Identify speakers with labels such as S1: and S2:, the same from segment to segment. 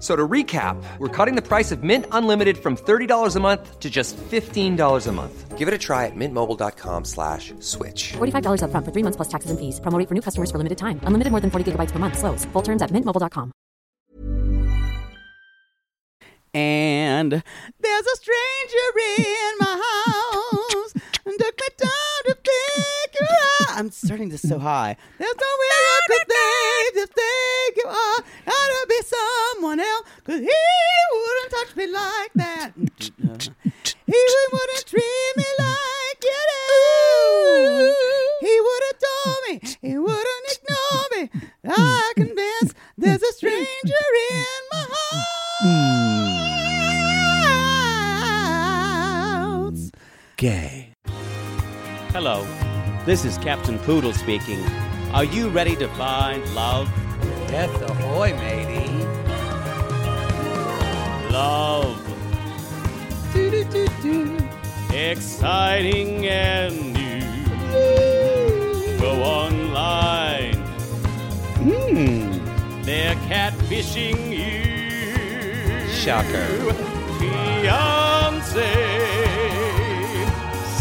S1: So to recap, we're cutting the price of Mint Unlimited from $30 a month to just $15 a month. Give it a try at mintmobile.com slash switch.
S2: $45 up front for three months plus taxes and fees. Promo rate for new customers for limited time. Unlimited more than 40 gigabytes per month. Slows. Full terms at mintmobile.com.
S3: And there's a stranger in my house. Took me time to figure out. I'm starting this so high. There's no way I could think, just think you are. How to be someone else. Cause he wouldn't touch me like that. he wouldn't treat me like you do. He would have told me. He wouldn't ignore me. I convinced there's a stranger in my house.
S4: Gay. Hello, this is Captain Poodle speaking. Are you ready to find love?
S1: Death ahoy, matey.
S4: Love.
S3: Do-do-do-do.
S4: Exciting and new. Go online. They're catfishing you.
S1: Shocker.
S4: Fiance.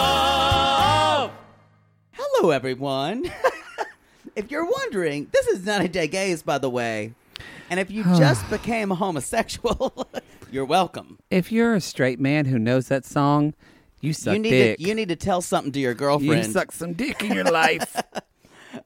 S4: love.
S3: Hello, everyone. if you're wondering, this is not a day gays, by the way. And if you just became a homosexual, you're welcome.
S5: If you're a straight man who knows that song, you suck
S3: you need
S5: dick.
S3: to you need to tell something to your
S5: You
S3: girlfriend,
S5: suck some dick in your life.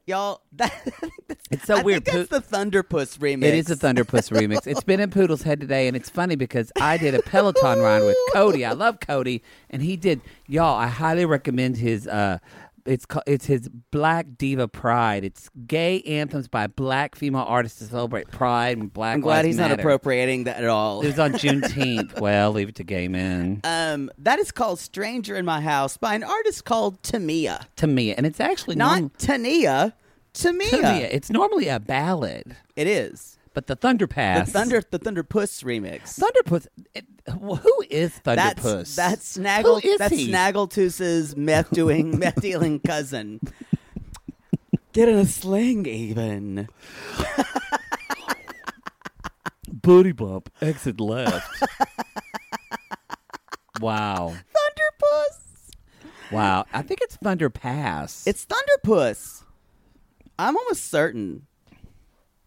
S3: y'all. That, I think that's-
S5: It's so
S3: I
S5: weird.
S3: Think that's
S5: Poo-
S3: the Thunderpuss remix.
S5: It is a Thunderpuss remix. It's been in Poodle's head today, and it's funny because I did a Peloton ride with Cody. I love Cody, and he did. Y'all, I highly recommend his. uh it's ca- it's his Black Diva Pride. It's gay anthems by Black female artists to celebrate Pride and Black.
S3: I'm glad
S5: Lives
S3: he's not
S5: Matter.
S3: appropriating that at all.
S5: It was on Juneteenth. well, leave it to gay men.
S3: Um, that is called "Stranger in My House" by an artist called Tamia,
S5: to me, and it's actually
S3: not
S5: norm-
S3: Tania. Tamia.
S5: to me, It's normally a ballad,
S3: It is
S5: but the Thunder
S3: the
S5: Pass,
S3: Thunder the Thunderpuss remix.
S5: Thunderpuss. It, who is
S3: That's
S5: Thunderpuss?
S3: that's Snaggle.
S5: Who is
S3: that's
S5: he?
S3: Snaggletooth's meth doing meth dealing cousin. Get in a sling, even.
S5: Booty bump, exit left. wow.
S3: Thunderpuss.
S5: Wow. I think it's Thunder Pass.
S3: It's Thunderpuss. I'm almost certain.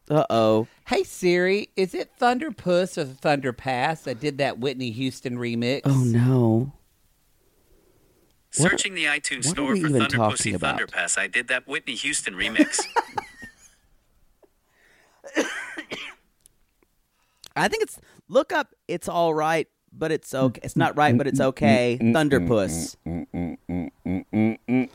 S3: Uh oh.
S5: Hey Siri, is it Thunder Puss or Thunder Pass that did that Whitney Houston remix?
S3: Oh no.
S6: Searching the iTunes
S3: what are
S6: store
S3: we
S6: for
S3: even
S6: Thunder
S3: talking
S6: Pussy
S3: about?
S6: Thunder Pass, I did that Whitney Houston remix.
S3: I think it's look up. It's all right, but
S5: Mm,
S3: it's okay. It's not right, but it's okay. Thunderpuss.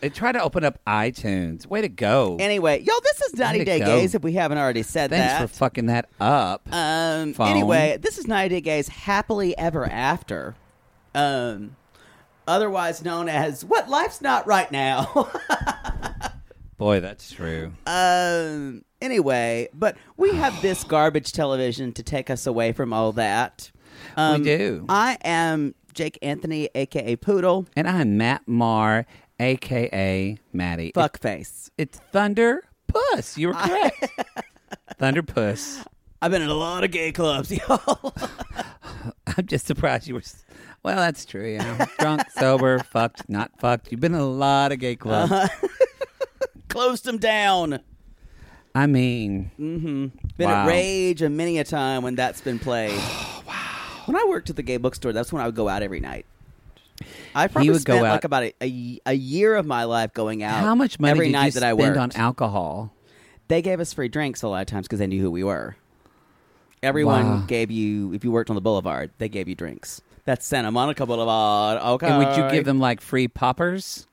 S5: It tried to open up iTunes. Way to go.
S3: Anyway, y'all, this is Naughty
S5: Way to
S3: Day
S5: go.
S3: Gays. If we haven't already said
S5: Thanks
S3: that.
S5: for fucking that up.
S3: Um.
S5: Phone.
S3: Anyway, this is 90 Day Gays Happily Ever After, um, otherwise known as What Life's Not Right Now.
S5: Boy, that's true.
S3: um. Anyway, but we have this garbage television to take us away from all that. Um,
S5: do.
S3: I am Jake Anthony, aka Poodle
S5: and I'm Matt Marr, aka Maddie.
S3: Fuckface.
S5: It- it's Thunder Puss. You were correct. Thunder Puss.
S3: I've been in a lot of gay clubs, y'all.
S5: I'm just surprised you were. s- Well, that's true. You know, drunk, sober, fucked, not fucked. You've been in a lot of gay
S3: Uh-huh.
S5: clubs.
S3: Closed them down.
S5: I mean,
S3: Been
S5: Wow.
S3: at Rage a many a time when that's been played. When I worked at the gay bookstore, that's when I would go out every night. I probably
S5: would go
S3: spent
S5: out-
S3: like about a, a y- a year of my life going out.
S5: how much money
S3: every
S5: did
S3: night
S5: you
S3: that
S5: spend
S3: I worked?
S5: on alcohol?
S3: they gave us free drinks a lot of times because they knew who we were. Everyone
S5: Wow.
S3: gave you if you worked on the boulevard, they gave you drinks. That's Santa Monica Boulevard. Okay.
S5: And would you give them like free poppers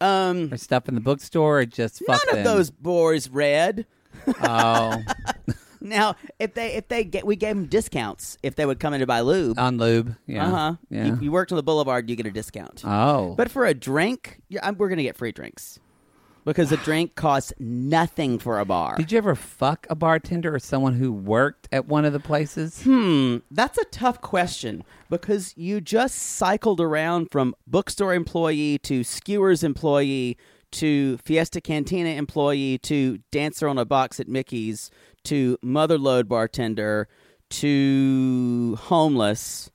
S3: um
S5: or stuff in the bookstore, or just
S3: none
S5: fuck
S3: of
S5: them?
S3: those boys read?
S5: Oh,
S3: Now, if they if they get we gave them discounts if they would come in to buy lube.
S5: on lube. Yeah.
S3: Uh-huh.
S5: Yeah.
S3: You, you worked on the boulevard, you get a discount.
S5: oh,
S3: But for a drink, yeah, I'm- we're going to get free drinks. Because a drink costs nothing for a bar.
S5: did you ever fuck a bartender or someone who worked at one of the places?
S3: That's a tough question because you just cycled around from bookstore employee to skewers employee to Fiesta Cantina employee to dancer on a box at Mickey's to motherload bartender to homeless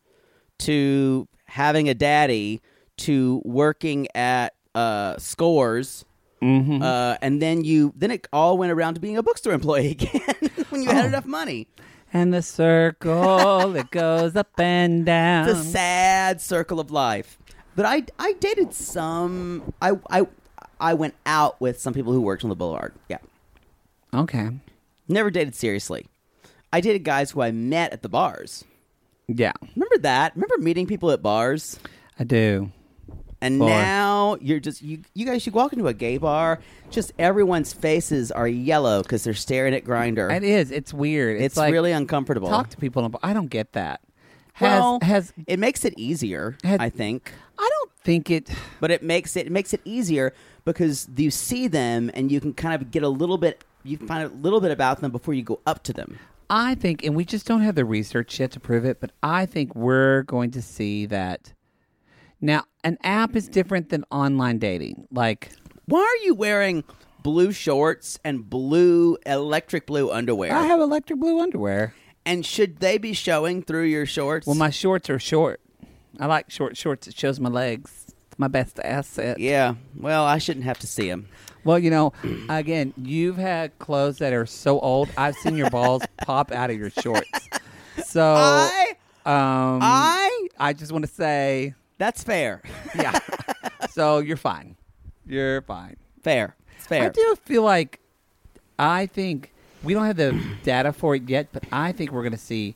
S3: to having a daddy to working at uh, Scores. Uh, and then you, then it all went around to being a bookstore employee again when you had enough money.
S5: And the circle it goes up and down.
S3: It's a sad circle of life. But I I dated some I I I went out with some people who worked on the boulevard. Yeah.
S5: okay.
S3: Never dated seriously. I dated guys who I met at the bars.
S5: Yeah,
S3: Remember that? Remember meeting people at bars?
S5: I do.
S3: And
S5: Boy.
S3: now you're just you you guys should walk into a gay bar, just everyone's faces are yellow cuz they're staring at grinder.
S5: It
S3: It's,
S5: is. It's weird. It's, like,
S3: really uncomfortable.
S5: talk to people. about- I don't get that. Has
S3: well,
S5: has
S3: it makes it easier,
S5: Has-
S3: I think.
S5: I don't think it.
S3: but it makes it, it makes it easier because you see them and you can kind of get a little bit you find a little bit about them before you go up to them
S5: I think, and we just don't have the research yet to prove it, but I think we're going to see that. Now, an app is different than online dating. Like,
S3: why are you wearing blue shorts and blue electric blue underwear
S5: I have electric blue underwear.
S3: and should they be showing through your shorts
S5: Well, my shorts are short. I like short shorts. It shows my legs. It's my best asset.
S3: yeah well i shouldn't have to see them
S5: Well, you know, again, you've had clothes that are so old. I've seen your balls pop out of your shorts. So,
S3: i
S5: um,
S3: i
S5: I just want to say,
S3: that's fair
S5: yeah. so you're fine. You're fine.
S3: fair it's fair
S5: I do feel like I think we don't have the data for it yet, but I think we're going to see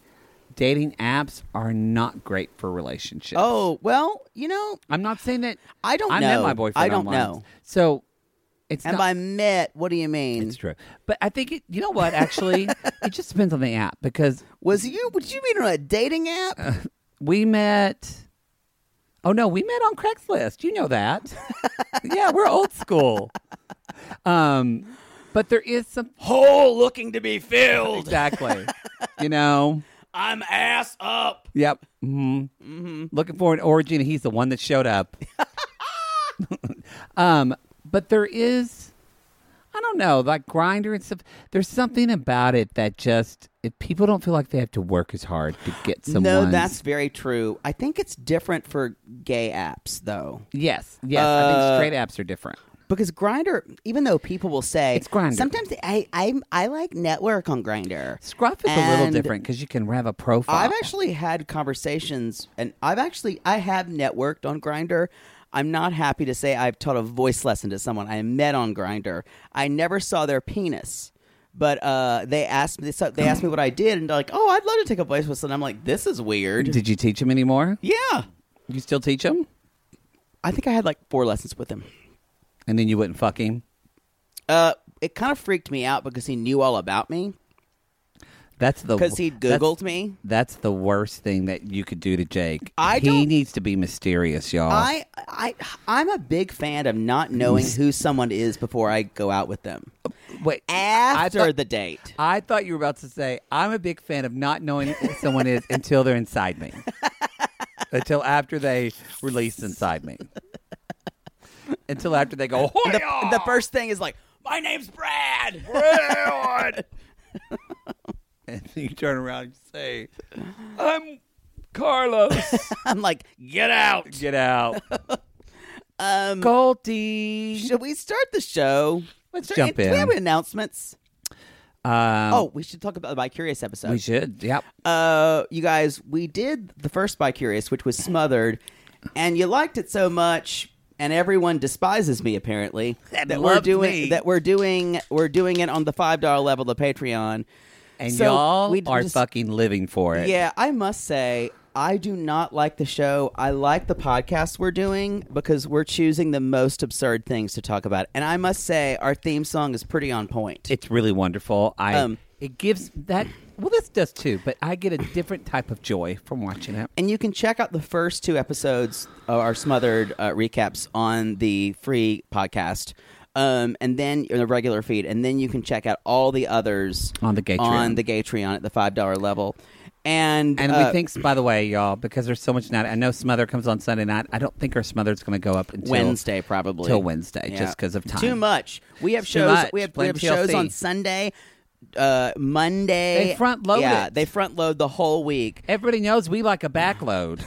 S5: dating apps are not great for relationships.
S3: oh well you know
S5: I'm not saying that.
S3: I don't
S5: I met
S3: know.
S5: my boyfriend.
S3: I don't
S5: online.
S3: know.
S5: So it's
S3: and
S5: not.
S3: by met what do you mean
S5: it's true, but I think it. You know what? Actually, it just depends on the app because
S3: was you would you mean on a dating app
S5: we met. Oh no, we met on Craigslist. You know that. yeah, we're old school. Um, but there is some
S7: Hole looking to be filled.
S5: exactly. you know.
S7: I'm ass up.
S5: Yep. hmm
S3: Mm-hmm.
S5: Looking for an origin. and He's the one that showed up. um, but there is, I don't know, like grinder and stuff. There's something about it that just if people don't feel like they have to work as hard to get someone.
S3: No, that's very true. I think it's different for gay apps though,
S5: yes, yes.
S3: Uh,
S5: I think straight apps are different.
S3: because Grinder, even though people will say
S5: It's Grindr.
S3: sometimes they- I I I like network on Grinder.
S5: Scruff is a little different because you can have a profile.
S3: I've actually had conversations, and I've actually I have networked on Grinder. I'm not happy to say I've taught a voice lesson to someone I met on Grinder. I never saw their penis, but uh, they asked me so they asked me what I did, and they're like, "Oh, I'd love to take a voice lesson." I'm like, "This is weird."
S5: Did you teach him anymore?
S3: Yeah,
S5: You still teach him,
S3: I think I had like four lessons with him.
S5: and then you wouldn't fuck him.
S3: Uh, it kind of freaked me out because he knew all about me
S5: That's the
S3: because he
S5: Oh, that's-
S3: googled me.
S5: That's the worst thing that you could do to Jake.
S3: I
S5: he
S3: don't-
S5: needs to be mysterious, y'all.
S3: I I I'm a big fan of not knowing who someone is before I go out with them
S5: Wait,
S3: after
S5: I thought,
S3: the date.
S5: I thought you were about to say I'm a big fan of not knowing who someone is until they're inside me, until after they release inside me, until after they go.
S3: The,
S5: "Hoya!"
S3: the first thing is like, my name's Brad.
S7: Brad.
S5: And
S8: you turn around and say, "I'm Carlos."
S3: I'm like,
S8: Get out. Get out.
S5: Goldie.
S3: Um, should we start the show? Let's
S5: start- jump
S3: Do we have
S5: in.
S3: announcements?
S5: Um,
S3: oh, we should talk about the By Curious episode.
S5: we should. Yep.
S3: Uh, you guys, we did the first By Curious, which was Smothered, and you liked it so much, and everyone despises me apparently that we're
S5: loved
S3: doing
S5: me.
S3: that we're doing we're doing it on the five dollar level, the Patreon,
S5: And
S3: So
S5: y'all
S3: we
S5: are
S3: just-
S5: fucking living for it.
S3: Yeah, I must say, I do not like the show. I like the podcast we're doing because we're choosing the most absurd things to talk about. And I must say, our theme song is pretty on point.
S5: It's really wonderful. I
S3: Um,
S5: it gives that well this does too, but I get a different type of joy from watching it.
S3: and you can check out the first two episodes of our smothered uh, recaps on the free podcast um, and then in the regular feed and then you can check out all the others
S5: On the Gaytreon.
S3: on the Gaytreon at the five dollar level and
S5: And
S3: uh,
S5: we think, by the way, y'all, because there's so much night. I know Smother comes on Sunday night. I don't think our Smother's going to go up until
S3: Wednesday probably
S5: till Wednesday,
S3: Yeah.
S5: just because of time.
S3: Too much. We have
S5: Too
S3: shows.
S5: much.
S3: We have, we
S5: Blame
S3: have shows
S5: TLC.
S3: on Sunday, uh, Monday.
S5: They front load
S3: Yeah,
S5: it.
S3: they front load the whole week,
S5: Everybody knows we like a backload.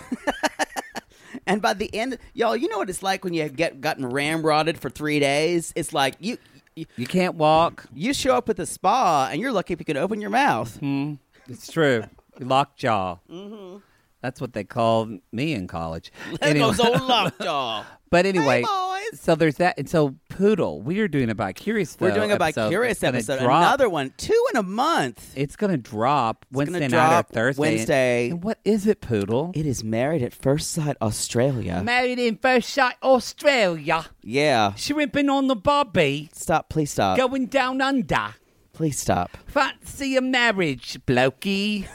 S3: and by the end, y'all, you know what it's like when you get gotten ramrodded for three days. It's like you. you-
S5: you can't walk.
S3: You show up at the spa and you're lucky if you can open your mouth.
S5: Mm, It's true. Lockjaw. Mm-hmm. That's what they called me in college.
S3: There
S5: Anyway-
S3: goes old lockjaw.
S5: But anyway,
S3: boys.
S5: so there's that, and so Poodle, we are doing a by curious.
S3: We're
S5: Though
S3: doing a by
S5: episode
S3: curious
S5: that's gonna
S3: episode,
S5: drop-
S3: another one, two in a month.
S5: It's gonna drop Wednesday night
S3: drop
S5: or Thursday.
S3: Wednesday.
S5: And what is it, Poodle?
S3: It is Married at First Sight Australia.
S5: Married in First Sight, Australia.
S3: yeah.
S5: Shrimping on the Bobby,
S3: Stop, please stop.
S5: going down under.
S3: Please stop.
S5: Fancy a marriage, blokey.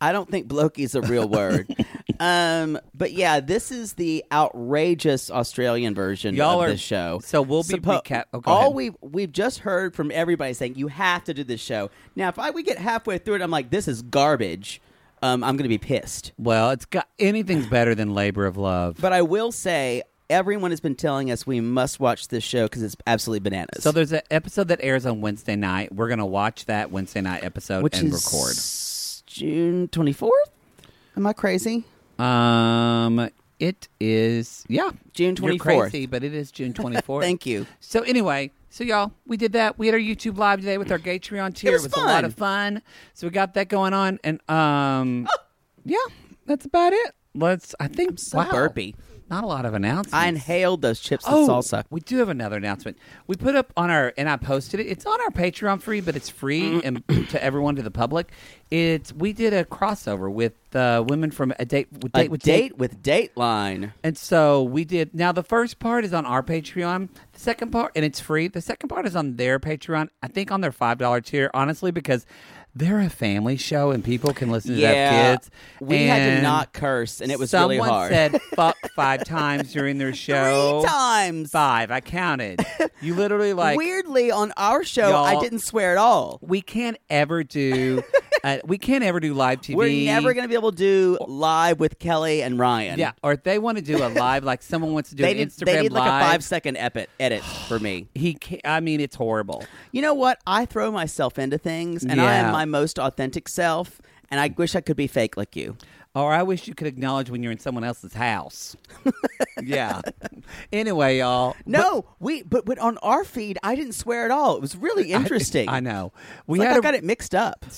S3: I don't think blokey is a real word. um, but yeah, this is the outrageous Australian version
S5: Y'all
S3: of
S5: are-
S3: this show.
S5: so we'll be recap- oh, go
S3: all
S5: ahead.
S3: we've we've just heard from everybody saying you have to do this show. Now, if I we get halfway through it, I'm like, this is garbage. Um, I'm going to be pissed.
S5: well, it's got anything's better than labor of love.
S3: But I will say, everyone has been telling us we must watch this show because it's absolutely bananas.
S5: so there's an episode that airs on Wednesday night. We're gonna watch that Wednesday night episode
S3: which
S5: and
S3: is
S5: record.
S3: June 24th. Am I crazy?
S5: Um, it is yeah,
S3: June
S5: You're
S3: 24th.
S5: crazy, but it is June twenty fourth.
S3: Thank you.
S5: So anyway, so y'all, we did that. We had our YouTube live today with our Gatreon tier.
S3: was
S5: a lot
S3: fun.
S5: of fun. So we got that going on, and um, yeah, that's about it. Let's. I think
S3: so
S5: wow,
S3: burpy.
S5: Not a lot of announcements.
S3: I inhaled those chips and
S5: Oh,
S3: salsa.
S5: we do have another announcement. We put up on our and I posted it. It's on our Patreon free, but it's free and
S3: Mm.
S5: to everyone to the public. It's we did a crossover with uh, women from a date with date
S3: a
S5: with Date.
S3: date with Dateline.
S5: And so we did. Now the first part is on our Patreon. The second part, and it's free. The second part is on their Patreon. I think on their five dollar tier, honestly, because they're a family show and people can listen to
S3: Yeah.
S5: have kids.
S3: We had to
S5: And
S3: not curse, and it was
S5: someone
S3: really hard.
S5: said "fuck" five times during their show.
S3: Three times.
S5: Five. I counted. You literally like
S3: Weirdly, on our show, I
S5: Y'all-
S3: didn't swear at all.
S5: we can't ever do. Uh, we can't ever do live TV.
S3: We're never going to be able to do live with Kelly and Ryan.
S5: Yeah, or if they want to do a live, like someone wants to do
S3: They
S5: an
S3: did,
S5: Instagram
S3: they did like
S5: live.
S3: a five second epi- edit for me.
S5: he, can, I mean, it's horrible.
S3: You know what? I throw myself into things, and I
S5: Yeah.
S3: am my most authentic self, and I wish I could be fake like you.
S5: Or I wish you could acknowledge when you're in someone else's house. yeah. Anyway, y'all.
S3: No, we but, but on our feed, I didn't swear at all. It was really interesting.
S5: I know.
S3: We
S5: We had
S3: I
S5: a-
S3: got it mixed up.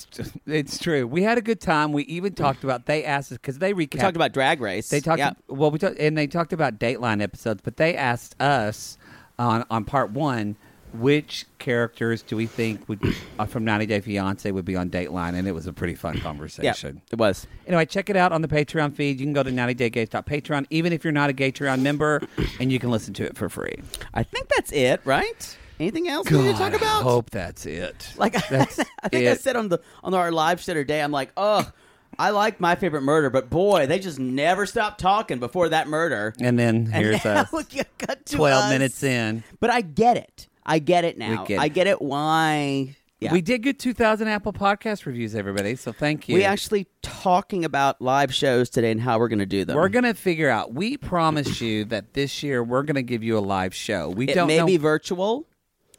S5: It's true. We had a good time. We even talked about. They asked us because they recapped.
S3: We talked about Drag Race.
S5: They talked.
S3: Yeah.
S5: Well, we talked, and they talked about Dateline episodes, but they asked us on on part one. Which characters do we think would uh, from 90 Day Fiance would be on Dateline? And it was a pretty fun
S3: yeah,
S5: conversation.
S3: it was.
S5: Anyway, check it out on the Patreon feed. You can go to 90daygates.patreon, even if you're not a Gatereon member, and you can listen to it for free.
S3: I think that's it, right? Anything else we need to talk about?
S5: I hope that's it.
S3: Like I,
S5: That's
S3: I think I
S5: it.
S3: said on the on our live show today, I'm like, ugh, I like my favorite murder, but boy, they just never stopped talking before that murder.
S5: And then here's
S3: now
S5: us.
S3: you got to
S5: 12
S3: us.
S5: minutes in.
S3: But I get it. I get it now.
S5: We get
S3: I
S5: it.
S3: get it why yeah.
S5: We did get 2,000 Apple Podcast reviews, everybody. So thank you.
S3: We actually talking about live shows today and how we're gonna do them.
S5: We're gonna figure out. We promise you that this year we're gonna give you a live show. We
S3: it
S5: don't
S3: may
S5: know.
S3: be virtual.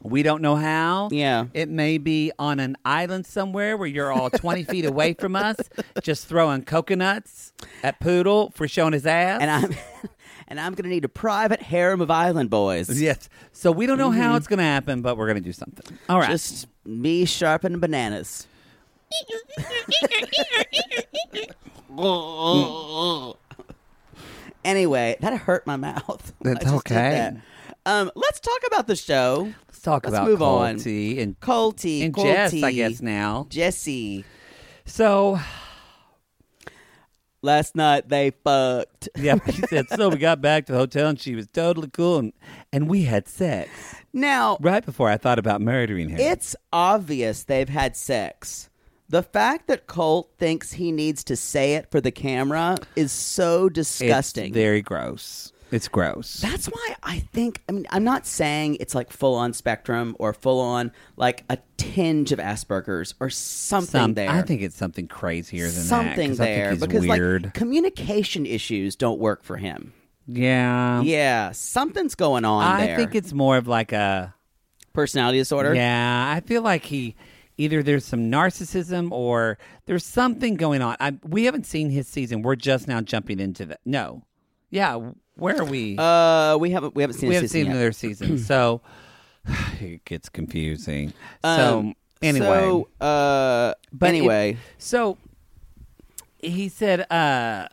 S5: We don't know how.
S3: Yeah.
S5: It may be on an island somewhere where you're all 20 feet away from us, just throwing coconuts at Poodle for showing his ass.
S3: and I'm and I'm gonna need a private harem of island boys.
S5: Yes. So we don't know how it's going to happen, but we're going to do something. All right.
S3: Mm-hmm. Just me sharpening bananas. anyway, that hurt my mouth. I
S5: That's
S3: just did
S5: okay.
S3: that. Um, let's talk about the show.
S5: Let's talk
S3: let's
S5: about
S3: move
S5: cold
S3: on.
S5: tea and
S3: Colty
S5: and
S3: cold
S5: Jess, I
S3: tea.
S5: guess now.
S3: Jesse.
S5: So
S3: Last night they fucked.
S5: yeah, he said. So we got back to the hotel and she was totally cool and, and we had sex
S3: Now
S5: right before I thought about murdering him.
S3: It's obvious they've had sex. The fact that Colt thinks he needs to say it for the camera is so
S5: It's
S3: disgusting.
S5: very gross. It's gross.
S3: That's why I think I mean I'm not saying it's like full on spectrum or full on like a tinge of Asperger's or something
S5: Some-
S3: there.
S5: I think it's something crazier than
S3: something
S5: that. 'cause I think
S3: there
S5: he's
S3: because
S5: weird.
S3: like communication issues don't work for him.
S5: yeah,
S3: Yeah, something's going on
S5: Um, I
S3: there.
S5: think it's more of like a
S3: personality disorder.
S5: Yeah, I feel like he either there's some narcissism or there's something going on. I we haven't seen his season. We're just now jumping into that. No, yeah, where are we?
S3: Uh, we haven't we haven't seen
S5: we
S3: a season
S5: haven't seen
S3: yet.
S5: another season, so it gets confusing. so
S3: Um,
S5: anyway,
S3: So uh,
S5: But it-
S3: anyway.
S5: so he said, uh,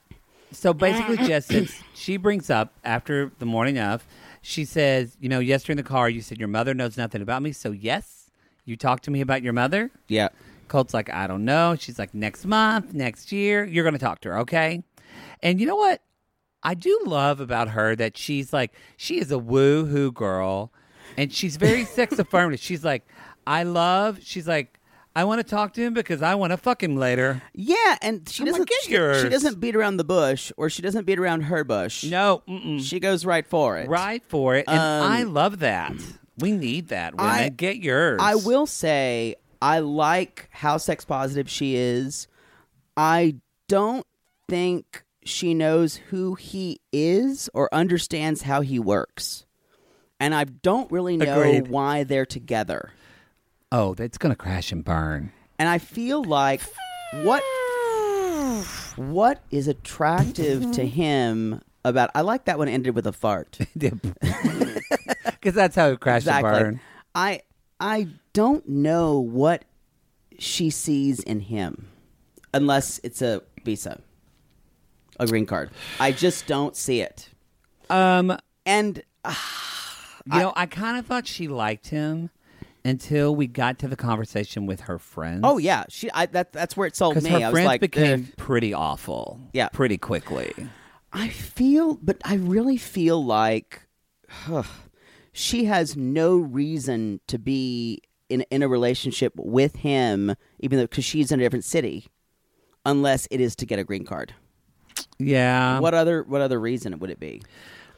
S5: so basically, Jess says, she brings up after the morning of, she says, you know, yesterday in the car, you said your mother knows nothing about me. So, yes, you talked to me about your mother.
S3: Yeah.
S5: Colt's like, I don't know. She's like, next month, next year, you're going to talk to her, okay? And you know what? I do love about her that she's like, she is a woo hoo girl and she's very sex affirmative. She's like, I love, she's like, I want to talk to him because I want to fuck him later.
S3: Yeah, and she
S5: I'm like,
S3: doesn't
S5: "Get
S3: she- she
S5: yours."
S3: doesn't beat around the bush or she doesn't beat around her bush.
S5: No, mm-mm.
S3: She goes right for it.
S5: right for it. And
S3: Um,
S5: I love that. We need that. Women.
S3: I-
S5: Get yours.
S3: I will say I like how sex positive she is. I don't think she knows who he is or understands how he works. And I don't really know
S5: Agreed.
S3: why they're together.
S5: Oh, that's going to crash and burn.
S3: And I feel like what what is attractive to him about I like that one ended with a fart.
S5: Because that's how it crash and burn.
S3: I I don't know what she sees in him, unless it's a visa, a green card. I just don't see it.
S5: Um,
S3: And uh,
S5: You know, I kind of thought she liked him until we got to the conversation with her friends.
S3: oh yeah, she I, that that's where it sold
S5: because
S3: me.
S5: her
S3: I was
S5: friends
S3: like,
S5: became
S3: "Ugh."
S5: pretty awful.
S3: Yeah.
S5: pretty quickly.
S3: I feel, but I really feel like huh, she has no reason to be in in a relationship with him, even though because she's in a different city, unless it is to get a green card.
S5: Yeah.
S3: what other what other reason would it be?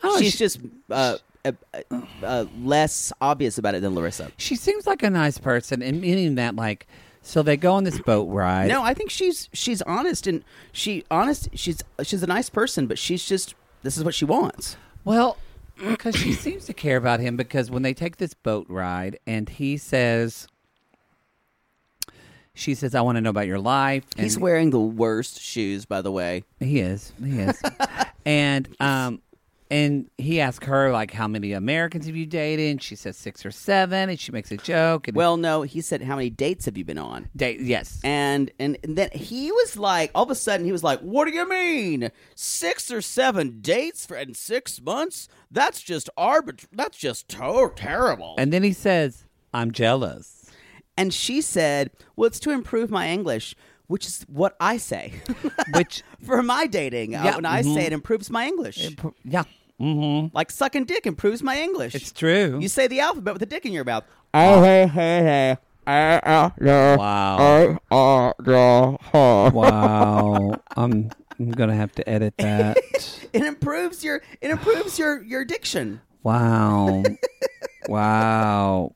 S5: Oh,
S3: She's
S5: she-
S3: just uh, uh, uh, uh, less obvious about it than Larissa.
S5: She seems like a nice person, and meaning that, like, so they go on this boat ride.
S3: No, I think she's she's honest and she honest. She's she's a nice person, but she's just this is what she wants.
S5: Well, because she seems to care about him because when they take this boat ride and he says, she says, I want to know about your life. And
S3: He's wearing the worst shoes, by the way.
S5: He is. He is. and um and he asks her like how many Americans have you dated? And she says six or seven and she makes a joke and
S3: Well, no, he said, "How many dates have you been on?"
S5: date yes.
S3: And, and and then he was like, all of a sudden, he was like, "What do you mean? Six or seven dates for in six months? That's just arbit. That's just to- terrible."
S5: And then he says, I'm jealous.
S3: And she said, Well, it's to improve my English, which is what I say.
S5: Which
S3: For my dating, uh,
S5: Yeah,
S3: when I say
S5: mhm.
S3: it improves my English,
S5: yeah. Mm-hmm.
S3: like sucking dick improves my English.
S5: It's true.
S3: You say the alphabet with a dick in your mouth.
S5: Wow. wow. I'm I'm gonna have to edit that.
S3: It improves your it improves your your diction.
S5: Wow. Wow.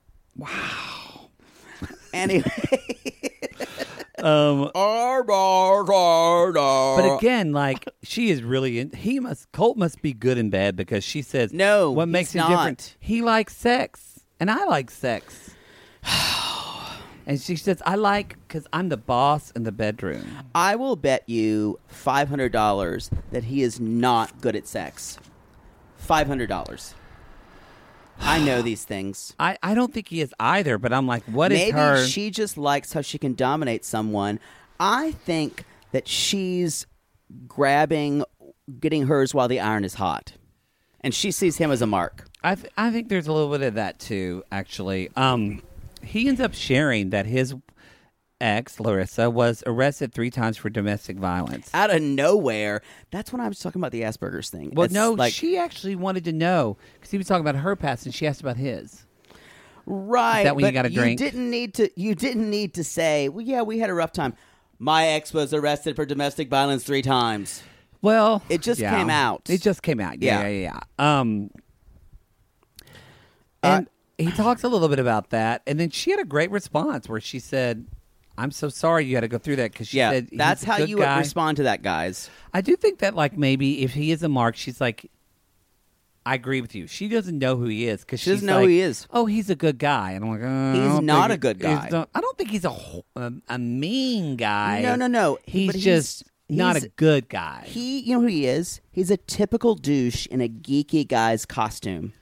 S3: Anyway,
S5: Um
S3: Uh,
S5: But again, like she is really in, he must Colt must be good and bad because she says
S3: No,
S5: What
S3: he's
S5: makes him
S3: not.
S5: different? He likes sex and I like sex. and she says, I like because I'm the boss in the bedroom.
S3: I will bet you five hundred dollars that he is not good at sex. Five hundred dollars. I know these things.
S5: I, I don't think he is either, but I'm like, what is
S3: Maybe
S5: her?
S3: she just likes how she can dominate someone. I think that she's grabbing, getting hers while the iron is hot, and she sees him as a mark.
S5: I, th- I think there's a little bit of that too, actually. Um, he ends up sharing that his ex, Larissa, was arrested three times for domestic violence.
S3: Out of nowhere, that's when I was talking about the Asperger's thing.
S5: Well,
S3: It's
S5: no,
S3: like,
S5: she actually wanted to know because he was talking about her past, and she asked about his.
S3: Right.
S5: Is that when you
S3: but
S5: got a drink?
S3: didn't need to. You didn't need to say. Well, yeah, we had a rough time. My ex was arrested for domestic violence three times.
S5: Well,
S3: It just
S5: yeah.
S3: came out.
S5: It just came out.
S3: Yeah.
S5: Yeah,
S3: Uh,
S5: yeah, yeah. yeah. Um, and he talks a little bit about that, and then she had a great response where she said, "I'm so sorry you had to go through that." Because she
S3: Yeah,
S5: said, "He's
S3: that's
S5: a
S3: how
S5: good
S3: you
S5: guy."
S3: respond to that, guys.
S5: I do think that, like, maybe if he is a mark, she's like, "I agree with you." She doesn't know who he is because
S3: She doesn't know who he is.
S5: Oh, he's a good guy, and I'm like, uh, I
S3: He's
S5: don't
S3: not
S5: think
S3: a good
S5: he's
S3: guy.
S5: not- I don't think he's a wh- a, a mean guy.
S3: No, no, no. He-
S5: He's
S3: but he's-
S5: just not a
S3: he's-
S5: good guy.
S3: He, you know who he is. He's a typical douche in a geeky guy's costume.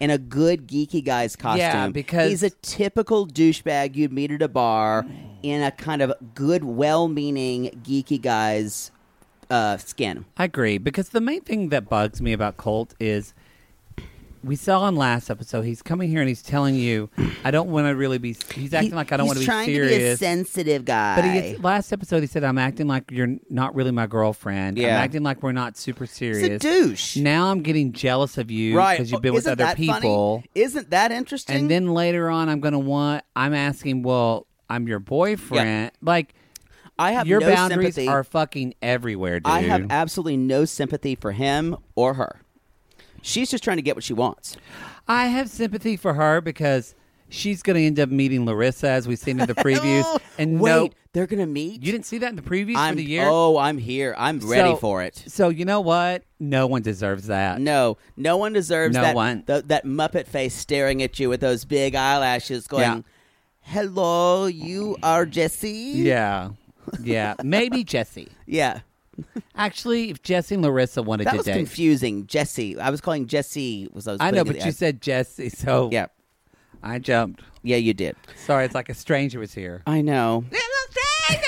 S3: In a good geeky guy's costume.
S5: because-
S3: he's a typical douchebag you'd meet at a bar in a kind of good, well meaning geeky guy's uh, skin.
S5: I agree because the main thing that bugs me about Colt is we saw in last episode he's coming here and he's telling you I don't want to really be. He's acting like I don't want
S3: he's
S5: to be
S3: trying
S5: serious.
S3: to be a sensitive guy.
S5: but he is, last episode he said I'm acting like you're not really my girlfriend.
S3: Yeah.
S5: I'm acting like we're not super serious.
S3: He's a douche.
S5: Now I'm getting jealous of you
S3: right. Oh,
S5: because you've been with
S3: Isn't
S5: other
S3: that funny?
S5: people.
S3: Isn't that interesting?
S5: And then later on I'm going to want I'm asking, "Well, I'm your boyfriend." Like
S3: I have
S5: your
S3: no
S5: boundaries
S3: sympathy.
S5: are fucking everywhere, dude.
S3: I have absolutely no sympathy for him or her. She's just trying to get what she wants.
S5: I have sympathy for her because she's going to end up meeting Larissa as we've seen in the previews. and
S3: Oh, Wait,
S5: no,
S3: they're gonna meet.
S5: you didn't see that in the previews
S3: I'm
S5: for the year.
S3: oh, I'm here. I'm ready
S5: So-
S3: for it.
S5: So you know what? No one deserves that.
S3: No, no one deserves
S5: No
S3: that
S5: one.
S3: tho- that Muppet face staring at you with those big eyelashes, going, "Hello, you are Jesse."
S5: Yeah, yeah. Maybe Jesse.
S3: yeah.
S5: Actually, if Jesse and Larissa wanted
S3: That
S5: to
S3: was
S5: date,
S3: confusing. Jesse, I was calling Jesse. Was I, was
S5: I know,
S3: putting
S5: but
S3: it-
S5: you said "Oh." Jesse, so
S3: yeah,
S5: I jumped.
S3: yeah, you did.
S5: Sorry, it's like a stranger was here.
S3: I know.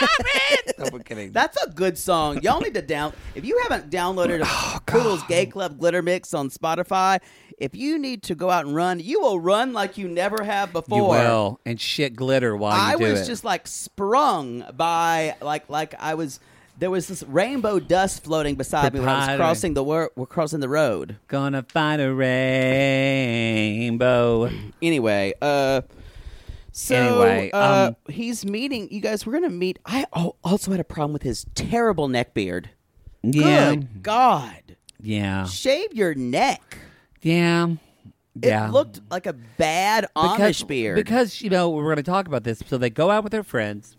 S5: No, we're kidding.
S3: That's a good song. Y'all need to down. If you haven't downloaded
S5: Oh,
S3: Poodle's Gay Club Glitter Mix on Spotify, if you need to go out and run, you will run like you never have before.
S5: you will and shit glitter while you
S3: I
S5: do
S3: was
S5: it.
S3: just like sprung by like like I was. There was this rainbow dust floating beside me when I was
S5: Proprietary.
S3: crossing the wor- we're crossing the road.
S5: gonna find a rainbow.
S3: Anyway, uh, so
S5: Anyway,
S3: uh,
S5: um,
S3: he's meeting you guys. We're gonna meet. I al- also had a problem with his terrible neck beard.
S5: Yeah.
S3: Good God,
S5: Yeah.
S3: shave your neck.
S5: Yeah.
S3: It
S5: yeah.
S3: looked like a bad
S5: because,
S3: Amish beard.
S5: Because, you know, we're going to talk about this. So they go out with their friends.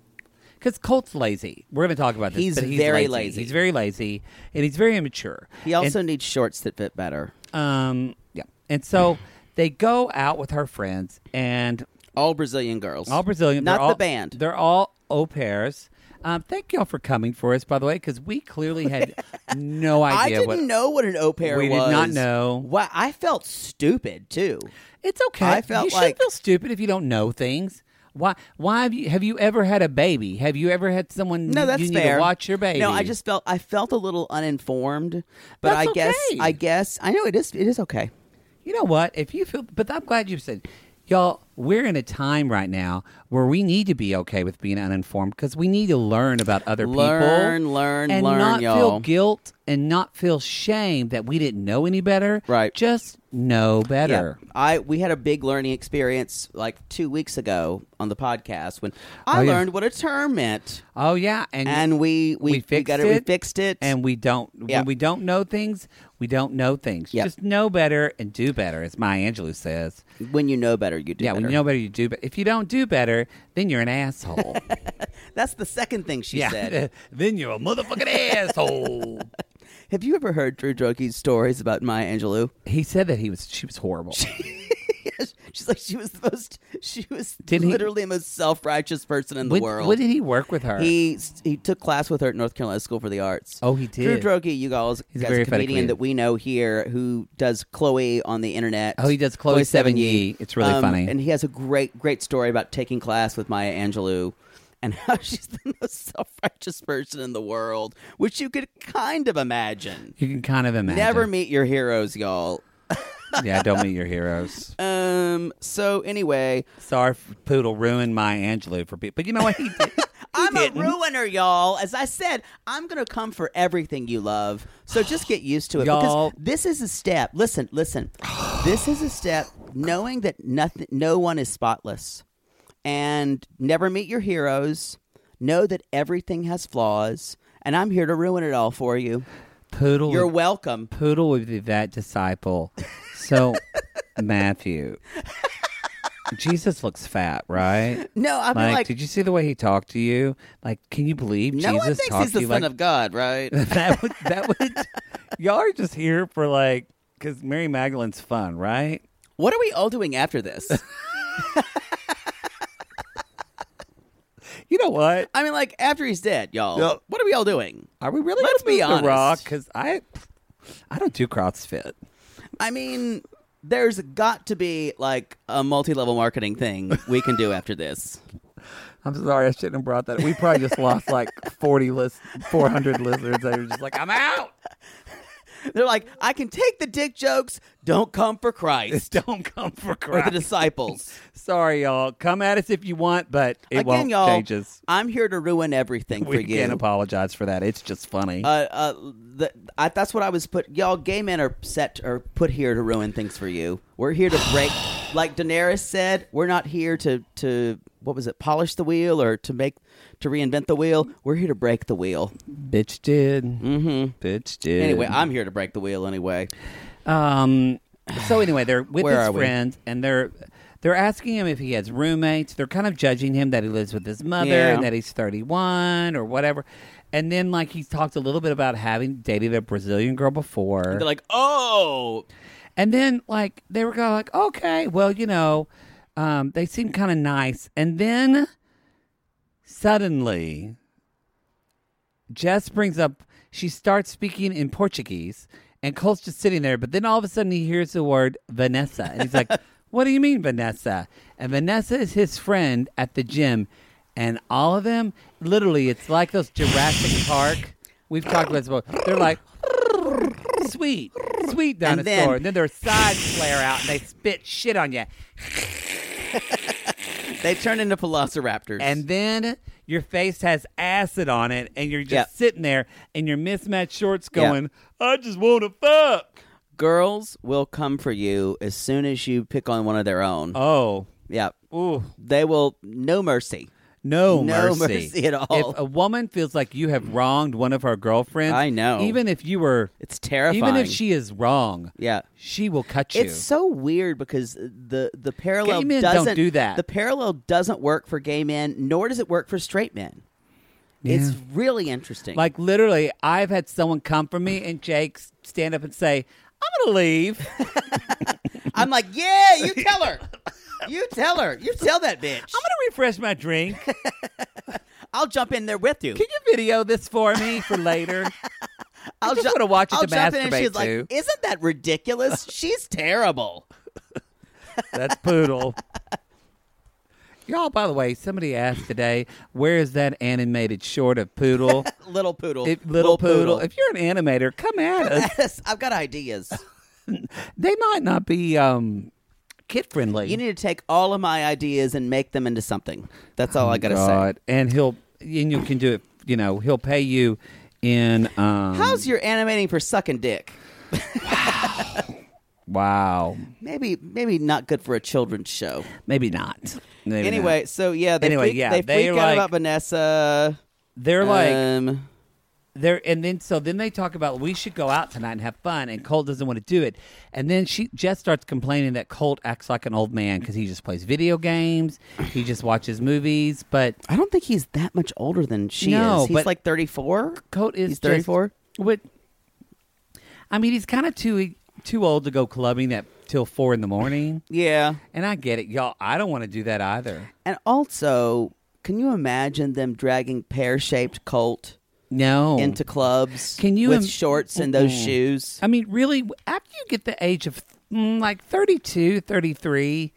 S5: Because Colt's lazy. We're going to talk about this.
S3: He's
S5: but he's
S3: very
S5: lazy.
S3: lazy.
S5: He's very lazy. And he's very immature.
S3: he also needs shorts that fit better.
S5: Um, yeah. And so they go out with her friends and
S3: All Brazilian girls.
S5: all Brazilian.
S3: Not
S5: they're
S3: the
S5: all-
S3: band.
S5: They're all au pairs. Um, thank y'all for coming for us, by the way, because we clearly had no idea
S3: I didn't
S5: what
S3: know what an au pair
S5: We
S3: was.
S5: did not know.
S3: Why I felt stupid too.
S5: It's okay.
S3: I felt
S5: you
S3: like-
S5: should feel stupid if you don't know things. Why? Why have you have you ever had a baby? Have you ever had someone
S3: No, that's
S5: you need
S3: fair.
S5: to watch your baby?
S3: No, I just felt I felt a little uninformed, but
S5: That's
S3: I guess
S5: okay.
S3: I guess I know it is it is okay.
S5: you know what? If you feel, but I'm glad you said, y'all. We're in a time right now where we need to be okay with being uninformed because we need to learn about other
S3: Learn,
S5: people,
S3: learn,
S5: and
S3: learn,
S5: not
S3: y'all.
S5: feel guilt and not feel shame that we didn't know any better.
S3: Right.
S5: Just know better.
S3: Yeah. I we had a big learning experience like 2 weeks ago on the podcast when I
S5: Oh, yeah.
S3: learned what a term meant.
S5: Oh yeah, and
S3: And we we,
S5: fixed
S3: got it, we fixed it.
S5: and we don't.
S3: Yeah.
S5: When we don't know things, we don't know things.
S3: Yeah.
S5: Just know better and do better, as Maya Angelou says.
S3: when you know better you do
S5: Yeah,
S3: better.
S5: when you know better, you do. But if you don't do better, then you're an asshole.
S3: That's the second thing she
S5: yeah,
S3: said.
S5: then you're a motherfucking asshole.
S3: Have you ever heard Drew Drogi's stories about Maya Angelou?
S5: He said that he was. She was horrible.
S3: She's like, she was the most, she was
S5: Did he-
S3: literally the most self righteous person in
S5: When-
S3: the world.
S5: when did he work with her?
S3: He he took class with her at North Carolina School for the Arts.
S5: Oh, he did.
S3: Drew Droege, you guys,
S5: He's
S3: guys
S5: very
S3: a
S5: funny
S3: comedian
S5: comedian.
S3: that we know here who does Chloe on the internet.
S5: Oh, he does Chloe Sevigny. It's really
S3: Um,
S5: funny.
S3: and he has a great great story about taking class with Maya Angelou. And how she's the most self-righteous person in the world, which you could kind of imagine.
S5: you can kind of imagine.
S3: Never meet your heroes, y'all.
S5: yeah, don't meet your heroes.
S3: Um. So anyway,
S5: Sorry, if Poodle ruined my Angelou for people. But you know what? He did.
S3: I'm a ruiner, y'all. As I said, I'm going to come for everything you love. So just get used to it.
S5: Y'all.
S3: Because this is a step. Listen, listen. this is a step knowing that nothing, no one is spotless. And never meet your heroes. Know that everything has flaws. And I'm here to ruin it all for you.
S5: Poodle.
S3: You're welcome.
S5: Poodle would be that disciple. So, Matthew, Jesus looks fat, right?
S3: No, I mean,
S5: like,
S3: like-
S5: did you see the way he talked to you? Like, can you believe
S3: No one
S5: Jesus
S3: thinks
S5: talked
S3: he's the
S5: to you
S3: son
S5: like
S3: of God, right?
S5: that? Would, that would y'all are just here for like because Mary Magdalene's fun, right?
S3: what are we all doing after this?
S5: You know what?
S3: I mean, like, after he's dead, y'all.
S5: No.
S3: What are we all doing?
S5: Are we really?
S3: Let's
S5: gonna
S3: be
S5: move The rock,
S3: honest.
S5: because I, I don't do CrossFit.
S3: I mean, there's got to be like a multi-level marketing thing we can do after this.
S5: I'm sorry, I shouldn't have brought that. We probably just lost like 40 list, 400 listeners. They were just like, I'm out.
S3: They're like, I can take the dick jokes. Don't come for Christ
S5: Don't come for
S3: or the
S5: Christ.
S3: disciples.
S5: Sorry, y'all. Come at us if you want, but it
S3: Again,
S5: won't
S3: y'all,
S5: change us.
S3: I'm here to ruin everything for
S5: We
S3: you.
S5: can't apologize for that. It's just funny.
S3: uh, uh, the, I, that's what I was put. Y'all, gay men are set or put here to ruin things for you. We're here to break, like Daenerys said. We're not here to to what was it? Polish the wheel or to make to reinvent the wheel. We're here to break the wheel.
S5: Bitch did. Mm-hmm. Bitch did.
S3: Anyway, I'm here to break the wheel anyway.
S5: Um. So anyway, they're with
S3: Where
S5: his
S3: are we?
S5: friends, and they're they're asking him if he has roommates. They're kind of judging him that he lives with his mother
S3: Yeah.
S5: and that he's thirty one or whatever. And then like he talked a little bit about having dated a Brazilian girl before.
S3: They're like, oh,
S5: And then like they were kind of like, okay, well, you know, um, they seem kind of nice. And then suddenly, Jess brings up. She starts speaking in Portuguese, and Cole's just sitting there. But then all of a sudden, he hears the word Vanessa, and he's like, "What do you mean, Vanessa?" And Vanessa is his friend at the gym, and all of them, literally, it's like those Jurassic Park. We've talked about this before. They're like, sweet, sweet
S3: And
S5: dinosaur. And
S3: then-
S5: then, their sides flare out and they spit shit on you.
S3: They turn into velociraptors.
S5: And then your face has acid on it and you're just
S3: Yeah.
S5: sitting there in your mismatched shorts
S3: Yeah.
S5: going, I just want to fuck.
S3: girls will come for you as soon as you pick on one of their own.
S5: Oh,
S3: yeah.
S5: ooh,
S3: They will, no mercy.
S5: no,
S3: No
S5: mercy.
S3: mercy at all.
S5: If a woman feels like you have wronged one of her girlfriends,
S3: I know.
S5: Even if you were,
S3: It's terrifying.
S5: even if she is wrong,
S3: Yeah.
S5: she will cut you.
S3: It's so weird because the the parallel
S5: Gay men don't
S3: doesn't
S5: do that.
S3: The parallel doesn't work for gay men, nor does it work for straight men. It's really interesting.
S5: Like literally, I've had someone come for me and Jake s- stand up and say, "I'm gonna leave."
S3: I'm like, yeah, you tell her, you tell her, you tell that bitch.
S5: I'm gonna refresh my drink. Can
S3: I'll jump in there with you.
S5: you video this for me for later?
S3: I'll
S5: just
S3: ju-
S5: wanna watch it
S3: I'll
S5: to
S3: jump in and
S5: masturbate
S3: she's like,
S5: to.
S3: isn't that ridiculous? She's terrible.
S5: That's poodle. Y'all, by the way, somebody asked today, where is that animated short of poodle?
S3: Little poodle.
S5: If- little poodle. If you're an animator, come at us.
S3: Yes, I've got ideas.
S5: They might not be um, kid friendly.
S3: You need to take all of my ideas and make them into something. That's all I gotta say.
S5: Oh, God. And he'll and you can do it. You know, he'll pay you in. Um,
S3: How's your animating for sucking dick?
S5: wow?
S3: Maybe, maybe not good for a children's show.
S5: Maybe not. Maybe
S3: Anyway,
S5: not.
S3: so yeah, they
S5: Anyway,
S3: freak,
S5: yeah,
S3: they
S5: they
S3: freak out
S5: like-
S3: about Vanessa.
S5: they're like.
S3: um,
S5: There and then so then they talk about we should go out tonight and have fun and Colt doesn't want to do it and then she Jess starts complaining that Colt acts like an old man because he just plays video games he just watches movies but
S3: I don't think he's that much older than she
S5: No,
S3: is. He's
S5: but-
S3: like 34.
S5: Colt is
S3: He's
S5: just-
S3: 34?
S5: What I mean he's kind of too too old to go clubbing at till four in the morning.
S3: Yeah.
S5: And I get it, y'all. I don't want to do that either.
S3: And also, can you imagine them dragging pear shaped Colt
S5: No.
S3: into clubs
S5: Oh. Can you
S3: with
S5: im-
S3: shorts and those
S5: Mm-mm.
S3: shoes?
S5: I mean, really, after you get the age of mm, like 32, 33,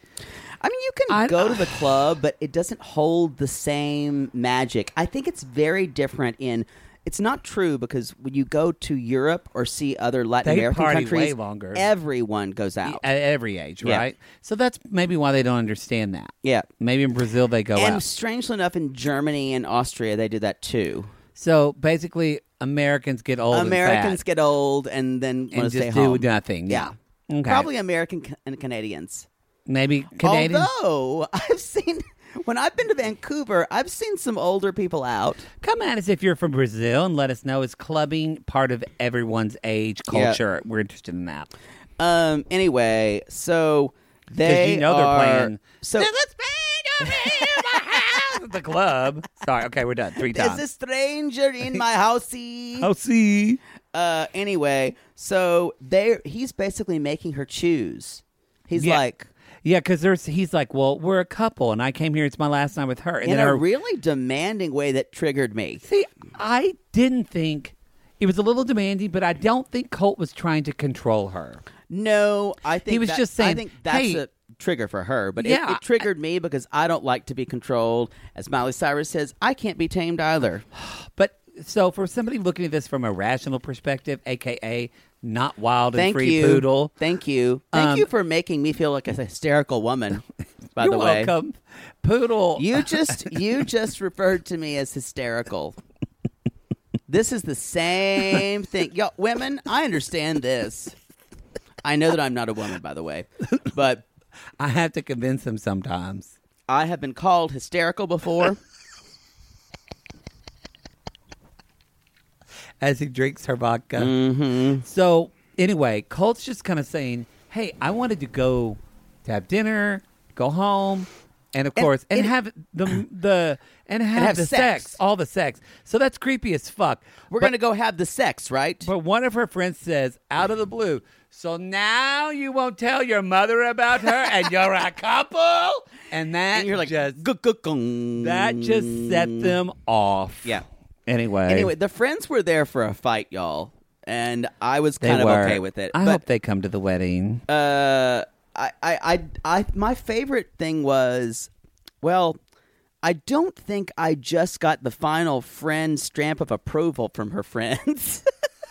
S3: I mean, you can
S5: I-
S3: go to the club, but it doesn't hold the same magic. I think it's very different in. It's not true because when you go to Europe or see other Latin
S5: They
S3: American
S5: party
S3: countries,
S5: way longer.
S3: everyone goes out.
S5: at every age,
S3: Yeah.
S5: right? So that's maybe why they don't understand that.
S3: Yeah.
S5: Maybe in Brazil they go
S3: and
S5: out.
S3: strangely enough, in Germany and Austria, they do that too.
S5: So basically, Americans get old. and
S3: Americans
S5: fat
S3: get old and then want
S5: and
S3: to stay
S5: just do
S3: home.
S5: nothing.
S3: Yeah.
S5: Yeah. Okay.
S3: Probably American Ca- and Canadians.
S5: maybe Canadian.
S3: Although I've seen when I've been to Vancouver, I've seen some older people out.
S5: Come at us if you're from Brazil and let us know is clubbing part of everyone's age
S3: Yeah.
S5: culture. We're interested in that.
S3: Um. Anyway, so
S5: Because
S3: they
S5: you know
S3: are,
S5: they're playing.
S3: So
S5: There's a stranger in my house at the club. Sorry. Okay, we're done. Three
S3: there's a
S5: times.
S3: stranger in my housey.
S5: I'll see.
S3: Uh. Anyway, so they he's basically making her choose. He's
S5: Yeah.
S3: like,
S5: Yeah, because there's he's like, well, we're a couple, and I came here. It's my last night with her, and
S3: in
S5: then
S3: a
S5: her.
S3: really demanding way that triggered me.
S5: See, I didn't think it was a little demanding, but I don't think Colt was trying to control her.
S3: No, I think
S5: was
S3: that-
S5: just
S3: I
S5: saying,
S3: think that's
S5: "Hey."
S3: a trigger for her, but it- it,
S5: Yeah.
S3: triggered me because I don't like to be controlled. As Miley Cyrus says, I can't be tamed either.
S5: But so for somebody looking at this from a rational perspective, aka not wild
S3: Thank
S5: and free
S3: you,
S5: poodle,
S3: Thank you, thank
S5: Um,
S3: you for making me feel like a hysterical woman. By
S5: you're
S3: the way,
S5: welcome, poodle.
S3: you just you just referred to me as hysterical. This is the same thing, y'all. Women, I understand this. I know that I'm not a woman, by the way, but
S5: I have to convince him sometimes.
S3: I have been called hysterical before.
S5: as he drinks her vodka.
S3: Mm-hmm.
S5: So anyway, Colt's just kind of saying, "Hey, I wanted to go to have dinner, go home, and of course, and
S3: it-
S5: have the the and have,
S3: have
S5: the
S3: sex.
S5: sex. all the sex." So that's creepy as fuck.
S3: We're
S5: But-
S3: gonna go have the sex, right?
S5: But one of her friends says, out of the blue, "So now you won't tell your mother about her, and you're a couple." And that
S3: and you're like,
S5: just,
S3: "Gung-gung-gung."
S5: that just set them off.
S3: Yeah.
S5: Anyway.
S3: Anyway, the friends were there for a fight, y'all, and I was
S5: They
S3: kind of
S5: were.
S3: okay with it.
S5: I
S3: but,
S5: hope they come to the wedding.
S3: Uh, I, I, I, I, my favorite thing was, well, I don't think I just got the final friend stamp of approval from her friends.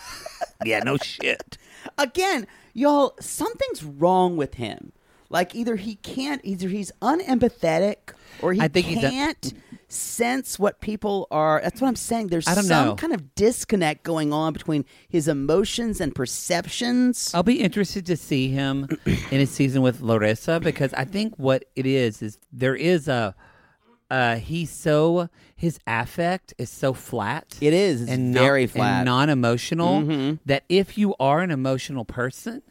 S5: yeah, no shit.
S3: Again, y'all, something's wrong with him. Like either he can't, either he's unempathetic, or he
S5: I think he's un-
S3: can't sense what people are. That's what I'm saying. There's
S5: I don't
S3: some
S5: know.
S3: kind of disconnect going on between his emotions and perceptions.
S5: I'll be interested to see him in his season with Larissa because I think what it is is there is a uh he's so his affect is so flat.
S3: It is. It's
S5: non-
S3: very flat. Mm-hmm.
S5: and non-emotional that if you are an emotional person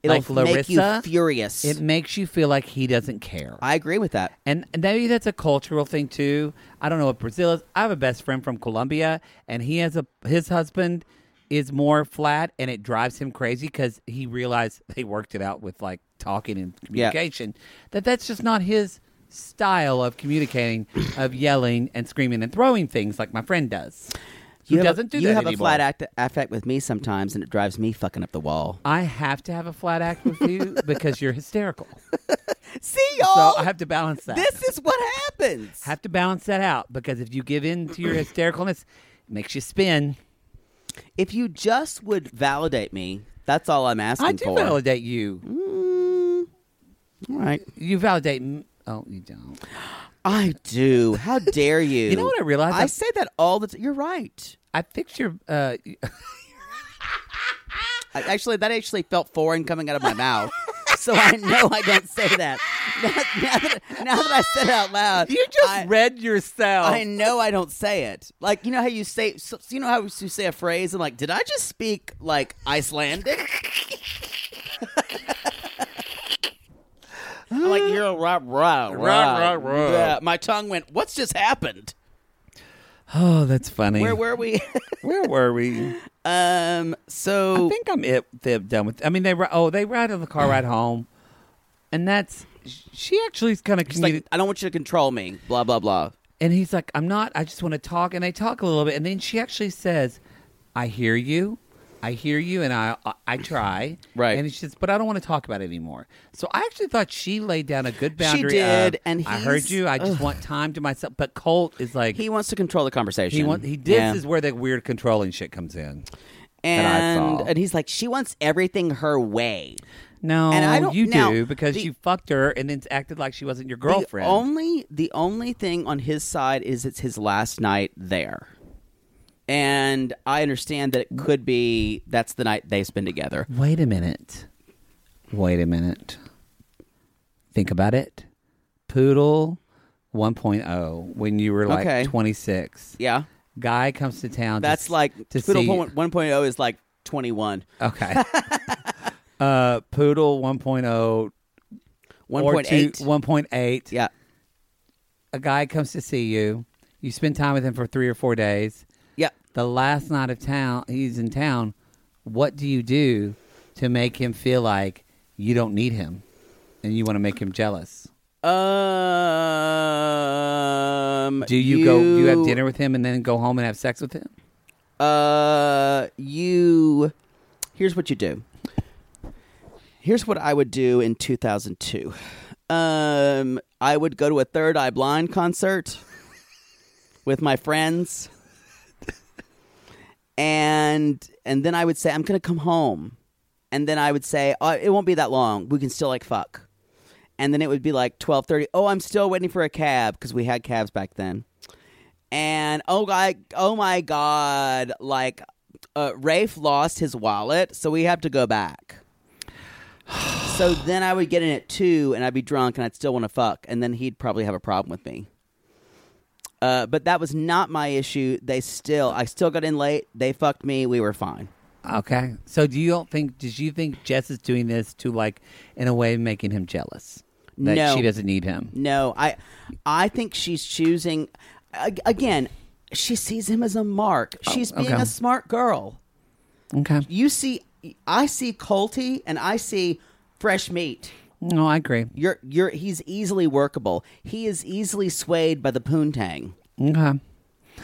S3: It'll
S5: like
S3: make you
S5: Larissa,
S3: furious.
S5: it makes you feel like he doesn't care.
S3: I agree with that.
S5: And and maybe that's a cultural thing too. I don't know what Brazil is. I have a best friend from Colombia, and he has a his husband is more flat, and it drives him crazy because he realized they worked it out with like talking and communication that that's just not his style of communicating, of yelling and screaming and throwing things like my friend does. He
S3: have a-
S5: doesn't do
S3: You
S5: that
S3: have
S5: anymore.
S3: a flat act- affect with me sometimes, and it drives me fucking up the wall.
S5: I have to have a flat act with you because you're hysterical.
S3: See
S5: So
S3: y'all.
S5: I have to balance that.
S3: Oh, this is what happens.
S5: have to balance that out because if you give in to your hystericalness, it makes you spin.
S3: if you just would validate me, that's all I'm asking
S5: I do
S3: for.
S5: validate
S3: Hmm?
S5: you.
S3: All right.
S5: You validate. m- Oh, you don't.
S3: I do. How dare you?
S5: You know what I realized?
S3: I
S5: I-
S3: say that all the time. You're right.
S5: I fixed your. Uh,
S3: I, actually, that actually felt foreign coming out of my mouth. So I know I don't say that. Now, now that, now that I said it out loud,
S5: you just
S3: I,
S5: read yourself.
S3: I know I don't say it. Like you know how you say, so, so you know how you say a phrase and like, did I just speak like Icelandic? I'm like you're a rah rah rah
S5: Rah, rah, rah.
S3: Yeah, my tongue went. What's just happened?
S5: oh, that's funny.
S3: Where were we?
S5: Where were we?
S3: um. So
S5: I think I'm it. They're done with. I mean, they. ri- Oh, they ride on the car ride home. and that's she actually is kind of
S3: She's like, I don't want you to control me. Blah blah blah.
S5: and he's like, I'm not. I just want to talk. And they talk a little bit. And then she actually says, I hear you. I hear you. And I I, I try.
S3: Right.
S5: And she says, but I don't want to talk about it anymore. So I actually thought she laid down a good boundary.
S3: did,
S5: of,
S3: and
S5: I
S3: he's-
S5: heard you. I just want time to myself. But Colt is like,
S3: He wants to control the conversation.
S5: he, want, he this
S3: Yeah.
S5: is where that weird controlling shit comes in. that I saw.
S3: and and he's like, she wants everything her way.
S5: No,
S3: And I don't-
S5: you
S3: now,
S5: do because
S3: the-
S5: you fucked her and then acted like she wasn't your girlfriend.
S3: The only the only thing on his side is it's his last night there. And I understand that it
S5: Mm.
S3: could be that's the night they spend together.
S5: Wait a minute. Wait a minute. Think about it. Poodle 1.0 when you were like
S3: Okay.
S5: 26.
S3: Yeah.
S5: Guy comes to town. to
S3: That's
S5: s-
S3: like
S5: to
S3: Poodle
S5: see-
S3: 1.0 is like 21.
S5: Okay. uh Poodle 1.0 or two-
S3: 1.8.
S5: 1.8.
S3: Yeah.
S5: A guy comes to see you. You spend time with him for 3 or 4 days.
S3: Yeah.
S5: The last night of town, he's in town. What do you do to make him feel like you don't need him and you want to make him jealous?
S3: Um
S5: Do you, go? Do you have dinner with him and then go home and have sex with him?
S3: Uh, you. Here's what you do. Here's what I would do in 2002. Um, I would go to a Third Eye Blind concert with my friends, and and then I would say I'm gonna come home, and then I would say oh, it won't be that long. We can still like fuck, and then it would be like 12:30. Oh, I'm still waiting for a cab because we had cabs back then and oh god, oh my god, like uh, Rafe lost his wallet, so we have to go back. so then I would get in at two, and I'd be drunk, and I'd still want to fuck, and then he'd probably have a problem with me. Uh, but that was not my issue. They still, I still got in late. They fucked me. We were fine.
S5: Okay. So do you don't think? Did you think Jess is doing this to like, in a way, making him jealous that
S3: No.
S5: she doesn't need him?
S3: No, I, I think she's choosing. ag- Again, she sees him as a mark. She's being
S5: okay.
S3: a smart girl.
S5: Okay.
S3: you see I see Colty and I see fresh meat.
S5: No, I agree.
S3: You're you're he's easily workable. He is easily swayed by the poontang.
S5: Okay.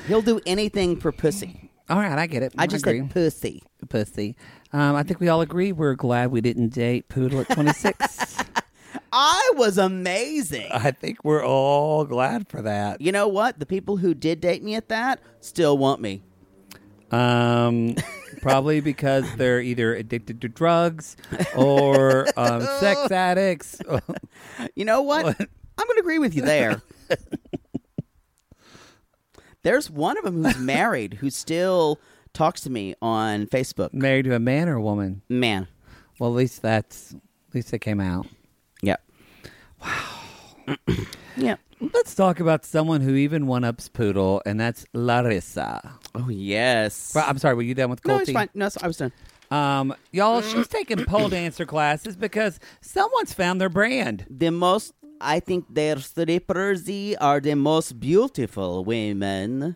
S3: He'll do anything for pussy.
S5: All right, I get it.
S3: I just
S5: agree.
S3: said pussy.
S5: pussy. Um, I think we all agree. We're glad we didn't date Poodle at twenty six.
S3: I was amazing.
S5: I think we're all glad for that.
S3: you know what? The people who did date me at that still want me.
S5: Um, probably because they're either addicted to drugs or um, sex addicts.
S3: You know what? I'm going to agree with you there. There's one of them who's married who still talks to me on Facebook.
S5: married to a man or a woman.
S3: Man.
S5: Well, at least that's at least it came out.
S3: Yep. Wow. yep.
S5: Let's talk about someone who even one ups Poodle, and that's Larissa.
S3: Oh yes.
S5: Well, I'm sorry, were you done with
S3: no,
S5: Colty?
S3: it's fine. Mm-hmm. No, it's- I was done.
S5: Um, y'all, she's taking pole dancer classes because someone's found their brand.
S3: The most, I think, their strippers are the most beautiful women.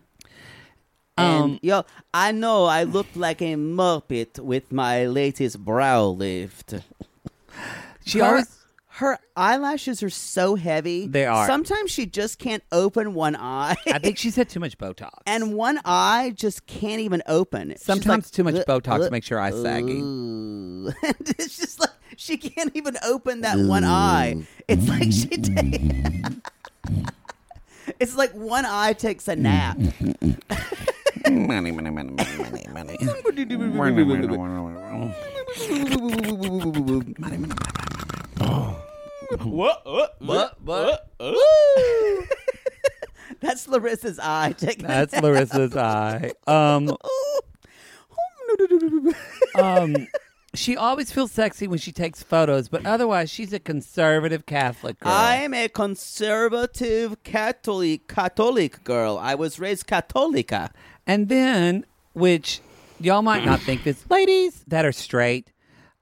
S5: Um,
S3: And yo, I know I look like a muppet with my latest brow lift.
S5: She
S3: her,
S5: always
S3: her eyelashes are so heavy.
S5: They are.
S3: Sometimes she just can't open one eye.
S5: I think she's had too much Botox.
S3: and one eye just can't even open. She's
S5: Sometimes
S3: like,
S5: too much
S3: "Ugh,
S5: Botox
S3: ugh,
S5: makes your eyes saggy.
S3: ooh." it's just like she can't even open that one eye. It's like she takes. it's like one eye takes a nap.
S9: Money, money, money, money, money, money. Money, money, money, money.
S10: What? What? What? What?
S3: That's Larissa's eye taking. a
S5: That's Larissa's eye. Um, um, she always feels sexy when she takes photos, but otherwise she's a conservative Catholic girl.
S3: I am a conservative Catholic Catholic girl. I was raised Catholica.
S5: And then, which y'all might not think this, ladies that are straight,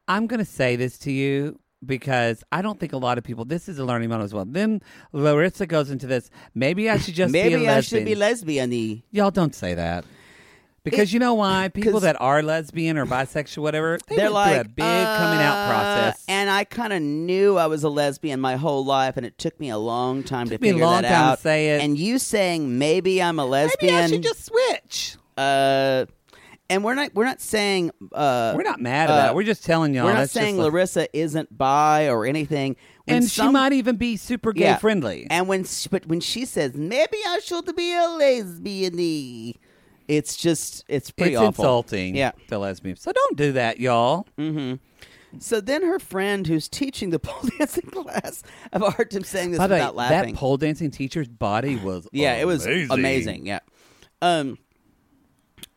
S5: I'm going to say this to you because I don't think a lot of people, this is a learning moment as well. Then Larissa goes into this, maybe I should just be a
S3: Maybe I
S5: lesbian.
S3: should be lesbian.
S5: y'all don't say that. Because you know why? People that are lesbian or bisexual, whatever, they
S11: They're
S5: went through
S11: like
S5: a big coming out
S11: uh,
S5: process.
S11: and I kind of knew I was a lesbian my whole life, and it took me a long time
S5: Took
S11: to
S5: me a
S11: figure
S5: long
S11: that
S5: time to
S11: out.
S5: say it.
S11: And you saying maybe I'm a lesbian?
S5: switch.
S11: Uh, and we're not. We're not saying. Uh,
S5: We're not mad about
S11: uh,
S5: it. We're just telling y'all.
S11: we're not
S5: that's just
S11: saying
S5: like-
S11: Larissa isn't bi or anything. When
S5: and she
S11: some-
S5: might even be super gay
S11: Yeah.
S5: friendly.
S11: And when, s- but when she says maybe I should be a lesbian, it's just it's pretty
S5: it's
S11: awful.
S5: insulting
S11: Yeah.
S5: to lesbians. So don't do that, y'all.
S11: So then her friend who's teaching the pole dancing class, I've heard him saying this
S5: By the way,
S11: without laughing.
S5: that pole dancing teacher's body was
S11: yeah, it was
S5: amazing.
S11: amazing. Yeah. Um,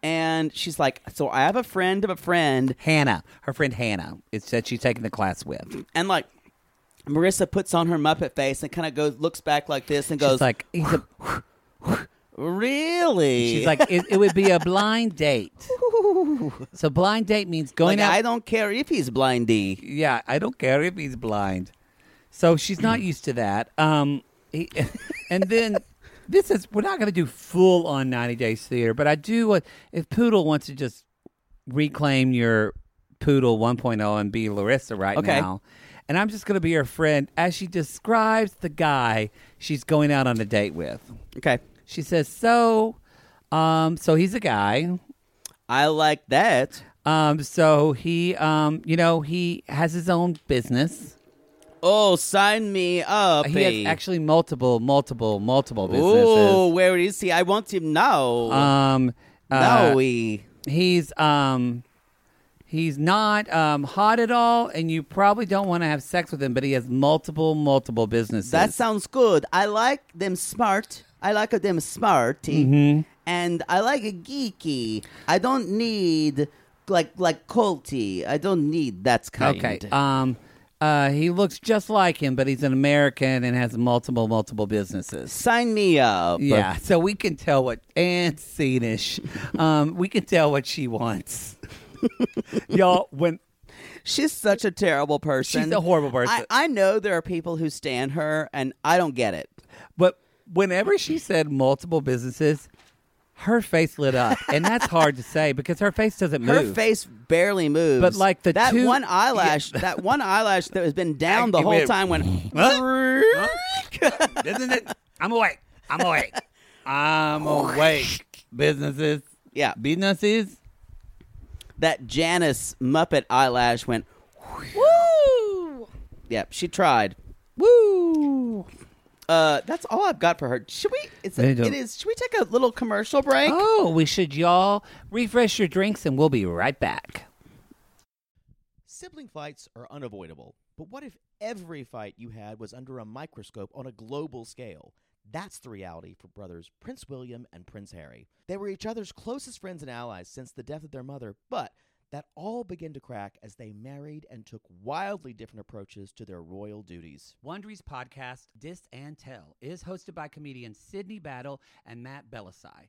S11: and she's like, so I have a friend of a friend,
S5: Hannah, her friend Hannah, it's that she's taking the class with.
S11: and like. Marissa puts on her Muppet face and kind of goes, looks back like this and goes,
S5: She's like, he's a,
S11: "Really?"
S5: she's like, it, it would be a blind date. so blind date means going
S11: Like,
S5: out.
S11: I don't care if he's blindy.
S5: yeah, I don't care if he's blind. So she's not used to that. Um, he, and then this is we're not going to do full on ninety days theater, but I do want if Poodle wants to just reclaim your Poodle 1.0 and be Larissa right
S11: Okay.
S5: now. And I'm just going to be her friend as she describes the guy she's going out on a date with.
S11: Okay,
S5: She says, "So, um, so he's a guy.
S11: I like that.
S5: Um, so he, um, you know, he has his own business.
S11: Oh, sign me up.
S5: He
S11: eh.
S5: has actually multiple, multiple, multiple
S11: Oh,
S5: businesses.
S11: where is he? I want him now.
S5: Um, uh,
S11: now he.
S5: he's um, he's not um hot at all, and you probably don't want to have sex with him. But he has multiple, multiple businesses.
S11: That sounds good. I like them smart. I like them smarty.
S5: Mm-hmm.
S11: And I like a geeky. I don't need like like culty. I don't need that kind.
S5: okay. Um, uh, he looks just like him, but he's an American and has multiple, multiple businesses.
S11: Sign me up.
S5: Yeah, so we can tell what and Senish, um, we can tell what she wants. Y'all, when
S11: She's such a terrible person.
S5: She's a horrible person.
S11: I, I know there are people who stand her, and I don't get it.
S5: but whenever she said multiple businesses, her face lit up, and that's hard to say because her face doesn't
S11: Her
S5: move.
S11: face barely moves.
S5: But, like, the
S11: that
S5: two-
S11: one eyelash, that one eyelash that has been down the
S5: It
S11: whole
S5: went-
S11: time went.
S5: Huh? Huh? Isn't it? I'm awake. I'm awake. I'm awake. Businesses.
S11: Yeah.
S5: Businesses.
S11: that Janice Muppet eyelash went.
S5: Woo!
S11: Yep, she tried.
S5: Woo!
S11: Uh, that's all I've got for her. Should we? It's
S5: They
S11: it
S5: don't-
S11: is. Should we take a little commercial break?
S5: Oh, we should y'all refresh your drinks and we'll be right back.
S3: Sibling fights are unavoidable, but what if every fight you had was under a microscope on a global scale? That's the reality for brothers Prince William and Prince Harry. They were each other's closest friends and allies since the death of their mother, but that all began to crack as they married and took wildly different approaches to their royal duties.
S5: Wondery's podcast, Dis and Tell, is hosted by comedians Sydney Battle and Matt Bellassai.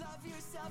S12: Love yourself,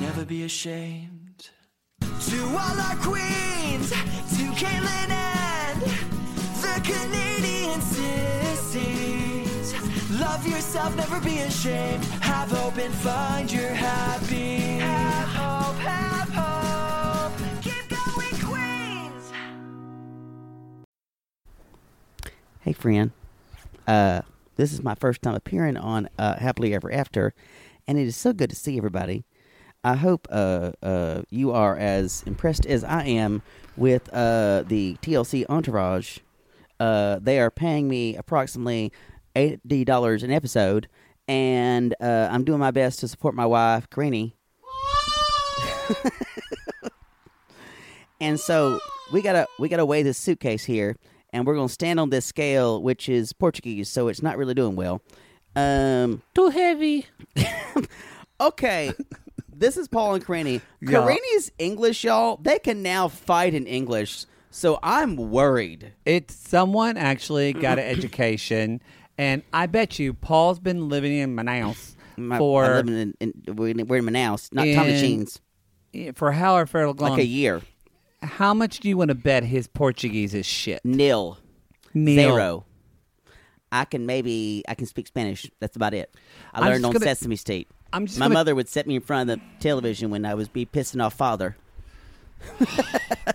S12: never be ashamed. To all our queens, to Caitlin and the Canadian sissies. Love yourself, never be ashamed. Have hope and find your happy. Have hope, have hope. Keep going, queens.
S11: Hey, friend. Uh, this is my first time appearing on uh, Happily Ever After, and it is so good to see everybody. I hope uh, uh, you are as impressed as I am with uh, the TLC entourage. Uh, they are paying me approximately eighty dollars an episode, and uh, I'm doing my best to support my wife, Greenie. And so we gotta we gotta weigh this suitcase here, and we're gonna stand on this scale, which is Portuguese, so it's not really doing well. Um,
S5: Too heavy.
S11: okay, this is Paul and Karini.
S5: Yeah.
S11: Karini's English, y'all. They can now fight in English, so I'm worried.
S5: It's someone actually got an education, and I bet you Paul's been living in Manaus
S11: My,
S5: for
S11: I live in, in, we're in we're in Manaus, not Tommy
S5: in-
S11: Jeans.
S5: yeah, for however long,
S11: Like a year,
S5: How much do you want to bet his Portuguese is shit?
S11: nil,
S5: Nil.
S11: zero. I can maybe I can speak Spanish. That's about it. I
S5: I'm
S11: learned
S5: just
S11: on
S5: gonna-
S11: Sesame Street.
S5: I'm just
S11: My
S5: gonna-
S11: mother would set me in front of the television when I was be pissing off father.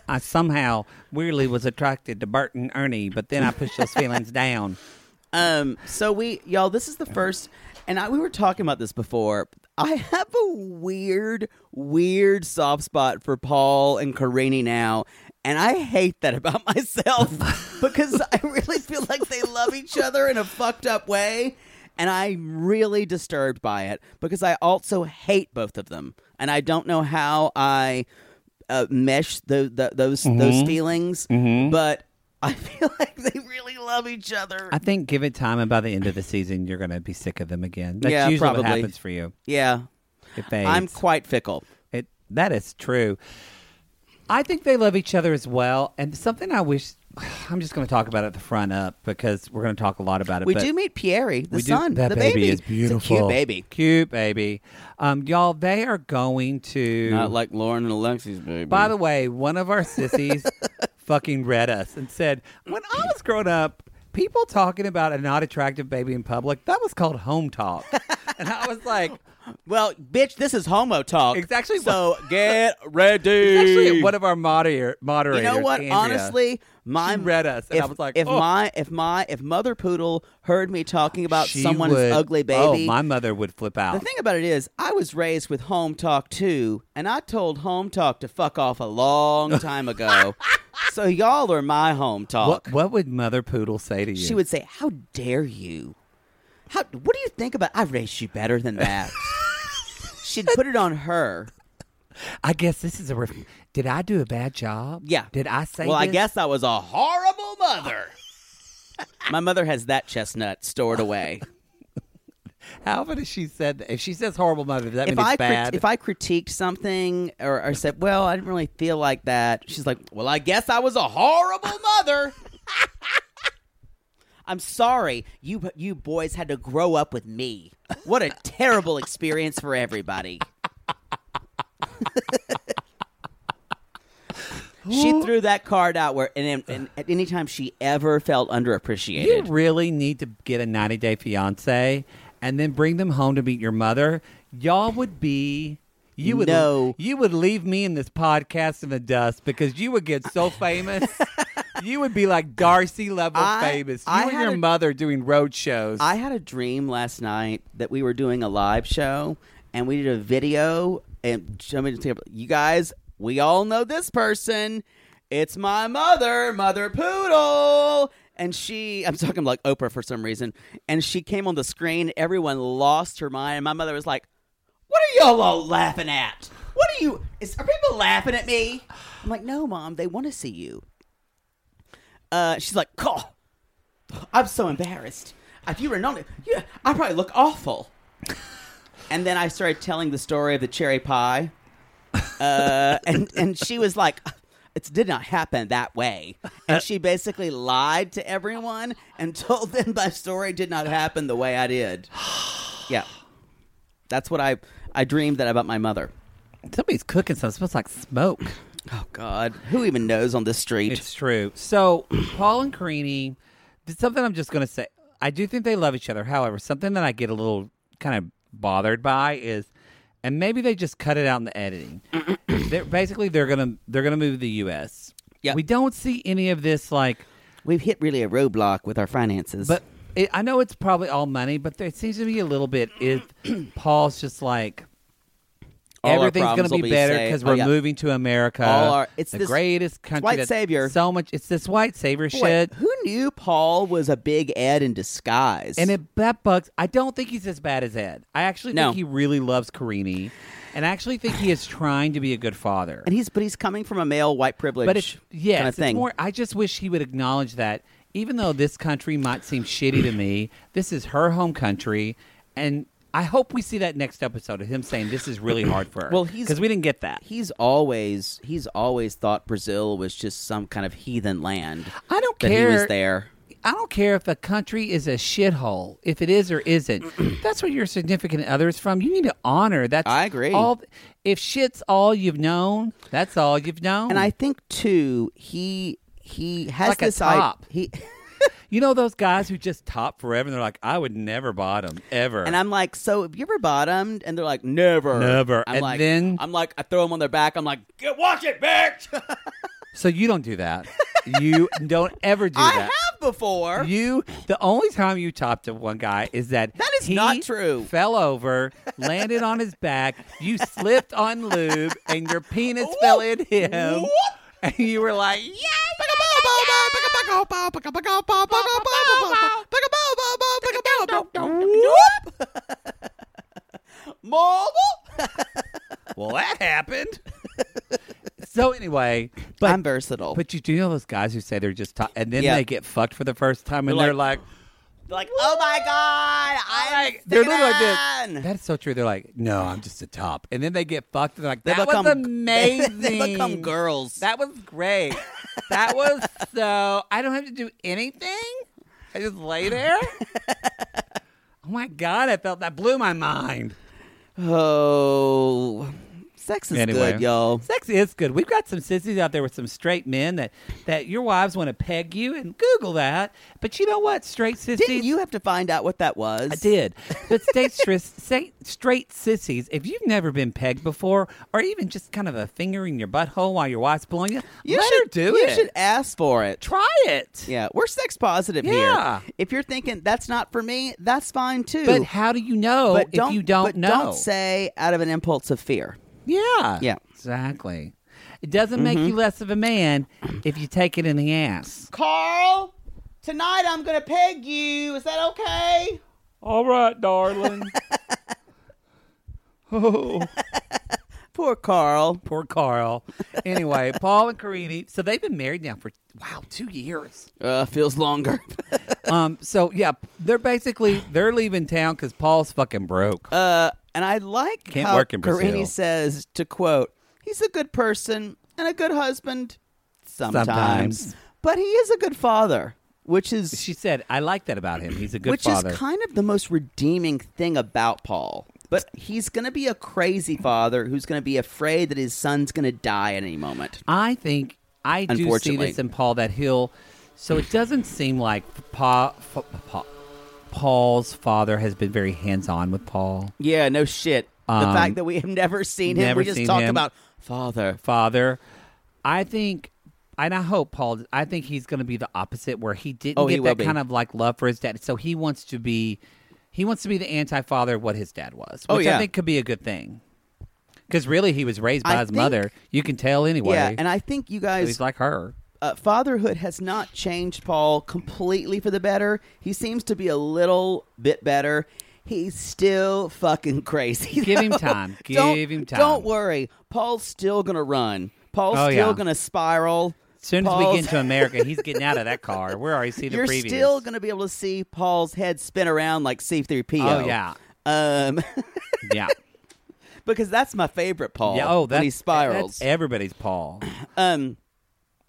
S5: I somehow weirdly was attracted to Bert and Ernie, but then I pushed those feelings down.
S11: Um, so we y'all, this is the first, and I, we were talking about this before. I have a weird, weird soft spot for Paul and Karini now, and I hate that about myself because I really feel like they love each other in a fucked up way, and I'm really disturbed by it because I also hate both of them, and I don't know how I uh, mesh tho- tho- those those feelings, but I feel like they really love each other.
S5: I think give it time, and by the end of the season, you're going to be sick of them again. That's
S11: Yeah,
S5: usually what
S11: probably.
S5: happens for you.
S11: Yeah.
S5: It fades.
S11: I'm quite fickle.
S5: It that is true. I think they love each other as well, and something I wish I'm just going to talk about it the front up because we're going to talk a lot about it.
S11: We
S5: but
S11: do meet Pierre, the
S5: we do-
S11: son,
S5: That
S11: the
S5: baby,
S11: baby
S5: is beautiful.
S11: It's a cute baby.
S5: cute baby. Um, y'all, they are going to.
S11: like Lauren and Alexi's baby.
S5: By the way, one of our sissies fucking read us and said, "When I was growing up, people talking about a not attractive baby in public that was called home talk," and I was like.
S11: well, bitch, this is homo talk.
S5: It's actually-
S11: so. Get ready.
S5: It's actually one of our moderator, moderators.
S11: You know what?
S5: Andrea.
S11: Honestly, my
S5: read us, and I was like,
S11: if
S5: oh.
S11: my if my if mother poodle heard me talking about
S5: She
S11: someone's
S5: would-
S11: ugly
S5: Oh,
S11: baby,
S5: my mother would flip out.
S11: The thing about it is, I was raised with Home Talk too, and I told Home Talk to fuck off a long time ago. so y'all are my Home Talk.
S5: what, what would Mother Poodle say to you?
S11: She would say, "How dare you? How? What do you think about? I raised you better than that." She'd put it on her.
S5: I guess this is a. Ref- Did I do a bad job?
S11: Yeah.
S5: Did I say?
S11: well, I
S5: this?
S11: guess I was a horrible mother. My mother has that chestnut stored away.
S5: How often has she said that? If she says horrible mother, does that
S11: if
S5: mean
S11: I
S5: it's
S11: crit-
S5: bad?
S11: if I critiqued something or, or said, "Well, I didn't really feel like that," she's like, "Well, I guess I was a horrible mother." I'm sorry, you you boys had to grow up with me. What a terrible experience for everybody. she threw that card out where, and, and at any time she ever felt
S5: you
S11: underappreciated.
S5: really need to get a ninety day fiance and then bring them home to meet your mother. Y'all would be. You would
S11: No.
S5: you would leave me in this podcast in the dust because you would get so famous. you would be like Darcy level
S11: I-
S5: famous. You
S11: I
S5: and
S11: had
S5: your
S11: a-
S5: mother doing road shows.
S11: I had a dream last night that we were doing a live show and we did a video and somebody just came up, you guys, we all know this person. It's my mother, Mother Poodle. And she, I'm talking like Oprah for some reason. And she came on the screen. Everyone lost her mind. And my mother was like, What are y'all all laughing at? What are you, is, are people laughing at me? I'm like, No, mom, they want to see you. Uh, she's like, Oh, I'm so embarrassed. If you were not, yeah, I probably look awful. and then I started telling the story of the cherry pie, uh, and and she was like, "It did not happen that way." And she basically lied to everyone and told them my story did not happen the way I did. Yeah, that's what I I dreamed that about my mother.
S5: Somebody's cooking something. It smells like smoke.
S11: Oh God, who even knows on this street?
S5: It's true. So Paul and Carini, th- something I'm just going to say. I do think they love each other. However, something that I get a little kind of bothered by is, and maybe they just cut it out in the editing. they're, basically, they're gonna they're gonna move to the U.S.
S11: Yeah.
S5: we don't see any of this like.
S11: We've hit really a roadblock with our finances,
S5: But it, I know it's probably all money, but there seems to be a little bit. If Paul's just like,
S3: All our
S5: Everything's gonna
S3: problems will
S5: be, better
S3: saved.
S5: because
S3: Oh,
S5: we're
S3: yeah.
S5: moving to America.
S3: All our- it's
S5: the
S3: this
S5: greatest country.
S11: white
S5: that's
S11: savior.
S5: So much. It's this white savior
S11: Boy,
S5: shit.
S11: Who knew Paul was a big Ed in disguise?
S5: And it, that bugs. I don't think he's as bad as Ed. I actually
S11: No.
S5: think he really loves Karini, and I actually think he is trying to be a good father.
S11: and he's but he's coming from a male white privilege.
S5: But it's yes,
S11: kind of thing.
S5: it's more. I just wish he would acknowledge that, even though this country might seem shitty to me, this is her home country, and I hope we see that next episode of him saying this is really hard for her.
S11: Well, he's-
S5: because we didn't get that.
S11: he's always he's always thought Brazil was just some kind of heathen land.
S5: I don't
S11: that
S5: care.
S11: he was there.
S5: I don't care if a country is a shithole, if it is or isn't. that's where your significant other is from. You need to honor that.
S11: I agree.
S5: All if shit's all you've known, that's all you've known.
S11: And I think too he he has
S5: like a
S11: this i-
S5: top.
S11: he
S5: you know those guys who just top forever, and they're like, I would never bottom ever.
S11: and I'm like, so have you ever bottomed? And they're like, never,
S5: Never.
S11: I'm
S5: And
S11: like,
S5: then-
S11: I'm like, I throw them on their back. I'm like, get watch it, bitch.
S5: so you don't do that. you don't ever do
S11: I
S5: that.
S11: have before.
S5: You the only time you topped at one guy is that
S11: That is
S5: he
S11: not true.
S5: Fell over, landed on his back. You slipped on lube, and your penis
S11: Whoop.
S5: fell in him.
S11: Whoop.
S5: And you were like, yeah, well, that happened. so anyway, but
S11: I'm versatile.
S5: but you do know those guys who say they're just top, and then
S11: Yeah.
S5: they get fucked for the first time, and
S11: They're
S5: they're like,
S11: like, oh my god, I'm like,
S5: they're literally like this. That's so true. They're like, no, I'm just a top, and then they get fucked. And they're like,
S11: They
S5: that
S11: become-
S5: was amazing.
S11: they become girls.
S5: That was great. that was so. I don't have to do anything. I just lay there. oh my god, I felt that blew my mind.
S11: Oh, sex is
S5: Anyway.
S11: good, y'all.
S5: Sex is good. We've got some sissies out there with some straight men that that your wives want to peg you and Google that. But you know what, straight sissies.
S11: Didn't you have to find out what that was?
S5: I did. But straight, straight, straight sissies, if you've never been pegged before, or even just kind of a finger in your butthole while your wife's blowing you,
S11: You
S5: let
S11: should
S5: her do
S11: you
S5: it.
S11: should ask for it.
S5: Try it.
S11: Yeah, we're sex positive
S5: Yeah.
S11: here. If you're thinking that's not for me, that's fine too.
S5: But how do you know
S11: But
S5: if you don't
S11: but
S5: know?
S11: Don't say out of an impulse of fear.
S5: yeah.
S11: Yeah. Mm-hmm.
S5: Exactly. It doesn't make you less of a man if you take it in the ass.
S11: Carl, tonight I'm gonna peg you. Is that okay?
S5: All right, darling. oh.
S11: Poor Carl.
S5: Poor Carl. Anyway, Paul and Carini. So they've been married now for wow, two years.
S11: Uh, feels longer.
S5: Um. So yeah, they're basically they're leaving town because Paul's fucking broke.
S11: Uh, and I like
S5: Can't
S11: how
S5: work in Brazil.
S11: Carini says to quote, "He's a good person and a good husband sometimes,
S5: Sometimes.
S11: but he is a good father," which is
S5: she said, "I like that about him. He's a good
S11: which
S5: father."
S11: is kind of the most redeeming thing about Paul. But he's going to be a crazy father who's going to be afraid that his son's going to die at any moment.
S5: I think I do see
S11: Unfortunately.
S5: this in Paul that he'll. So it doesn't seem like pa, fa- Pa- Paul's father has been very hands-on with Paul.
S11: Yeah, no shit. the
S5: Um,
S11: fact that we have never seen him,
S5: never
S11: we just
S5: seen
S11: talk
S5: him.
S11: about father.
S5: Father, I think. And I hope Paul. I think he's going to be the opposite, where he didn't
S11: Oh,
S5: get
S11: he will
S5: that
S11: be.
S5: kind of like love for his dad. So he wants to be, he wants to be the anti-father of what his dad was, which
S11: Oh, yeah.
S5: I think could be a good thing. Because really, he was raised by
S11: I
S5: his
S11: think-
S5: mother. You can tell anyway.
S11: Yeah, and I think you
S5: So
S11: guys
S5: he's like her.
S11: uh, fatherhood has not changed Paul completely for the better. He seems to be a little bit better. He's still fucking crazy.
S5: Give him
S11: though.
S5: time.
S11: Don't-
S5: Give him time.
S11: Don't worry. Paul's still gonna run. Paul's
S5: Oh,
S11: still
S5: yeah.
S11: gonna spiral.
S5: As soon as we
S11: Paul's-
S5: get into America, he's getting out of that car. We're already seeing the
S11: you're
S5: previews.
S11: still gonna be able to see Paul's head spin around like C3PO.
S5: Oh, yeah.
S11: Um,
S5: yeah.
S11: because that's my favorite Paul.
S5: yeah. Oh,
S11: when
S5: that's
S11: he spirals.
S5: That's everybody's Paul.
S11: um,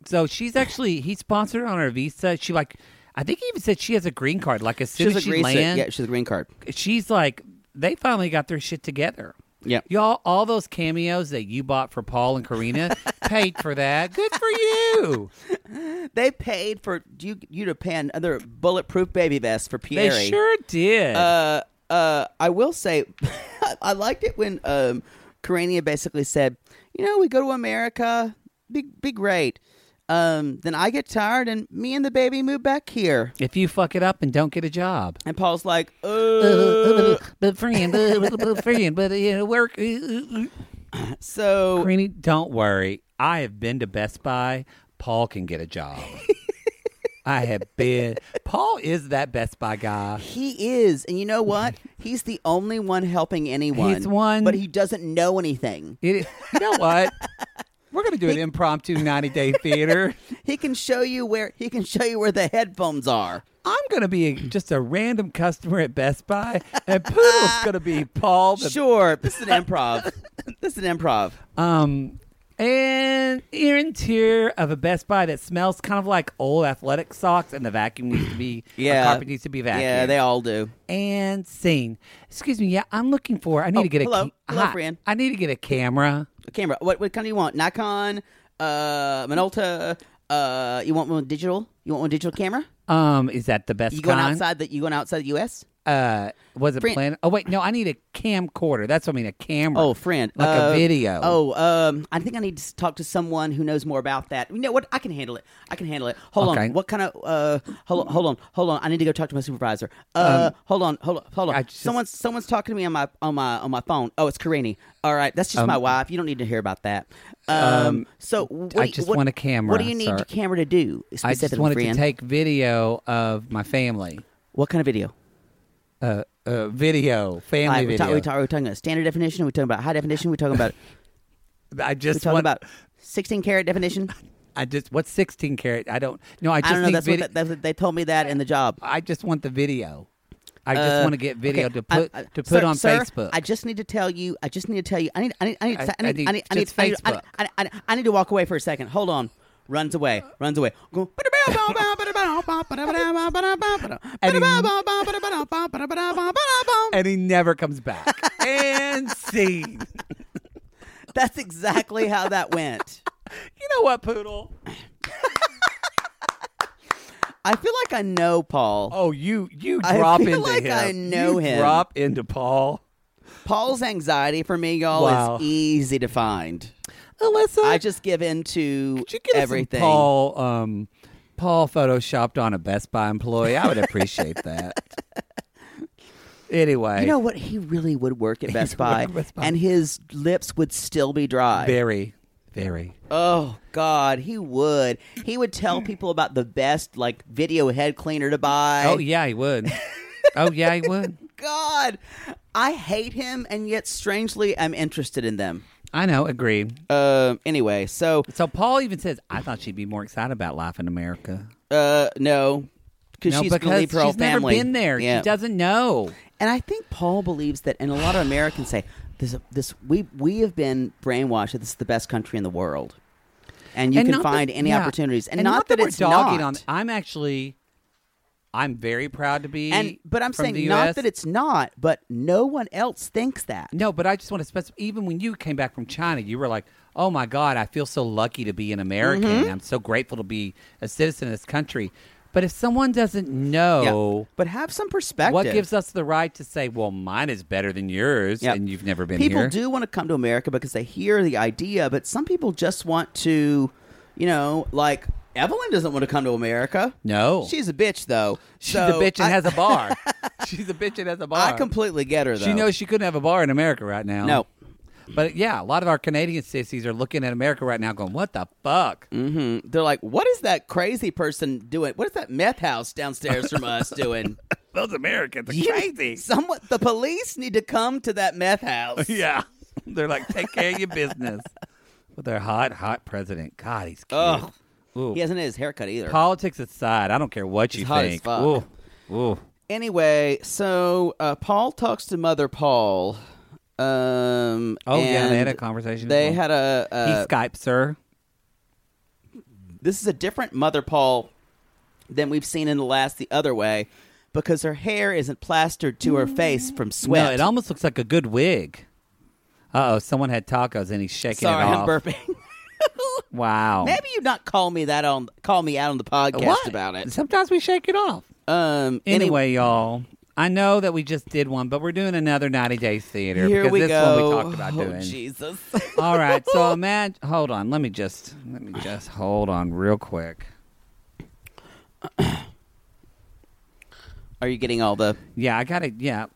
S5: So she's actually he sponsored her on her visa. She like, I think he even said she has a green card. Like as soon
S11: she's a
S5: as she
S11: green.
S5: lands,
S11: Yeah, she's a green card.
S5: she's like, they finally got their shit together.
S11: Yeah.
S5: Y'all, all those cameos that you bought for Paul and Karina paid for that. Good for you.
S11: They paid for you you to pan another bulletproof baby vest for
S5: They
S11: Pierre.
S5: sure did.
S11: Uh, uh, I will say, I liked it when um, Karania basically said, "You know, we go to America, be be great. Um, then I get tired, and me and the baby move back here."
S5: if you fuck it up and don't get a job.
S11: And Paul's like,
S5: Uh,
S11: "Uh,
S5: but friend, but, but friend, but you know, work. uh, uh, uh."
S11: so,
S5: Greeny, don't worry. I have been to Best Buy. Paul can get a job. I have been. Paul is that Best Buy guy.
S11: He is, and you know what? He's the only one helping anyone.
S5: He's one-
S11: but he doesn't know anything.
S5: It, you know what? We're gonna do an impromptu 90 day theater.
S11: He can show you where he can show you where the headphones are.
S5: I'm gonna be just a random customer at Best Buy, and Poodle's gonna be Paul. The,
S11: Sure, this is an improv. this is an improv.
S5: Um, and ear and tear of a Best Buy that smells kind of like old athletic socks, and the vacuum needs to be.
S11: Yeah,
S5: the carpet needs to be vacuumed.
S11: Yeah, they all do.
S5: and scene. Excuse me. Yeah, I'm looking for. I need
S11: Oh,
S5: to get a.
S11: hello.
S5: ca-
S11: Hello,
S5: Hi.
S11: friend.
S5: I need to get a camera.
S11: Camera. What what kind do you want? Nikon, uh, Minolta. Uh, you want one digital? You want one digital camera?
S5: Um, is that the best
S11: You going
S5: kind?
S11: outside that? You going outside the U.S.?
S5: Uh, was it
S11: Friend-
S5: plan? Oh wait, no. I need a camcorder. That's what I mean. A camera.
S11: Oh, friend,
S5: like
S11: Uh,
S5: a video.
S11: Oh, um, I think I need to talk to someone who knows more about that. You know what? I can handle it. I can handle it. Hold
S5: Okay.
S11: on. What kind of? Uh, hold on. Hold on. Hold on. I need to go talk to my supervisor. Uh, hold on. Hold on. Hold
S5: Um, I
S11: on.
S5: just-
S11: Someone's someone's talking to me on my on my on my phone. Oh, it's Karini. All right, that's just my wife. You don't need to hear about that. Um, so what
S5: Um, I
S11: do you-
S5: just
S11: what-
S5: want a camera,
S11: What do you need
S5: sir.
S11: your camera to do?
S5: I just
S11: specifically,
S5: wanted
S11: friend?
S5: to take video of my family.
S11: What kind of video?
S5: Uh, uh video, family
S11: Like, we're,
S5: video.
S11: ta- we're ta- we're talking about standard definition. We're talking about high definition. We're talking about
S5: I
S11: we're
S5: just
S11: talking
S5: want.
S11: about sixteen karat definition.
S5: I just what's 16 karat? I don't. No, I
S11: I
S5: just
S11: don't know.
S5: need
S11: That's
S5: video.
S11: what that, that's, they told me that in the job.
S5: I just want the video. I just
S11: Uh,
S5: want to get video
S11: okay,
S5: to
S11: I-
S5: put
S11: I-
S5: to put
S11: sir-
S5: on
S11: sir,
S5: Facebook.
S11: I just need to tell you. I just need to tell you. I need. I need. I need.
S5: I-
S11: I,
S5: I
S11: need.
S5: need
S11: I need. I need.
S5: just
S11: I need, I, need
S5: Facebook.
S11: I, I, I need to walk away for a second. Hold on. Runs away. Runs away. Go-
S5: and he never comes back. and scene.
S11: That's exactly how that went.
S5: You know what, Poodle?
S11: I feel like I know Paul.
S5: Oh, you you
S11: I
S5: drop
S11: feel
S5: into
S11: like
S5: him.
S11: I know
S5: You
S11: him.
S5: Drop into Paul.
S11: Paul's anxiety for me, y'all,
S5: Wow.
S11: is easy to find.
S5: Alyssa,
S11: I just give in to
S5: could you get us some
S11: everything.
S5: Paul um Paul photoshopped on a Best Buy employee. I would appreciate that. Anyway,
S11: You know what? He really would work at Best
S5: would work
S11: Buy,
S5: at Best Buy.
S11: and his lips would still be dry.
S5: very very
S11: Oh God, he would. He would tell people about the best like video head cleaner to buy.
S5: Oh yeah, he would. oh yeah, he would.
S11: God, I hate him, and yet strangely, I'm interested in them.
S5: I know, agreed.
S11: Um. Anyway, so
S5: So Paul even says, "I thought she'd be more excited about life in America."
S11: uh, no, because
S5: No,
S11: she's
S5: because
S11: gonna leave her whole
S5: she's never
S11: family.
S5: been there.
S11: Yeah.
S5: She doesn't know.
S11: And I think Paul believes that, and a lot of Americans say this. This we we have been brainwashed that this is the best country in the world, and you
S5: And
S11: can
S5: not that-
S11: find any
S5: yeah.
S11: opportunities, and, not, that,
S5: we're
S11: it's
S5: dogging
S11: not.
S5: on. I'm actually, I'm very proud to be.
S11: and but I'm
S5: from
S11: saying
S5: the US.
S11: not that it's not, but no one else thinks that.
S5: No, but I just want to specify. Even when you came back from China, you were like, "Oh my God, I feel so lucky to be an American.
S11: Mm-hmm.
S5: I'm so grateful to be a citizen of this country." But if someone doesn't know.
S11: But have some perspective.
S5: What gives us the right to say, well, mine is better than yours,
S11: Yep.
S5: and you've never been
S11: people
S5: here?
S11: do want to come to America because they hear the idea, but some people just want to, you know, like Evelyn doesn't want to come to America.
S5: No.
S11: she's a bitch though.
S5: She's
S11: so
S5: a bitch and
S11: I-
S5: has a bar. She's a bitch and has a bar.
S11: I completely get her though.
S5: She knows she couldn't have a bar in America right now.
S11: No.
S5: But yeah, a lot of our Canadian sissies are looking at America right now going, what the fuck?
S11: Mm. They're like, what is that crazy person doing? What is that meth house downstairs from us doing?
S5: Those Americans are
S11: Someone, the police need to come to that meth house.
S5: yeah. They're like, take care of your business. With their hot, hot president. God, he's cute.
S11: Ugh.
S5: Ooh.
S11: He hasn't had his haircut either.
S5: Politics aside, I don't care what you
S11: He's hot as
S5: think.
S11: fuck.
S5: Ooh. Ooh.
S11: anyway, so uh, Paul talks to Mother Paul. Um,
S5: Oh, yeah, they had
S11: and
S5: a conversation as
S11: They
S5: well.
S11: had a.
S5: he
S11: Uh,
S5: Skypes her.
S11: this is a different Mother Paul than we've seen in the last the other way, because her hair isn't plastered to her face from sweat.
S5: No, it almost looks like a good wig. Uh oh, someone had tacos and he's shaking
S11: Sorry,
S5: it off.
S11: I'm burping.
S5: Wow.
S11: Maybe you not call me that on call me out on the podcast
S5: What?
S11: about it.
S5: Sometimes we shake it off.
S11: Um.
S5: Anyway, y'all, I know that we just did one, but we're doing another 90 Days Theater.
S11: here
S5: because
S11: we
S5: this
S11: go.
S5: one we talked about
S11: oh,
S5: doing.
S11: Jesus.
S5: All right, so imagine. Hold on, let me just let me just hold on real quick.
S11: Are you getting all the?
S5: Yeah, I gotta. Yeah,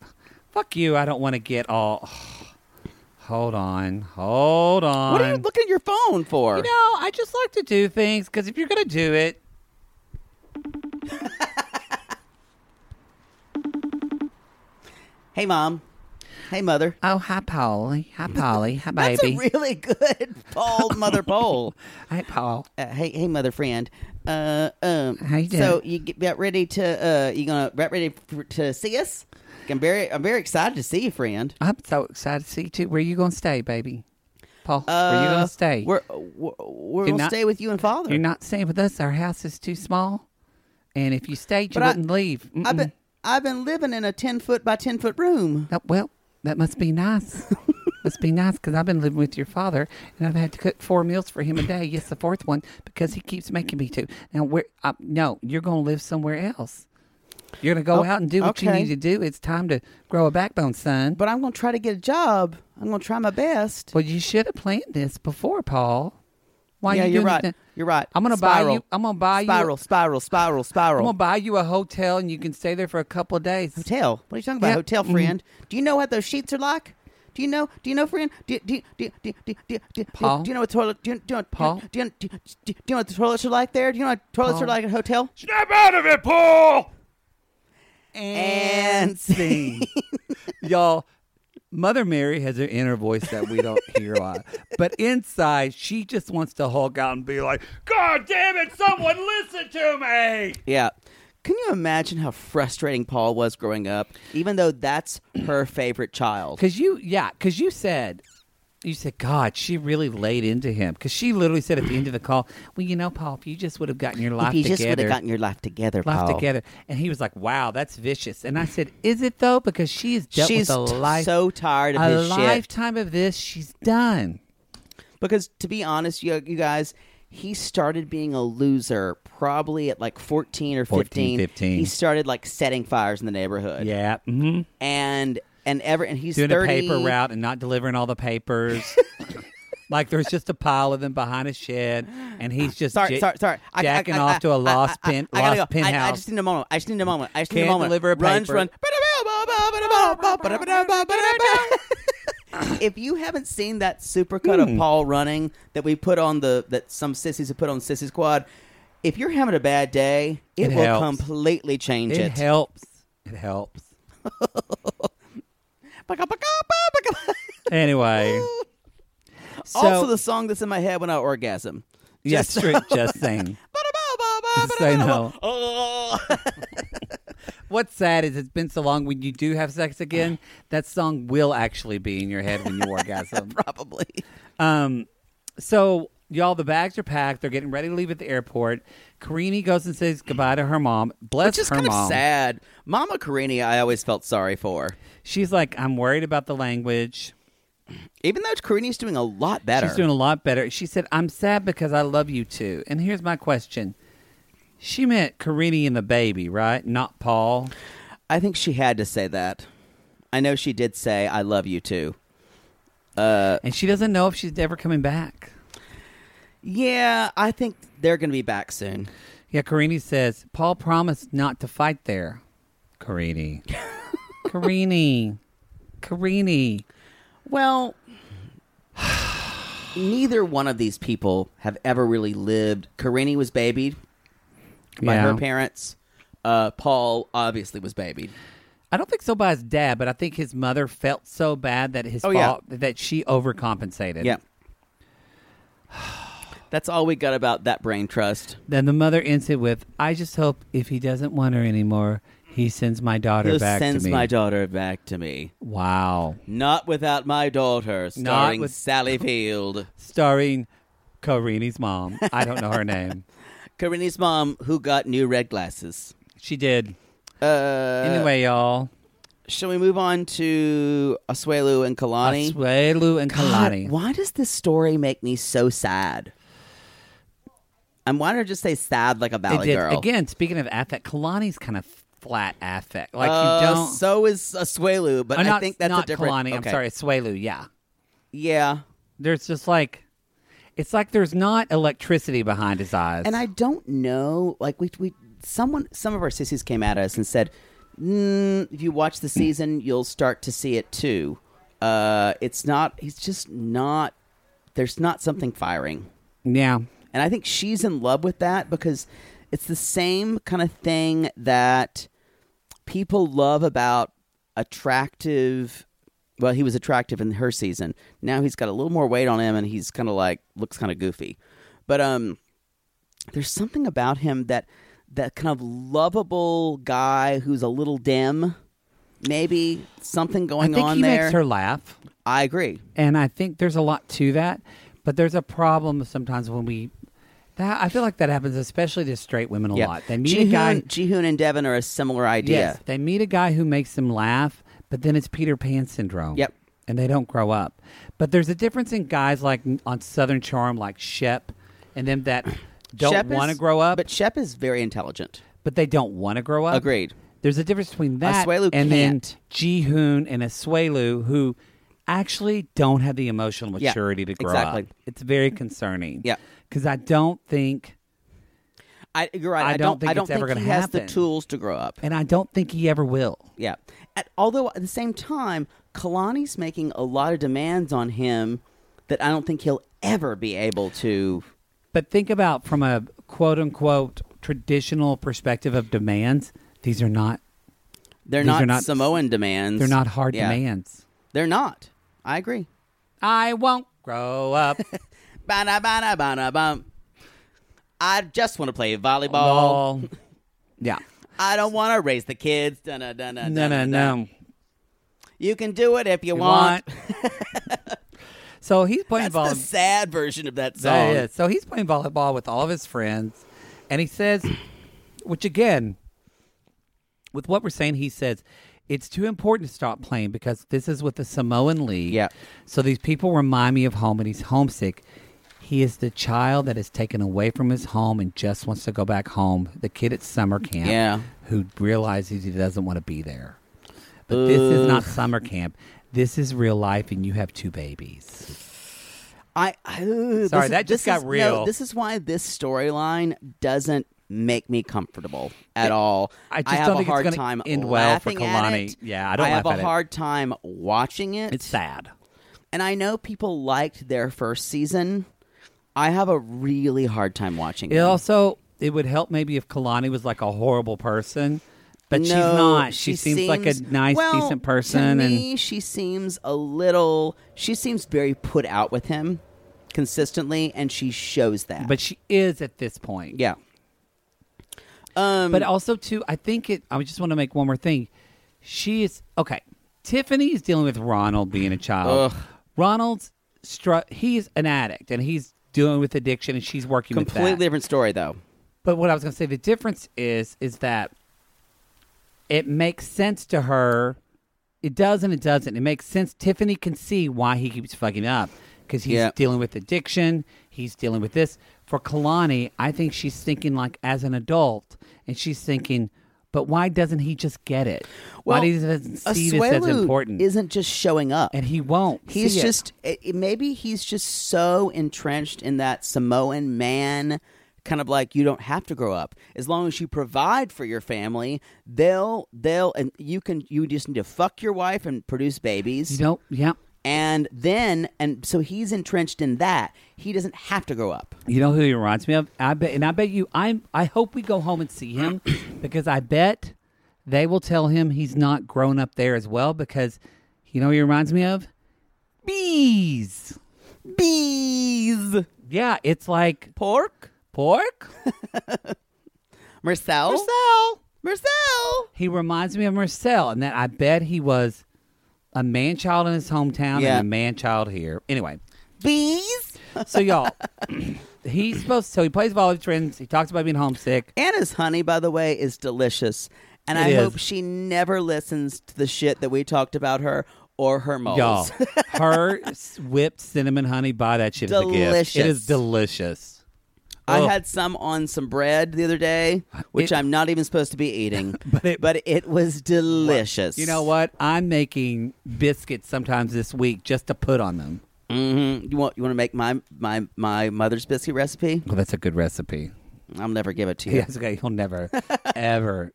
S5: fuck you. I don't want to get all. Hold on. Hold on.
S11: What are you looking at your phone for?
S5: You know, I just like to do things because if you're going to do it.
S11: hey, Mom. Hey, Mother.
S5: Oh, hi, Polly. Hi, Polly. Hi,
S11: That's a
S5: baby.
S11: really good Paul Mother Paul.
S5: hey, Paul.
S11: Uh, hey, hey, Mother friend. Uh, um,
S5: How you
S11: So you get about ready to uh, you gonna about ready for, to see us? I'm very I'm very excited to see you, friend.
S5: I'm so excited to see you, too. Where you going to stay, baby? Paul, where you going
S11: Uh,
S5: to stay?
S11: We're we're, we're
S5: You're
S11: gonna
S5: not-
S11: stay with you and Father.
S5: You're not staying with us. Our house is too small. And if you stayed, you
S11: But I-
S5: wouldn't leave.
S11: I've
S5: Mm-mm.
S11: been I've been living in a ten foot by ten foot room.
S5: Oh, well, that must be nice. must be nice because I've been living with your father, and I've had to cook four meals for him a day. Yes, the fourth one because he keeps making me to. Now, where? Uh, no, you're going to live somewhere else. You're going to go
S11: Oh,
S5: out and do what
S11: okay.
S5: you need to do. It's time to grow a backbone, son.
S11: But I'm gonna try to get a job. I'm gonna try my best.
S5: well, you should have planned this before, Paul. Why
S11: yeah,
S5: are you
S11: you're
S5: doing
S11: right.
S5: this now?
S11: You're right.
S5: I'm gonna buy
S11: Spiral.
S5: you. I'm gonna buy you.
S11: spiral, spiral, spiral,
S5: I'm
S11: spiral.
S5: gonna buy you a hotel, and you can stay there for a couple of days.
S11: hotel. What are you talking about,
S5: Yeah.
S11: hotel
S5: Mhm.
S11: friend? Do you know what those sheets are like? Do you know? Do you know, friend? Do do do do do do do,
S5: Paul?
S11: do you know what toilet? Do you, do you know,
S5: Paul?
S11: Do you, do, you, do you know what the toilets are like there? Do you know what toilets
S5: Paul?
S11: are like at a hotel?
S4: Snap out of it, Paul!
S5: and sing. Y'all, Mother Mary has her inner voice that we don't hear a lot. But inside, she just wants to hulk out and be like,
S4: God damn it, someone listen to me!
S11: Yeah. Can you imagine how frustrating Paul was growing up? Even though that's her favorite child.
S5: because you, yeah, because you said, you said, God, she really laid into him. Because she literally said at the end of the call, well, you know, Paul, if you just would have gotten your life
S11: if you
S5: together.
S11: just would have gotten your life together,
S5: Life
S11: Paul.
S5: together, and he was like, "Wow, that's vicious." And I said, "Is it though? Because she has dealt
S11: She's
S5: with a life,
S11: so tired of
S5: a
S11: his shit.
S5: lifetime of this. She's done."
S11: because to be honest you, you guys he started being a loser probably at like 14 or 15.
S5: 14, 15.
S11: he started like setting fires in the neighborhood
S5: Yeah, mm-hmm.
S11: and and ever and he's
S5: doing
S11: 30
S5: a paper route and not delivering all the papers. like there's just a pile of them behind a shed, and he's just
S11: Ah, sorry
S5: ja-
S11: sorry sorry I- I-
S5: jacking
S11: I-
S5: off
S11: I-
S5: to a
S11: I-
S5: lost
S11: I- I-
S5: pen,
S11: I gotta
S5: lost
S11: go. I- I,
S5: penthouse.
S11: just need a moment i just need a moment i just need
S5: Can't
S11: a moment
S5: deliver a
S11: runs
S5: paper.
S11: run if you haven't seen that supercut
S5: Hmm.
S11: of Paul running that we put on the that some sissies have put on sissy squad, if you're having a bad day, it,
S5: It
S11: will
S5: helps.
S11: completely change
S5: it
S11: it.
S5: helps. It helps. Anyway, so
S11: also, the song that's in my head when I orgasm.
S5: yes, true, just saying. Just say no.
S11: Oh.
S5: What's sad is it's been so long. When you do have sex again, that song will actually be in your head when you orgasm.
S11: Probably.
S5: Um, so y'all, the bags are packed. They're getting ready to leave at the airport. Karini goes and says goodbye to her mom. Bless
S11: Which is
S5: her
S11: kind
S5: mom.
S11: of sad. Mama Carini, I always felt sorry for.
S5: She's like, I'm worried about the language.
S11: Even though Carini's doing a lot better.
S5: She's doing a lot better. She said, I'm sad because I love you too. And here's my question. She meant Karini and the baby, right? Not Paul.
S11: I think she had to say that. I know she did say, I love you too. Uh,
S5: And she doesn't know if she's ever coming back.
S11: Yeah, I think they're going to be back soon.
S5: Yeah, Karini says, Paul promised not to fight there. Karini. Karini. Karini.
S11: Well, neither one of these people have ever really lived. Karini was babied by
S5: Yeah.
S11: her parents. Uh, Paul obviously was babied.
S5: I don't think so by his dad, but I think his mother felt so bad that his
S11: Oh, yeah.
S5: fault that she overcompensated.
S11: Yeah. That's all we got about that brain trust.
S5: Then the mother ends it with, "I just hope if he doesn't want her anymore, he sends my daughter
S11: Who
S5: back
S11: sends
S5: to me."
S11: my daughter back to me?
S5: wow.
S11: Not without my daughter, starring
S5: with-
S11: Sally Field.
S5: Starring Karini's mom. I don't know her name.
S11: Karini's mom, who got new red glasses.
S5: She did.
S11: Uh,
S5: Anyway, y'all.
S11: Shall we move on to Asuelu and Kalani?
S5: Asuelu and
S11: God,
S5: Kalani.
S11: why does this story make me so sad? I'm wanting to just say sad like a
S5: It
S11: valley
S5: did.
S11: girl.
S5: Again, speaking of affect, Kalani's kind of flat affect. Like
S11: Uh,
S5: you don't.
S11: So is Asuelu, but
S5: Oh,
S11: I
S5: not-
S11: think that's
S5: not
S11: a different.
S5: Kalani. I'm
S11: okay.
S5: sorry, Swelu. Yeah.
S11: Yeah,
S5: There's just like, it's like there's not electricity behind his eyes.
S11: and I don't know. Like we, we, someone, some of our sissies came at us and said, mm, "If you watch the season, you'll start to see it too." Uh, it's not. He's just not. There's not something firing.
S5: Yeah,
S11: and I think she's in love with that because it's the same kind of thing that people love about attractive. Well, he was attractive in her season. Now he's got a little more weight on him, and he's kind of like looks kind of goofy. But um, there's something about him that that kind of lovable guy who's a little dim. Maybe something going
S5: I think
S11: on
S5: he
S11: there.
S5: makes her laugh.
S11: I agree,
S5: and I think there's a lot to that, but there's a problem sometimes when we. That I feel like that happens, especially to straight women a
S11: Yeah.
S5: lot. They meet a
S11: Jihoon-
S5: guy.
S11: Jihoon and Devin are a similar idea.
S5: Yes, they meet a guy who makes them laugh, but then it's Peter Pan syndrome. Yep, and they don't grow up. But there's a difference in guys like on Southern Charm, like Shep, and them that
S11: Shep
S5: don't
S11: is-
S5: want to grow up. But
S11: Shep is very intelligent,
S5: but they don't want to grow up.
S11: Agreed.
S5: There's a difference between that
S11: Asuelu
S5: and then
S11: can't.
S5: Jihoon and Asuelu who actually don't have the emotional
S11: Yeah,
S5: maturity to grow
S11: exactly.
S5: up. It's very concerning.
S11: Yeah.
S5: Because I don't think
S11: I, you're right.
S5: I
S11: I,
S5: don't think
S11: I don't
S5: it's ever
S11: think
S5: gonna
S11: he has the
S5: happen.
S11: tools to grow up.
S5: and I don't think he ever will.
S11: Yeah. At, although at the same time, Kalani's making a lot of demands on him that I don't think he'll ever be able to.
S5: But think about from a quote unquote traditional perspective of demands, these are not
S11: They're
S5: These
S11: not,
S5: are not-
S11: Samoan demands.
S5: they're not hard
S11: Yeah.
S5: demands.
S11: They're not. I agree.
S5: I won't grow up.
S11: bada bada bada bum. I just want to play volleyball.
S5: Ball. yeah.
S11: I don't want to raise the kids. No, no,
S5: No, no, no.
S11: You can do it if you,
S5: You
S11: want.
S5: So he's playing
S11: That's
S5: volleyball.
S11: the sad version of that song.
S5: That is. So he's playing volleyball with all of his friends, and he says, which again, with what we're saying, he says it's too important to stop playing because this is with the Samoan League. Yeah. So these people remind me of home, and he's homesick. He is the child that is taken away from his home and just wants to go back home. The kid at summer camp,
S11: Yeah.
S5: who realizes he doesn't want to be there. But this is not
S11: Ugh.
S5: summer camp. This is real life, and you have two babies.
S11: I ooh,
S5: Sorry,
S11: this
S5: that
S11: this
S5: just got
S11: is-
S5: real.
S11: No, this is why this storyline doesn't make me comfortable at all.
S5: I just
S11: have
S5: don't
S11: a
S5: think it's
S11: hard
S5: gonna
S11: time
S5: end well for
S11: laughing at
S5: Kalani.
S11: it.
S5: Yeah, I don't
S11: I have
S5: laugh
S11: a
S5: at it.
S11: hard time watching it.
S5: It's sad.
S11: And I know people liked their first season. I have a really hard time watching
S5: It
S11: it.
S5: also it would help maybe if Kalani was like a horrible person, but she's
S11: No,
S5: not. She, seems, like a
S11: seems-
S5: nice,
S11: well,
S5: decent person,
S11: To
S5: and
S11: me, she seems a little. She seems very put out with him consistently, and she shows that.
S5: but she is at this point.
S11: yeah. Um,
S5: But also too, I think it. I just want to make one more thing. She is okay. Tiffany is dealing with Ronald being a child. Ronald's str- he's an addict, and he's dealing with addiction, and she's working with that.
S11: completely different story though.
S5: But what I was going to say, the difference is, is that it makes sense to her. It does and it doesn't. It makes sense. Tiffany can see why he keeps fucking up because he's
S11: Yeah.
S5: dealing with addiction. He's dealing with this. For Kalani, I think she's thinking like as an adult, and she's thinking, but why doesn't he just get it? why doesn't he see this as
S11: Asuelu
S5: important?
S11: Isn't just showing up,
S5: and he won't.
S11: He's
S5: see it.
S11: just it- it- maybe he's just so entrenched in that Samoan man kind of like you don't have to grow up as long as you provide for your family. They'll they'll and you can you just need to fuck your wife and produce babies.
S5: you know, yeah.
S11: And then and so he's entrenched in that he doesn't have to grow up.
S5: You know who he reminds me of? I bet, and I bet you, I'm. I hope we go home and see him because I bet they will tell him he's not grown up there as well. Because you know, who he reminds me of bees.
S11: Bees,
S5: Yeah, it's like
S11: pork,
S5: pork.
S11: Marcel,
S5: Marcel.
S11: Marcel.
S5: He reminds me of Marcel, and that I bet he was a man child in his hometown
S11: Yeah.
S5: and a man child here. Anyway,
S11: Bees.
S5: so y'all, he's supposed. So he plays volleyball trends. He talks about being homesick.
S11: Anna's honey, by the way, is delicious. And I
S5: It is.
S11: hope she never listens to the shit that we talked about her or her moles.
S5: Y'all, her s- whipped cinnamon honey, buy that shit as a gift. It
S11: Delicious.
S5: is delicious.
S11: I
S5: Ugh.
S11: had some on some bread the other day, which
S5: It-
S11: I'm not even supposed to be eating,
S5: But it-
S11: but it was delicious.
S5: You know what? I'm making biscuits sometimes this week just to put on them.
S11: hmm You want you want to make my my my mother's biscuit recipe?
S5: Well, that's a good recipe.
S11: I'll never give it to you.
S5: Yeah, it's okay. You'll never, ever.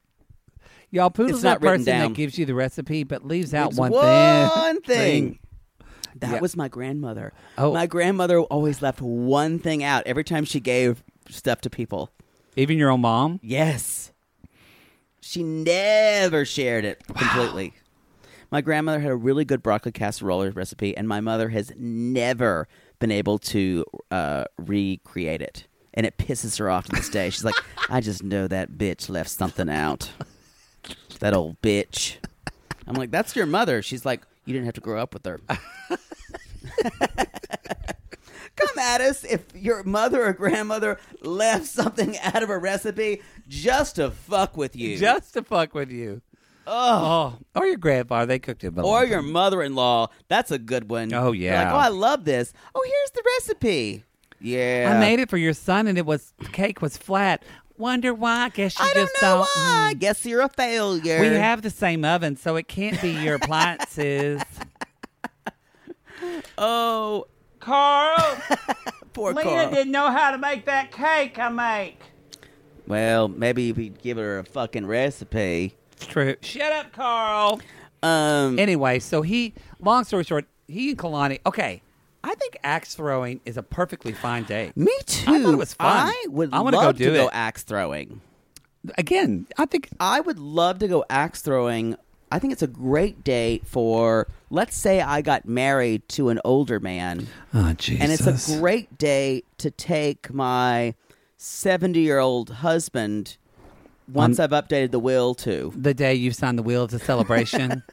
S5: Y'all, Poodle's
S11: It's
S5: that
S11: not written
S5: person
S11: down.
S5: that gives you the recipe but leaves out
S11: It's
S5: one,
S11: one
S5: thing.
S11: thing. That
S5: Yeah.
S11: was my grandmother.
S5: Oh.
S11: My grandmother always left one thing out every time she gave stuff to people.
S5: Even your own mom?
S11: Yes. She never shared it completely. My grandmother had a really good broccoli casserole recipe, and my mother has never been able to uh, recreate it. And it pisses her off to this day. She's like, I just know that bitch left something out. That old bitch. I'm like, that's your mother. She's like, you didn't have to grow up with her. Come at us if your mother or grandmother left something out of a recipe just to fuck with you.
S5: Just to fuck with you. Oh. Or your grandfather. They cooked it.
S11: or your mother in law. That's a good one.
S5: Oh,
S11: You're
S5: yeah.
S11: Like, oh, I love this. Oh, here's the recipe. Yeah.
S5: I made it for your son and it was, the cake was flat. Wonder why? I guess you
S11: I don't
S5: just
S11: know
S5: thought, hmm.
S11: why. I guess you're a failure.
S5: We have the same oven, so it can't be your appliances.
S11: Oh,
S13: Carl,
S11: poor
S13: Lena
S11: Carl.
S13: didn't know how to make that cake I make.
S11: Well, maybe if you give her a fucking recipe.
S5: True. Shut up, Carl.
S11: Um.
S5: Anyway, so he. Long story short, he and Kalani. Okay, I think axe throwing is a perfectly fine date.
S11: Me too.
S5: I thought it was fun.
S11: I would
S5: I wanna
S11: love
S5: go
S11: to
S5: do
S11: go
S5: it.
S11: axe throwing.
S5: Again, I think
S11: I would love to go axe throwing. I think it's a great day for let's say I got married to an older man.
S5: Oh,
S11: And it's
S5: Jesus.
S11: a great day to take my 70-year-old husband once
S5: On-
S11: I've updated the will to.
S5: the day you signed the will, it's a celebration.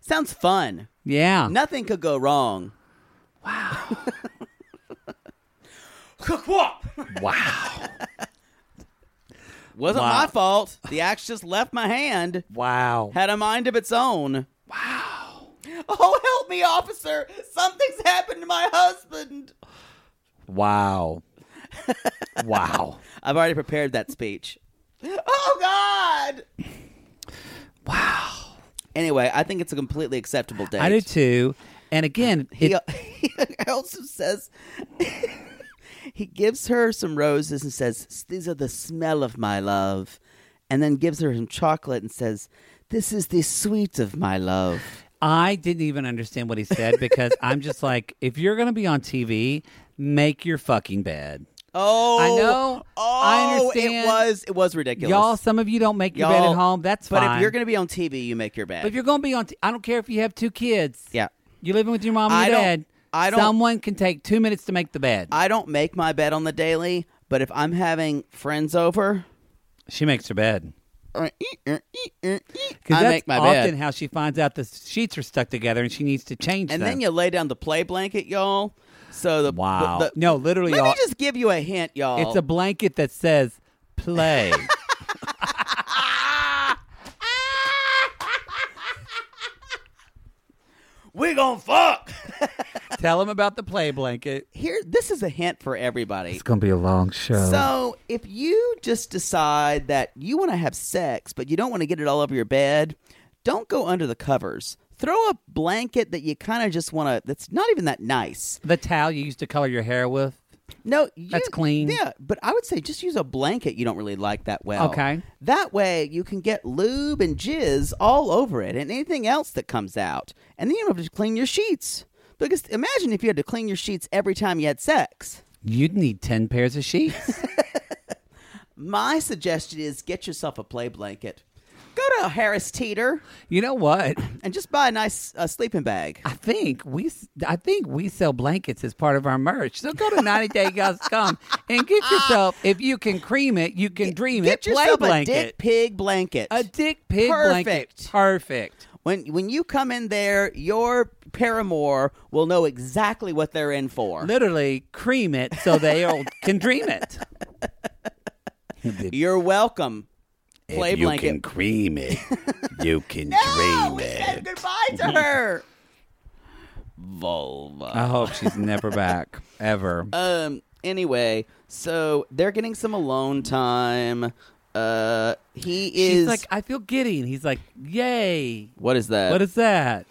S11: Sounds fun.
S5: yeah.
S11: Nothing could go wrong.
S13: Cook
S5: Wow.
S11: Wasn't
S5: Wow.
S11: my fault. The axe just left my hand.
S5: Wow.
S11: Had a mind of its own. Wow. Oh, help me, officer. Something's happened to my husband.
S5: Wow. wow.
S11: I've already prepared that speech. Oh, God. Wow. Anyway, I think it's a completely acceptable date.
S5: I do too. And again, it,
S11: He, he also says he gives her some roses and says, "These are the smell of my love," and then gives her some chocolate and says, "This is the sweet of my love."
S5: I didn't even understand what he said because I'm just like, if you're going to be on TV, make your fucking bed.
S11: Oh,
S5: I know.
S11: Oh,
S5: I understand.
S11: It was it was ridiculous,
S5: Y'all, some of you don't make your bed
S11: Y'all-
S5: at home. That's
S11: but
S5: fine.
S11: if you're going to be on TV, you make your bed.
S5: But if you're going to be on, t- I don't care if you have two kids.
S11: yeah,
S5: You're living with your mom and
S11: I
S5: your
S11: don't-
S5: dad.
S11: I don't-
S5: Someone can take two minutes to make the bed.
S11: I don't make my bed on the daily, but if I'm having friends over,
S5: She makes her bed.
S11: I
S5: Because that's
S11: make my
S5: often
S11: bed.
S5: how she finds out the sheets are stuck together and she needs to change
S11: and
S5: them.
S11: then you lay down the play blanket, y'all. So the
S5: wow.
S11: the-
S5: no, literally,
S11: Let
S5: y'all,
S11: me just give you a hint, y'all.
S5: it's a blanket that says play.
S11: we gonna fuck.
S5: Tell them about the play blanket.
S11: Here, this is a hint for everybody.
S5: going to be a long show.
S11: So if you just decide that you want to have sex, but you don't want to get it all over your bed, don't go under the covers. Throw a blanket that you kind of just want to. That's not even that nice.
S5: the towel you used to color your hair with.
S11: No, you,
S5: That's clean.
S11: Yeah, but I would say just use a blanket you don't really like that well.
S5: Okay.
S11: That way you can get lube and jizz all over it and anything else that comes out. And then you don't have to clean your sheets. Because imagine if you had to clean your sheets every time you had sex.
S5: You'd need 10 pairs of sheets.
S11: My suggestion is get yourself a play blanket. Go to Harris Teeter
S5: you know what?
S11: and just buy a nice uh, sleeping bag.
S5: I think we s- I think we sell blankets as part of our merch. So go to 90 Day Guys Come and get yourself if you can cream it, you can dream
S11: Get
S5: it. Play
S11: yourself
S5: blanket.
S11: a dick pig blanket.
S5: A dick pig blanket.
S11: Perfect.
S5: Perfect.
S11: When when you come in there, your paramour will know exactly what they're in for.
S5: Literally cream it so they all can dream it.
S11: You're welcome. Play
S14: you
S11: blanket.
S14: can cream it. You can dream it.
S11: Goodbye to her. Vulva.
S5: I hope she's never back ever.
S11: Um. Anyway, so they're getting some alone time. Uh, he
S5: She's
S11: is.
S5: like I feel giddy and he's like, "Yay.
S11: what is that?
S5: What is that?"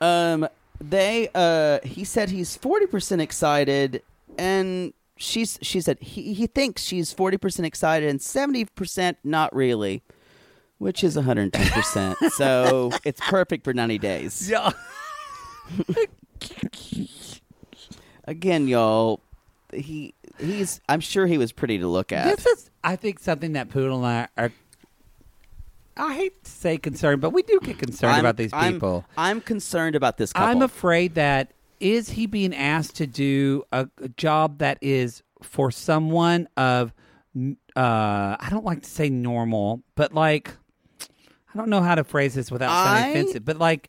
S11: Um, they uh, he said he's forty percent excited, and she's she said he he thinks she's forty percent excited and seventy percent not really, which is one hundred and ten percent. So it's perfect for ninety days.
S5: Yeah.
S11: Again, y'all, he he's. I'm sure he was pretty to look at.
S5: This is, I think, something that Poodle and I are. I hate to say concerned, but we do get concerned
S11: I'm-
S5: about these
S11: I'm-
S5: people.
S11: I'm, concerned about this. Couple.
S5: I'm afraid that is he being asked to do a, a job that is for someone of n- uh I don't like to say normal, but like I don't know how to phrase this without
S11: I-
S5: sounding offensive, but like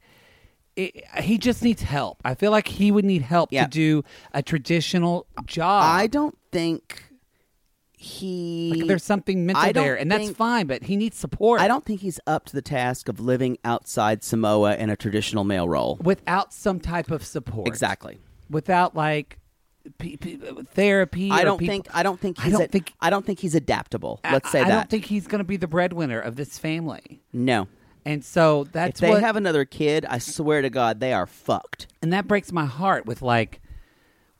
S5: it, he just needs help. I feel like he would need help
S11: Yeah.
S5: to do a traditional job.
S11: I don't think he.
S5: Like, there's something mental
S11: I don't
S5: there, and that's
S11: think-
S5: fine, but he needs support.
S11: I don't think he's up to the task of living outside Samoa in a traditional male role.
S5: without some type of support.
S11: Exactly.
S5: Without like pe- pe- therapy.
S11: I
S5: or
S11: don't
S5: people-
S11: think. I don't think.
S5: I
S11: He's
S5: don't
S11: a- I don't think he's adaptable.
S5: I-
S11: Let's say
S5: I,
S11: that.
S5: I don't think he's going to be the breadwinner of this family.
S11: no.
S5: And so that's
S11: if they
S5: what,
S11: have another kid, I swear to God, they are fucked.
S5: and that breaks my heart with like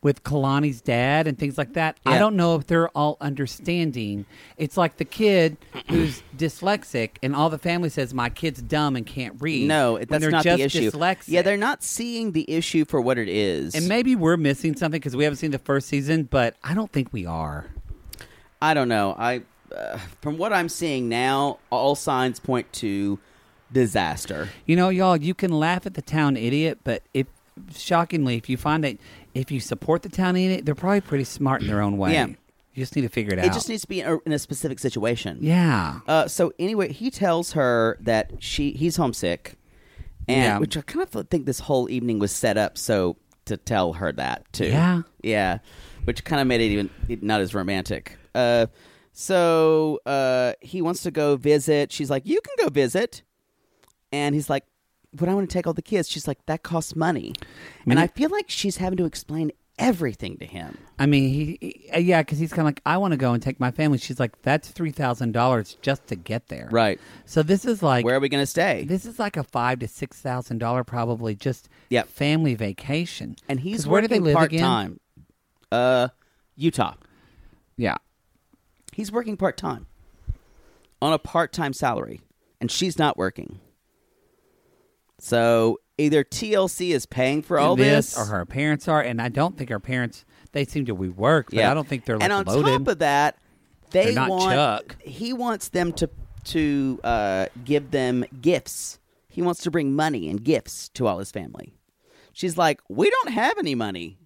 S5: with Kalani's dad and things like that. I
S11: Yeah.
S5: don't know if they're all understanding. It's like the kid who's dyslexic and all the family says my kid's dumb and can't read.
S11: No,
S5: when
S11: that's
S5: they're
S11: not
S5: just
S11: the issue.
S5: Dyslexic.
S11: Yeah, they're not seeing the issue for what it is.
S5: and maybe we're missing something because we haven't seen the first season, but I don't think we are.
S11: I don't know. I, uh, from what I'm seeing now, all signs point to disaster.
S5: You know, y'all, you can laugh at the town idiot, but if shockingly, if you find that if you support the town idiot, they're probably pretty smart in their own way.
S11: Yeah.
S5: You just need to figure it,
S11: It
S5: out.
S11: just needs to be in a, in a specific situation.
S5: Yeah.
S11: Uh, so anyway, he tells her that she he's homesick, and
S5: Yeah.
S11: which I kind of think this whole evening was set up so to tell her that too.
S5: Yeah.
S11: yeah, which kind of made it even it not as romantic. Uh, so uh, he wants to go visit. She's like, "You can go visit," and he's like, "But I want to take all the kids." She's like, "That costs money," and I feel like she's having to explain everything to him.
S5: I mean, he, he- uh, yeah, because he's kind of like, I want to go and take my family. She's like, that's three thousand dollars just to get there.
S11: Right.
S5: So this is like,
S11: Where are we going to stay?
S5: this is like a five to six thousand dollar probably just
S11: Yep.
S5: family vacation.
S11: and he's
S5: 'Cause where do they live
S11: part
S5: again?
S11: time. Uh, Utah.
S5: Yeah.
S11: He's working part time on a part time salary, and she's not working. So either TLC is paying for all this,
S5: or her parents are, and I don't think her parents. They seem to we work, but I don't think they're like
S11: and on
S5: loaded.
S11: top of that, they
S5: They're not
S11: want
S5: Chuck.
S11: he wants them to to uh, give them gifts. He wants to bring money and gifts to all his family. She's like, we don't have any money.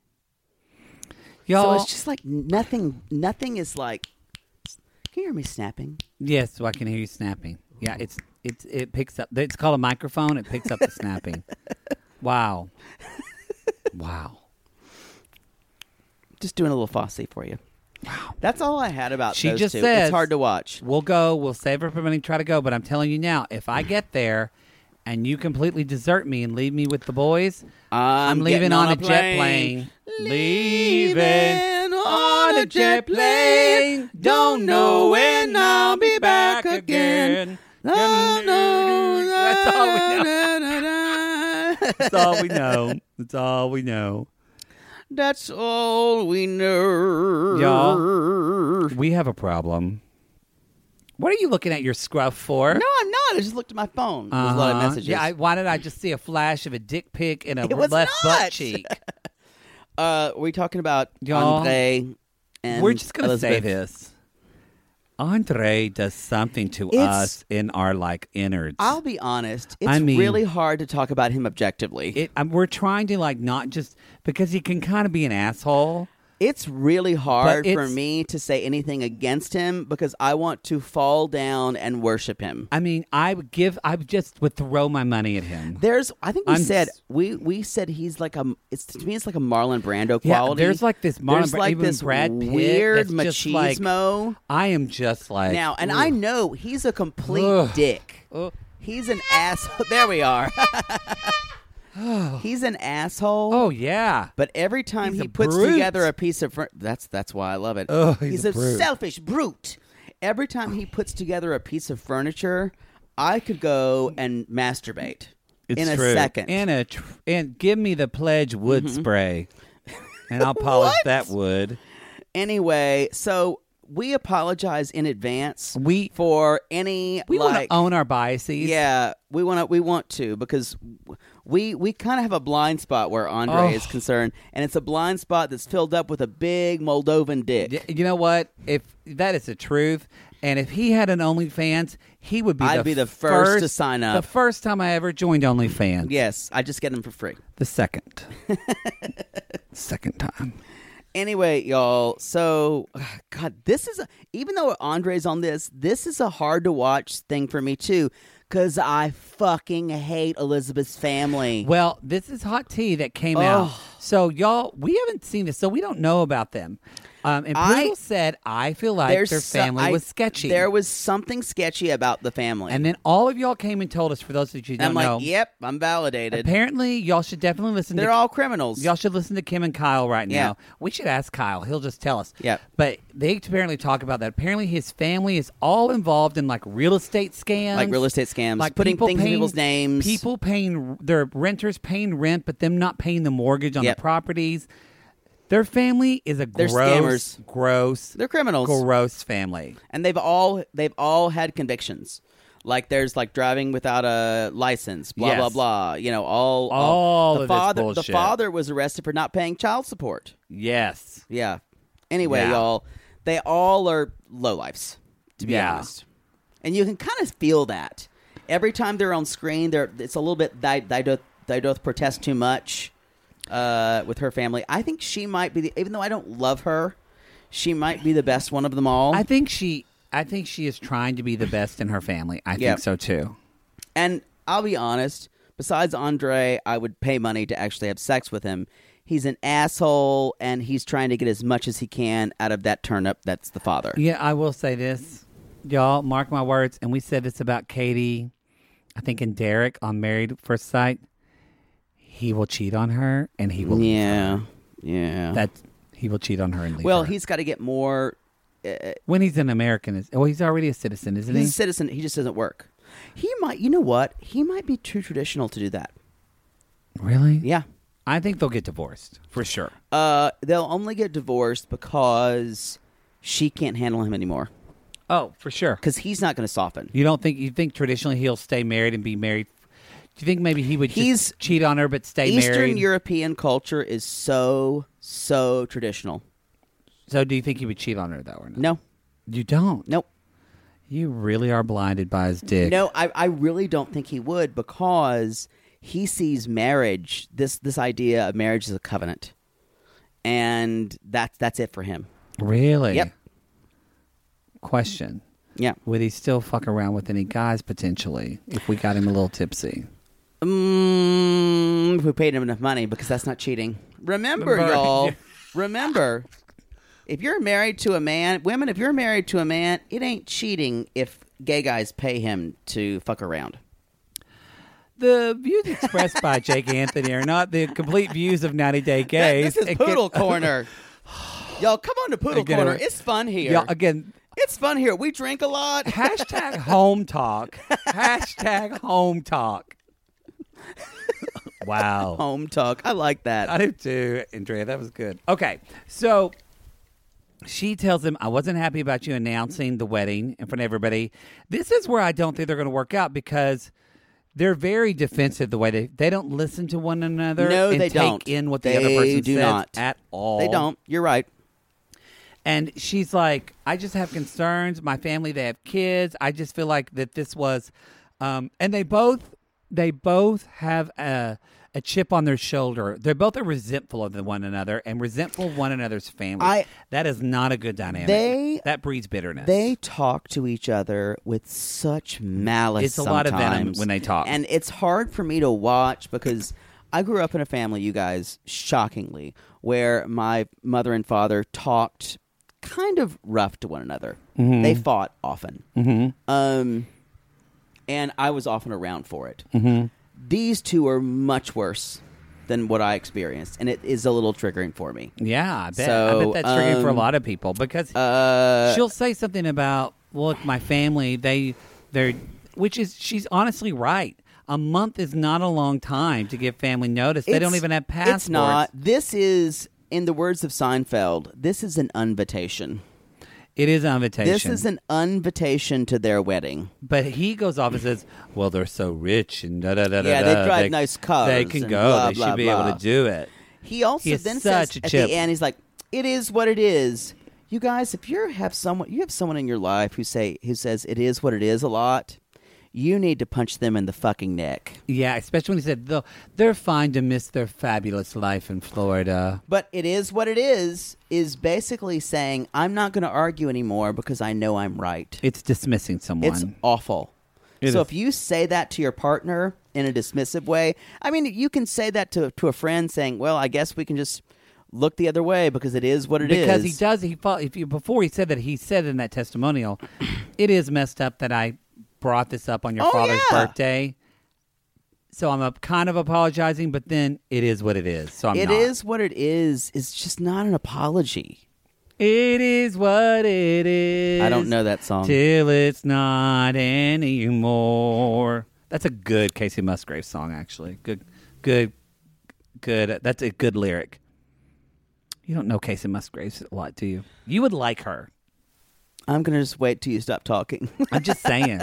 S5: Y'all,
S11: so it's just like nothing. Nothing is like. Can you hear me snapping?
S5: Yes, so I can hear you snapping. Yeah, it's it's it picks up. It's called a microphone. It picks up the snapping. Wow, wow.
S11: Just doing a little Fosse for you. Wow. That's all I had about
S5: She
S11: those
S5: just
S11: two.
S5: says
S11: it's hard to watch.
S5: We'll go. We'll save her from money. Try to go. But I'm telling you now, if I get there, and you completely desert me and leave me with the boys,
S11: I'm,
S5: leaving
S11: getting
S5: on,
S11: on
S5: a jet plane.
S11: Leaving on a jet plane. Don't know when I'll be back again. Don't know.
S5: That's all we know.
S11: That's
S5: That's all we know. That's all we know.
S11: That's all we know.
S5: Y'all, we have a problem. What are you looking at your scruff for?
S11: No, I'm not. I just looked at my phone. There's a lot of
S5: Uh-huh.
S11: messages.
S5: Yeah, I, why did I just see a flash of a dick pic and a
S11: It was
S5: left
S11: not.
S5: butt cheek?
S11: uh, we're talking about
S5: Y'all,
S11: Andre and
S5: We're just gonna say
S11: Elizabeth.
S5: this. Andre does something to
S11: It's-
S5: us in our like innards.
S11: I'll be honest. It's
S5: I mean-
S11: really hard to talk about him objectively.
S5: It, um, we're trying to like not just because he can kind of be an asshole.
S11: It's really hard for
S5: it's-
S11: me to say anything against him because I want to fall down and worship him.
S5: I mean, I would give, I would just would throw my money at him.
S11: There's, I think we
S5: I'm
S11: said
S5: s-
S11: we we said he's like a. It's to me, it's like a Marlon Brando
S5: Yeah,
S11: quality.
S5: there's like this Marlon
S11: There's
S5: Bra-
S11: like
S5: even
S11: this
S5: Brad Pitt
S11: weird
S5: that's just like-
S11: machismo.
S5: I am just like
S11: now, and
S5: ooh.
S11: I know he's a complete
S5: Ugh.
S11: dick.
S5: Ugh.
S11: He's an asshole. There we are. he's an asshole.
S5: Oh yeah,
S11: But every time
S5: He's
S11: he
S5: a
S11: puts
S5: brute.
S11: together a piece of fur- that's that's why I love it.
S5: Ugh, he's a brute.
S11: selfish brute. Every time he puts together a piece of furniture, I could go and masturbate in a second. Mm-hmm.
S5: In a tr- and give me the pledge wood spray, and I'll polish
S11: What?
S5: that wood.
S11: anyway, so we apologize in advance. We for any
S5: We wanna
S11: like
S5: own our biases.
S11: Yeah, we want to. We want to because w- we we kind of have a blind spot where Andre
S5: Oh.
S11: is concerned, and it's a blind spot that's filled up with a big Moldovan dick.
S5: You know what? If that is the truth, and if he had an OnlyFans, he would be.
S11: I'd
S5: the
S11: be the first to sign up.
S5: The first time I ever joined OnlyFans.
S11: Yes, I just get them for free.
S5: The second. second time.
S11: Anyway, y'all. So, God, this is a, even though Andre's on this, this is a hard to watch thing for me too, because I fucking hate Elizabeth's family.
S5: Well, this is hot tea that came out.
S11: Ugh.
S5: So y'all, we haven't seen this, so we don't know about them. Um, and
S11: I-
S5: Poodle said, "I feel like
S11: There's
S5: their
S11: so-
S5: family
S11: I-
S5: was sketchy."
S11: There was something sketchy about the family,
S5: and then all of y'all came and told us. For those that you
S11: And
S5: don't
S11: I'm like,
S5: know,
S11: yep, I'm validated.
S5: Apparently, y'all should definitely listen.
S11: They're
S5: to,
S11: all criminals.
S5: Y'all should listen to Kim and Kyle right
S11: Yeah.
S5: now. We should ask Kyle; he'll just tell us.
S11: Yeah.
S5: But they apparently talk about that. Apparently, his family is all involved in like real estate scams,
S11: Like real estate scams,
S5: like
S11: putting
S5: people
S11: things in
S5: paying-
S11: people's names.
S5: people paying their renters paying rent, but them not paying the mortgage on
S11: Yep.
S5: the properties. Their family is a
S11: They're
S5: gross,
S11: scammers.
S5: gross. They're
S11: criminals.
S5: Gross family.
S11: and they've all they've all had convictions. Like there's like driving without a license, blah
S5: Yes.
S11: blah blah. You know, all
S5: All
S11: the
S5: of this
S11: father the
S5: bullshit.
S11: father was arrested for not paying child support.
S5: Yes.
S11: Yeah. Anyway,
S5: Yeah.
S11: y'all, they all are lowlifes, to be
S5: Yeah.
S11: honest. And you can kind of feel that every time they're on screen. They're it's a little bit they, they doth they doth protest too much uh, with her family. I think she might be the even though I don't love her, she might be the best one of them all.
S5: I think she. I think she is trying to be the best in her family. I
S11: Yeah.
S5: think so too.
S11: And I'll be honest, besides Andre, I would pay money to actually have sex with him. He's an asshole and he's trying to get as much as he can out of that turnip that's the father.
S5: Yeah, I will say this, y'all. Mark my words, and we said this about Katie, I think, and Derek on Married at First Sight. He will cheat on her, and he will. leave
S11: Yeah,
S5: her.
S11: yeah.
S5: That he will cheat on her and leave.
S11: well,
S5: her.
S11: he's got to get more. Uh,
S5: when he's an American, is well, he's already a citizen, isn't
S11: he's a
S5: he?
S11: citizen. He just doesn't work. He might, you know what? He might be too traditional to do that.
S5: Really?
S11: Yeah.
S5: I think they'll get divorced for sure.
S11: Uh, they'll only get divorced because she can't handle him anymore.
S5: Oh, for sure.
S11: Because he's not going to soften.
S5: You don't think you think traditionally he'll stay married and be married? Do you think maybe he would
S11: He's-
S5: just cheat on her but stay
S11: Eastern
S5: married?
S11: European culture is so so traditional.
S5: So do you think he would cheat on her though or not?
S11: No.
S5: You don't?
S11: Nope.
S5: You really are blinded by his dick.
S11: No, I, I really don't think he would because he sees marriage this this idea of marriage as a covenant, and that's that's it for him.
S5: Really?
S11: Yep.
S5: Question.
S11: Yeah.
S5: Would he still fuck around with any guys potentially if we got him a little tipsy?
S11: Mm, if we paid him enough money, because that's not cheating. Remember,
S5: Remember,
S11: y'all.
S5: yeah.
S11: Remember, if you're married to a man, women, if you're married to a man, it ain't cheating if gay guys pay him to fuck around.
S5: The views expressed by Jake Anthony are not the complete views of 90 Day Gays.
S11: This is
S5: It could-
S11: Poodle Corner. Y'all, come on to Poodle
S5: Again,
S11: Corner.
S5: it-
S11: It's fun here.
S5: Y'all, again,
S11: it's fun here. We drink a lot.
S5: hashtag home talk. hashtag home talk. Wow.
S11: Home talk. I like that.
S5: I do too, Andrea. That was good. Okay, so she tells him, "I wasn't happy about you announcing the wedding in front of everybody." This is where I don't think they're going to work out because they're very defensive the way they they don't listen to one another.
S11: no,
S5: and
S11: they
S5: take
S11: don't.
S5: in what the
S11: they
S5: other person
S11: do
S5: says
S11: not.
S5: at all.
S11: They don't. You're right.
S5: And she's like, I just have concerns. My family, they have kids. I just feel like that this was, um, and they both, they both have a a chip on their shoulder. They both are resentful of the one another and resentful of one another's family.
S11: I-
S5: that is not a good dynamic.
S11: They-
S5: that breeds bitterness.
S11: They talk to each other with such malice.
S5: It's a lot of venom
S11: sometimes.
S5: when they talk.
S11: and it's hard for me to watch because I grew up in a family, you guys, shockingly, where my mother and father talked kind of rough to one another.
S5: Mhm.
S11: They fought often,
S5: Mhm.
S11: um, and I was often around for it.
S5: Mhm.
S11: These two are much worse than what I experienced, and it is a little triggering for me.
S5: Yeah, I bet. I
S11: So,
S5: bet that's triggering for a
S11: um, uh,
S5: lot of people because she'll say something about, "Look, my family, they, they're," which is she's honestly right. A month is not a long time to give family notice. They don't
S11: It's-
S5: even have passports.
S11: It's not. This is, in the words of Seinfeld, this is an invitation.
S5: It is an invitation.
S11: This is an invitation to their wedding.
S5: But he goes off and says, "Well, they're so rich and da da da da."
S11: Yeah, they
S5: da.
S11: drive nice cars
S5: They can
S11: and
S5: go.
S11: blah,
S5: they should
S11: blah,
S5: be
S11: blah."
S5: able to do it.
S11: He also
S5: He is
S11: then
S5: such
S11: says
S5: a
S11: at
S5: chip.
S11: the end, he's like, "It is what it is." You guys, if you have someone, you have someone in your life who say who says it is what it is a lot. You need to punch them in the fucking neck.
S5: Yeah, especially when he said "They'll- they're fine to miss their fabulous life in Florida.
S11: But it is what it is is basically saying I'm not going to argue anymore because I know I'm right.
S5: It's dismissing someone.
S11: It's awful.
S5: It
S11: so
S5: is.
S11: if you say that to your partner in a dismissive way, I mean, you can say that to to a friend, saying, "Well, I guess we can just look the other way because it is what it is."
S5: because he does he fought, if you, before he said that he said in that testimonial it is messed up that i brought this up on your
S11: Oh,
S5: father's
S11: yeah.
S5: birthday so i'm a, kind of apologizing but then it is what it is so i'm
S11: It
S5: not.
S11: is what it is. It's just not an apology.
S5: it is what it is
S11: I don't know that song.
S5: till it's not anymore that's a good casey musgrave song actually good good good that's a good lyric you don't know casey musgraves a lot do you you would like her
S11: I'm gonna just wait till you stop talking.
S5: i'm just saying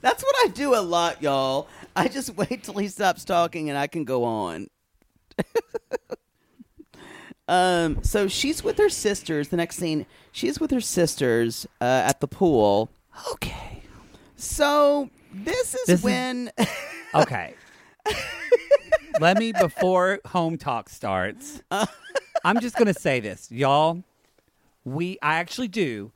S11: That's what I do a lot, y'all. I just wait till he stops talking and I can go on. um, so she's with her sisters. The next scene, she's with her sisters uh, at the pool.
S5: Okay.
S11: So this is
S5: This is-
S11: when
S5: Okay. Let me before home talk starts. I'm just going to say this, y'all. We I actually do.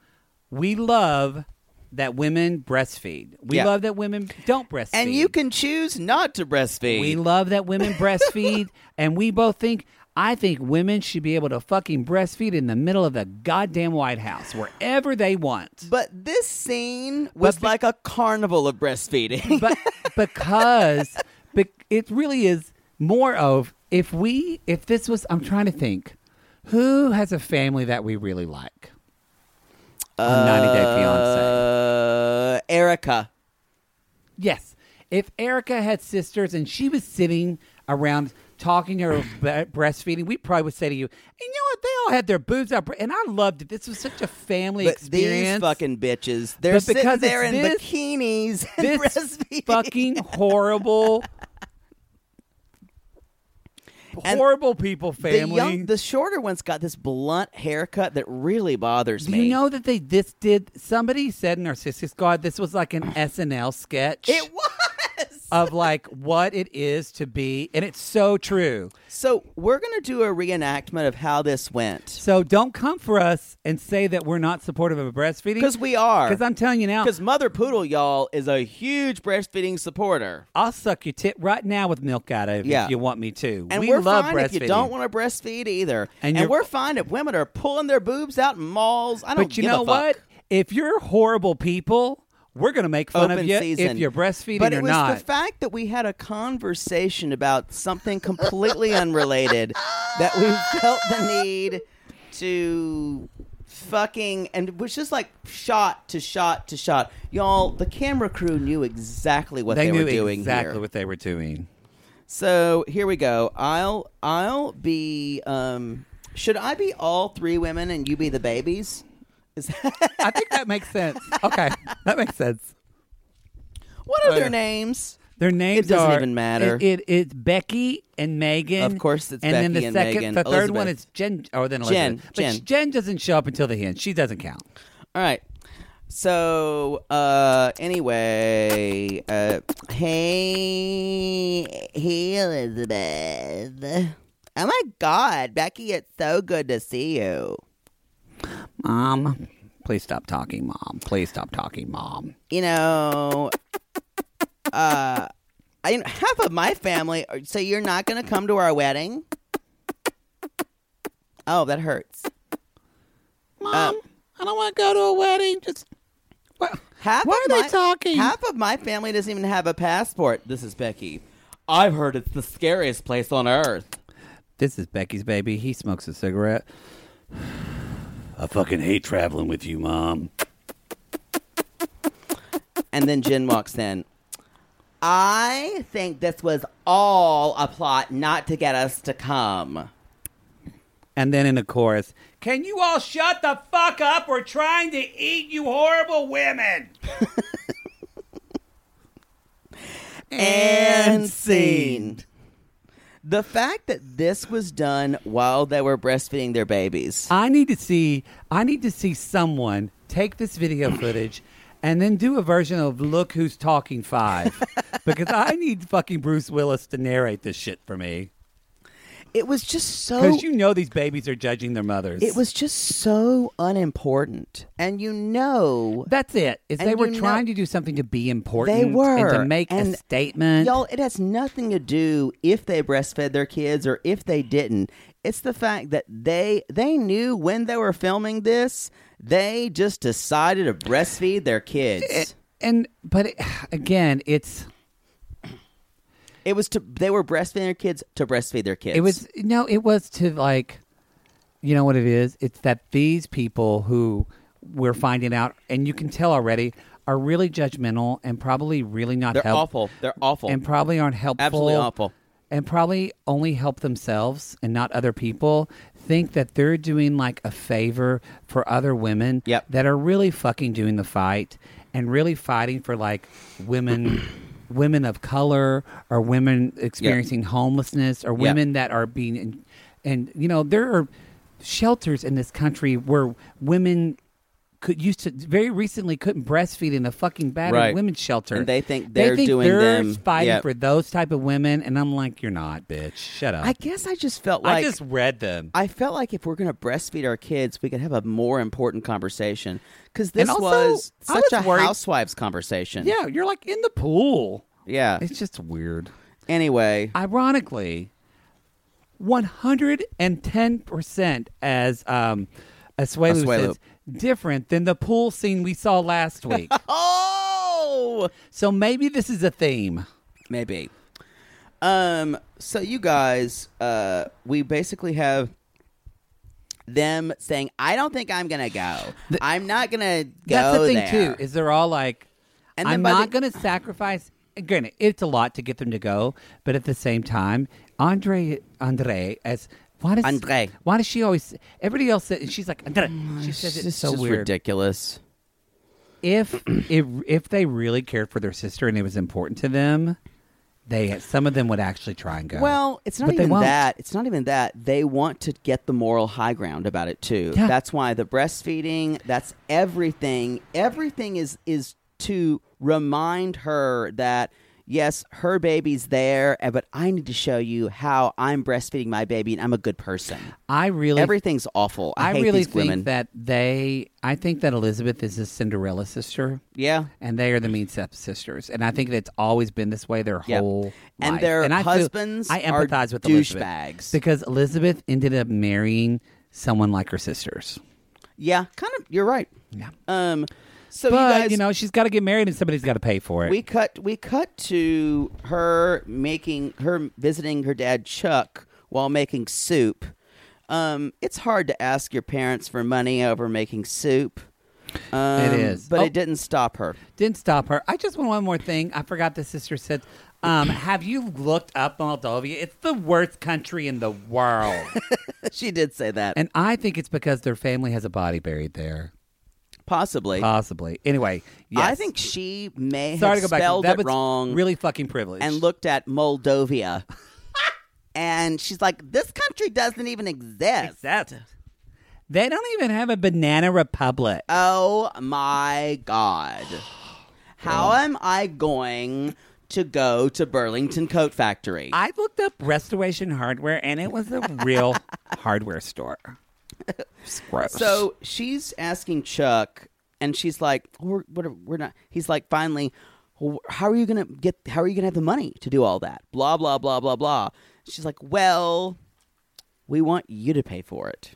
S5: We love that women breastfeed. We
S11: Yeah.
S5: love that women don't breastfeed.
S11: and you can choose not to breastfeed.
S5: we love that women breastfeed and we both think I think women should be able to fucking breastfeed in the middle of the goddamn White House wherever they want.
S11: but this scene was
S5: But be-
S11: like a carnival of breastfeeding.
S5: but because but it really is more of if we if this was I'm trying to think who has a family that we really like on 90 Day Fiance
S11: uh, Erica.
S5: yes if Erica had sisters and she was sitting around talking or bre- breastfeeding we probably would say to you and you know what they all had their boobs up and I loved it this was such a family
S11: But these
S5: experience
S11: fucking bitches, they're
S5: But
S11: sitting
S5: because
S11: there in
S5: it's this-
S11: bikinis and
S5: this
S11: breastfeeding.
S5: fucking horrible
S11: And
S5: horrible people
S11: The,
S5: family
S11: young, the shorter one's got this blunt haircut that really bothers
S5: Do
S11: me.
S5: you know that they this did somebody said in Narcissus God this was like an SNL sketch. It was of like what it is to be, and it's so true.
S11: so we're gonna do a reenactment of how this went
S5: So don't come for us and say that we're not supportive of breastfeeding
S11: because we are.
S5: Because I'm telling you now,
S11: Because Mother Poodle, y'all, is a huge breastfeeding supporter.
S5: I'll suck your tit right now with milk out of it
S11: Yeah.
S5: if you want me to.
S11: And
S5: we
S11: are
S5: love
S11: fine
S5: breastfeeding.
S11: if you don't want to breastfeed either.
S5: And
S11: And,
S5: you're-
S11: we're fine if women are pulling their boobs out in malls. I don't
S5: but you
S11: give a
S5: know
S11: fuck.
S5: what? If you're horrible people, we're gonna make fun
S11: open
S5: of you
S11: season.
S5: if you're breastfeeding
S11: but
S5: or
S11: it was
S5: not.
S11: the fact that we had a conversation about something completely unrelated that we felt the need to fucking and was just like shot to shot to shot. Y'all, the camera crew knew exactly what they,
S5: they, knew
S11: were doing
S5: exactly
S11: here.
S5: what they were doing.
S11: So here we go. I'll I'll be um should I be all three women and you be the babies? Is that,
S5: I think that makes sense. Okay, that makes sense.
S11: what are their names?
S5: Their names
S11: It doesn't
S5: are-
S11: even matter.
S5: It, it- it's Becky and Megan.
S11: Of course it's
S5: and then the
S11: Becky and
S5: second,
S11: Megan.
S5: the third one
S11: Elizabeth.
S5: is Jen, or then
S11: Jen,
S5: Elizabeth. But
S11: Jen.
S5: Jen doesn't show up until the end. She doesn't count.
S11: All right. So, uh, anyway, uh, hey, hey, Elizabeth. Oh my God, Becky, it's so good to see you.
S5: Mom, please stop talking. Mom, please stop talking. Mom.
S11: You know, uh, I half of my family. So you're not gonna come to our wedding? Oh, that hurts. Uh,
S5: Mom, I don't want to go to a wedding. Just
S11: Half
S5: Why
S11: of
S5: are they
S11: my-
S5: talking?
S11: Half of my family doesn't even have a passport. This is Becky. I've heard it's the scariest place on earth.
S5: this is Becky's baby. He smokes a cigarette.
S4: I fucking hate traveling with you, Mom.
S11: And then Jen walks in. I think this was all a plot not to get us to come.
S5: And then in the chorus,
S13: Can you all shut the fuck up? We're trying to eat you horrible women.
S11: and scene. The fact that this was done while they were breastfeeding their babies.
S5: I need to see. I need to see someone take this video footage and then do a version of "Look Who's Talking" five, because I need fucking Bruce Willis to narrate this shit for me.
S11: It was just so
S5: Because you know these babies are judging their mothers.
S11: Oh. it was just so unimportant. And you know
S5: That's it. Is
S11: And
S5: they were
S11: you know-
S5: trying to do something to be important.
S11: They were
S5: and to make
S11: And
S5: a statement.
S11: Y'all, it has nothing to do if they breastfed their kids or if they didn't. It's the fact that they they knew when they were filming this, they just decided to breastfeed their kids. It,
S5: and but it, again, it's
S11: was to they were breastfeeding their kids to breastfeed their kids.
S5: It was no, it was to like, you know what it is? It's that these people who we're finding out, and you can tell already, are really judgmental and probably really not.
S11: They're
S5: help-
S11: awful. They're awful.
S5: and probably aren't helpful.
S11: Absolutely awful.
S5: And probably only help themselves and not other people. Think that they're doing like a favor for other women that are really fucking doing the fight and really fighting for like women, women of color or women experiencing homelessness or
S11: Yep.
S5: women that are being, in, and you know there are shelters in this country where women could used to very recently couldn't breastfeed in a fucking battered
S11: Right.
S5: women's shelter
S11: And they think they're
S5: think
S11: doing
S5: they're
S11: them-
S5: fighting
S11: Yep.
S5: for those type of women, and I'm like, you're not, bitch. Shut up.
S11: I guess I just felt like
S5: I just read them.
S11: I felt like if we're going to breastfeed our kids, we could have a more important conversation because
S5: And
S11: this
S5: also,
S11: was
S5: I
S11: such
S5: was
S11: a
S5: worried-
S11: housewives conversation.
S5: yeah, you're like in the pool.
S11: yeah.
S5: It's just weird.
S11: Anyway,
S5: Ironically, 110 percent as um, Asuelu
S11: Asuelu.
S5: says, different than the pool scene we saw last week.
S11: oh,
S5: so maybe this is a theme.
S11: Maybe. Um. So you guys, uh, we basically have them saying, "I don't think I'm gonna go. I'm not gonna go."
S5: That's the thing
S11: there."
S5: too. Is they're all like,
S11: And then
S5: I'm
S11: by
S5: not
S11: the-
S5: going to sacrifice. and Granted, it's a lot to get them to go, but at the same time, Andre, Andre, as why does
S11: Andre.
S5: Why does she always? Everybody else says she's like Andre. She says it's
S11: just-
S5: so
S11: just
S5: weird.
S11: ridiculous.
S5: If if if they really cared for their sister and it was important to them, they some of them would actually try and go.
S11: Well, it's not
S5: But they
S11: even
S5: won't.
S11: that. It's not even that. They want to get the moral high ground about it too.
S5: Yeah.
S11: That's why the breastfeeding, that's everything. Everything is is to remind her that yes, her baby's there, eh, but I need to show you how I'm breastfeeding my baby and I'm a good person.
S5: I really
S11: Everything's awful. I,
S5: I,
S11: hate
S5: really
S11: these
S5: think
S11: women.
S5: that they. I think that Elizabeth is his Cinderella sister.
S11: Yeah.
S5: and they are the mean step sisters, and I think it's always been this way their
S11: Yep.
S5: whole
S11: And
S5: life.
S11: their
S5: I feel-
S11: husbands
S5: I
S11: are
S5: empathize with Elizabeth
S11: douchebags.
S5: because Elizabeth ended up marrying someone like her sisters.
S11: yeah, kind of you're right.
S5: Yeah.
S11: Um so
S5: but
S11: you guys
S5: know, she's got to get married, and somebody's got to pay for it.
S11: We cut we cut to her making her visiting her dad Chuck while making soup. Um, it's hard to ask your parents for money over making soup. Um,
S5: is.
S11: but
S5: Oh.
S11: it didn't stop her.
S5: Didn't stop her. I just want one more thing. I forgot the sister said, um, "Have you looked up Moldova? It's the worst country in the world."
S11: she did say that,
S5: and I think it's because their family has a body buried there.
S11: possibly.
S5: Possibly. Anyway, uh, yes.
S11: I think she may
S5: Sorry to go
S11: have
S5: back. to-
S11: spelled
S5: that
S11: it
S5: was
S11: wrong
S5: Really fucking privileged.
S11: and looked at Moldovia. and she's like, "This country doesn't even exist."
S5: that. They don't even have a banana republic.
S11: Oh my God. How am I going to go to Burlington Coat Factory?
S5: I looked up Restoration Hardware, and it was a real hardware store. It's gross.
S11: so she's asking Chuck, and she's like, "We're what are- we're not." He's like, "Finally, wh- how are you gonna get? How are you gonna have the money to do all that?" Blah blah blah blah blah. She's like, "Well, we want you to pay for it."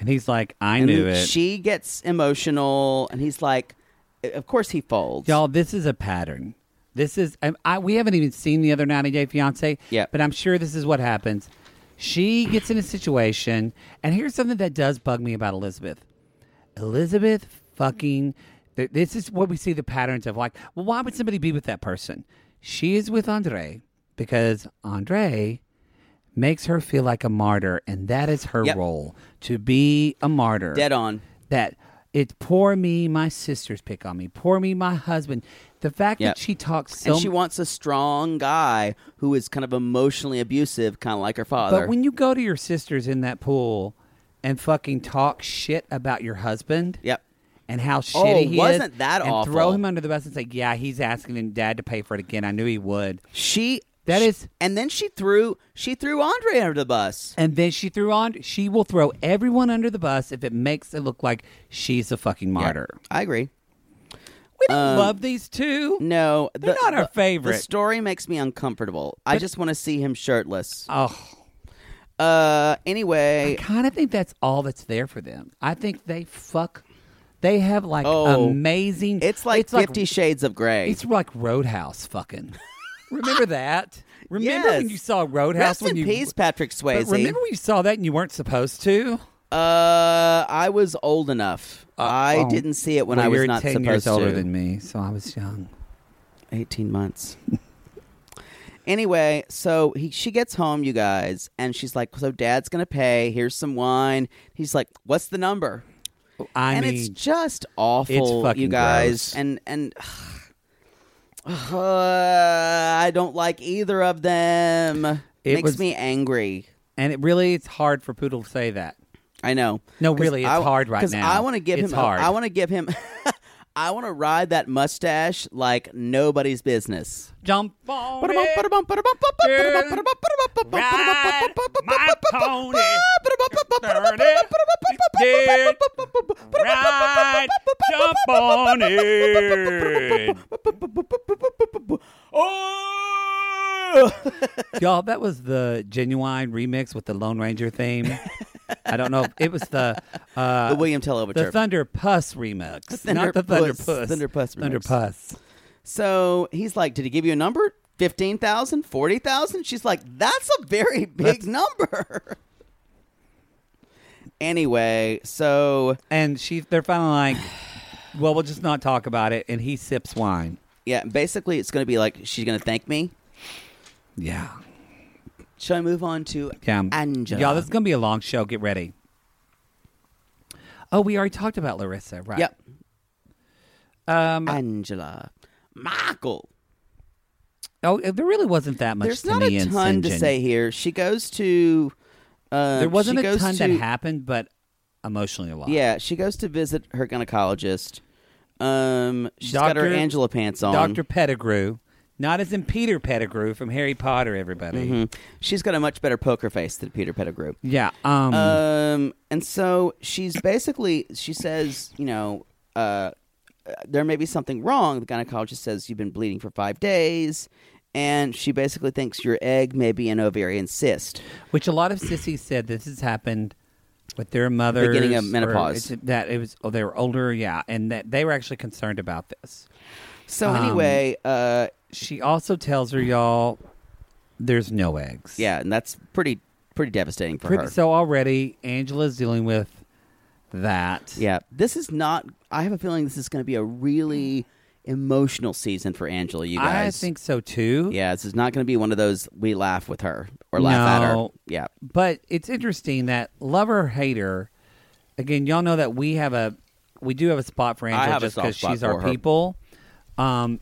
S5: and he's like, "I
S11: and
S5: knew it."
S11: She gets emotional, and he's like, "Of course he folds."
S5: Y'all, this is a pattern. This is I, I, we haven't even seen the other 90 Day Fiance.
S11: Yeah.
S5: but I'm sure this is what happens. She gets in a situation, and here's something that does bug me about Elizabeth. Elizabeth fucking. th- This is what we see the patterns of like, well, why would somebody be with that person? She is with Andre because Andre makes her feel like a martyr, and that is her
S11: Yep.
S5: role to be a martyr.
S11: Dead on.
S5: That it's poor me, my sisters pick on me. Poor me, my husband. The fact
S11: Yep.
S5: that she talks so
S11: and she wants a strong guy who is kind of emotionally abusive, kind of like her father.
S5: But when you go to your sisters in that pool and fucking talk shit about your husband,
S11: yep, Oh,
S5: and how shitty he is,
S11: wasn't that
S5: and
S11: awful.
S5: throw him under the bus and say, "Yeah, he's asking him dad to pay for it again." I knew he would.
S11: she
S5: That is,
S11: and then she threw she threw Andre under the bus.
S5: and then she threw on. She will throw everyone under the bus if it makes it look like she's a fucking martyr.
S11: I agree.
S5: We don't
S11: Um,
S5: love these two.
S11: No,
S5: They're not our
S11: the-
S5: favorite.
S11: The story makes me uncomfortable. I
S5: But-
S11: just want to see him shirtless.
S5: Oh,
S11: Uh. Anyway,
S5: I kind of think that's all that's there for them. I think they fuck. They have like
S11: Oh.
S5: amazing.
S11: it's like
S5: it's
S11: Fifty Shades of Grey.
S5: It's like Roadhouse fucking. Remember that? Remember when
S11: Yes.
S5: you saw Roadhouse
S11: Rest
S5: when
S11: in
S5: you
S11: peace, Patrick
S5: But
S11: Swayze.
S5: remember when you saw that and you weren't supposed to?
S11: uh, I was old enough. I
S5: oh.
S11: didn't see it when
S5: Well,
S11: I was
S5: you're
S11: not
S5: 10
S11: supposed
S5: years older
S11: to.
S5: than me, so I was young.
S11: 18 months. anyway, so he, she gets home, you guys, and she's like, So dad's going to pay. Here's some wine. He's like, What's the number?
S5: I
S11: and
S5: mean,
S11: it's just awful, you
S5: fucking
S11: guys.
S5: gross.
S11: And, and, uh, I don't like either of them.
S5: It
S11: Makes
S5: was-
S11: me angry.
S5: and it really it's hard for Poodle to say that.
S11: I know.
S5: No,
S11: 'Cause
S5: really, it's
S11: I-
S5: hard right
S11: 'cause
S5: now.
S11: I want to give
S5: It's
S11: him.
S5: hard.
S11: I want to give him. I want to ride that mustache like nobody's business.
S5: Jump on
S11: Ba-da-bum,
S5: it,
S11: ba-da-bum, ba-da-bum, ba-da-bum,
S5: girl.
S11: ba-da-bum, ba-da-bum, ba-da-bum, ba-da-bum,
S13: Ride my pony. Dick. Ride. Jump on it. Oh!
S5: Y'all, that was the genuine remix with the Lone Ranger theme. I don't know. If, it was the uh,
S11: The William Tell Overture.
S5: the Thunder Puss remix,
S11: Thunder
S5: not the Thunder
S11: Puss-
S5: Puss.
S11: Thunder Puss
S5: Thunder
S11: remix.
S5: Puss.
S11: So he's like, "Did he give you a number? Fifteen thousand? Forty thousand? She's like, "That's a very big number." anyway, so
S5: And she, they're finally like, well, we'll just not talk about it. And he sips wine.
S11: yeah, basically, it's going to be like she's going to thank me.
S5: Yeah.
S11: Shall I move on to
S5: Yeah.
S11: Angela?
S5: Y'all, this is going to be a long show. Get ready. Oh, we already talked about Larissa, right?
S11: Yep.
S5: Um,
S11: Angela. Michael.
S5: oh, there really wasn't that much
S11: There's
S5: to
S11: not
S5: me
S11: a
S5: in
S11: ton to
S5: Sinjin.
S11: say here. She goes to. Uh,
S5: There wasn't
S11: she
S5: a
S11: goes
S5: ton
S11: to,
S5: that happened, but emotionally a lot.
S11: Yeah, she goes to visit her gynecologist. Um, she's got her
S5: Dr.
S11: Angela pants on.
S5: Dr. Pettigrew, not as in Peter Pettigrew from Harry Potter, everybody.
S11: Mhm. She's got a much better poker face than Peter Pettigrew.
S5: Yeah. Um,
S11: Um, and so she's basically she says, you know, uh, there may be something wrong. The gynecologist says you've been bleeding for five days, and she basically thinks your egg may be an ovarian cyst.
S5: which a lot of sissies said this has happened with their mothers.
S11: Beginning of
S5: or
S11: menopause.
S5: it's- that it was, oh, they were older, yeah, and that they were actually concerned about this.
S11: So
S5: Um,
S11: anyway, uh,
S5: She also tells her, y'all, there's no eggs.
S11: yeah, and that's pretty pretty devastating for
S5: Pretty-
S11: her.
S5: So already Angela's dealing with that.
S11: yeah, this is not. I have a feeling this is going to be a really emotional season for Angela. You
S5: I
S11: guys,
S5: think so too.
S11: Yeah, this is not going to be one of those we laugh with her or laugh
S5: No.
S11: at her. Yeah.
S5: But it's interesting that lover or hater, again, y'all know that we have a we do have a spot for Angela
S11: have a
S5: just
S11: soft
S5: because
S11: spot
S5: she's our
S11: for her.
S5: people. Um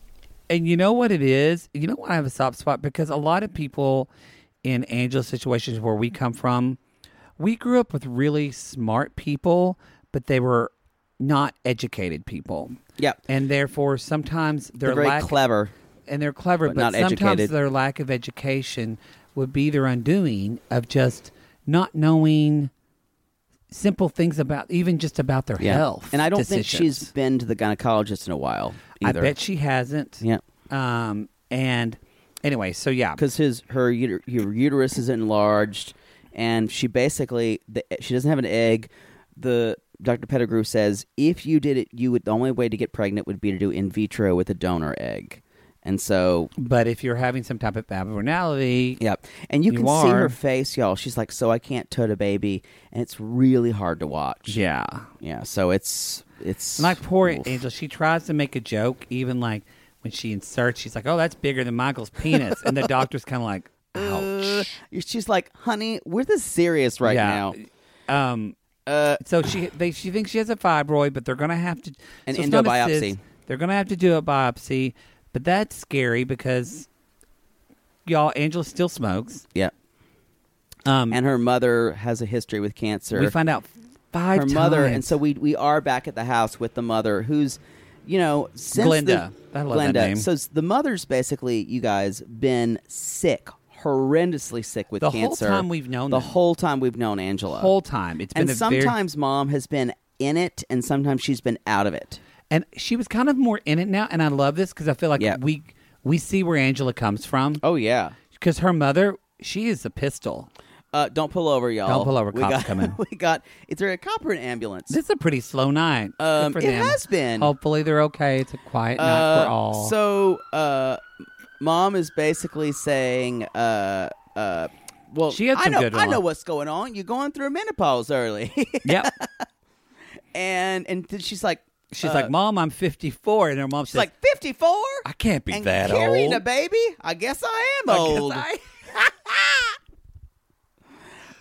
S5: and you know what it is? You know why I have a soft spot? Because a lot of people in Angela's situations where we come from, we grew up with really smart people, but they were not educated people.
S11: Yep.
S5: And therefore sometimes their
S11: They're very
S5: lack
S11: clever.
S5: and they're clever,
S11: But
S5: but,
S11: not
S5: sometimes
S11: educated.
S5: their lack of education would be their undoing of just not knowing simple things about even just about their
S11: Yeah.
S5: health.
S11: And I don't think
S5: decisions.
S11: she's been to the gynecologist in a while either.
S5: I bet she hasn't.
S11: Yeah.
S5: Um. And anyway, so yeah,
S11: Because his her uter- her uterus is enlarged, and she basically the, she doesn't have an egg. The Dr. Pettigrew says if you did it, you would the only way to get pregnant would be to do in vitro with a donor egg, and so
S5: but if you're having some type of abnormality,
S11: yeah, and you,
S5: You
S11: can see her
S5: are.
S11: face, y'all. She's like, so I can't tote a baby, and it's really hard to watch.
S5: yeah.
S11: yeah. So it's it's
S5: And like poor
S11: oof.
S5: Angel, she tries to make a joke, even like when she inserts, she's like, "Oh, that's bigger than Michael's penis," and the doctor's kind of like, "Ouch."
S11: She's like, honey, we're this serious right
S5: Yeah.
S11: now. Uh,
S5: Um, so she they she thinks she has a fibroid, but they're going to have to
S11: An
S5: so it's not a
S11: endobiopsy.
S5: cyst. They're going to have to do a biopsy, but that's scary because y'all Angela still smokes.
S11: Yeah.
S5: Um,
S11: and her mother has a history with cancer.
S5: We find out five
S11: Her mother,
S5: times.
S11: and so we we are back at the house with the mother, who's, you know, since
S5: Glenda.
S11: The,
S5: I love that
S11: Glenda.
S5: name.
S11: So s- the mother's basically, you guys, been sick, horrendously sick with
S5: The whole
S11: cancer.
S5: time we've known
S11: the
S5: them.
S11: whole time we've known Angela.
S5: Whole time. It's been
S11: and
S5: a very-
S11: sometimes mom has been in it, and sometimes she's been out of it.
S5: and she was kind of more in it now, and I love this because I feel like we we see where Angela comes from.
S11: Oh yeah,
S5: because her mother she is a pistol.
S11: Uh, don't pull over, y'all.
S5: Don't pull over,
S11: We
S5: cops
S11: got,
S5: coming.
S11: We got. Is there a cop or an ambulance?
S5: This is a pretty slow night. Good
S11: Um,
S5: for
S11: it
S5: them.
S11: has been.
S5: Hopefully they're okay. It's a quiet night
S11: Uh,
S5: for all.
S11: So, uh, mom is basically saying, uh, uh, well,
S5: She had
S11: I
S5: some
S11: know,
S5: good
S11: I know
S5: one.
S11: what's going on. You're going through menopause early.
S5: yep.
S11: And and then she's like,
S5: she's
S11: uh,
S5: like, "Mom, I'm 54," and her mom
S11: she's
S5: says,
S11: like 54.
S5: "I can't be
S11: and
S5: that
S11: carrying
S5: old."
S11: a baby. I guess I am
S5: I guess
S11: old.
S5: I-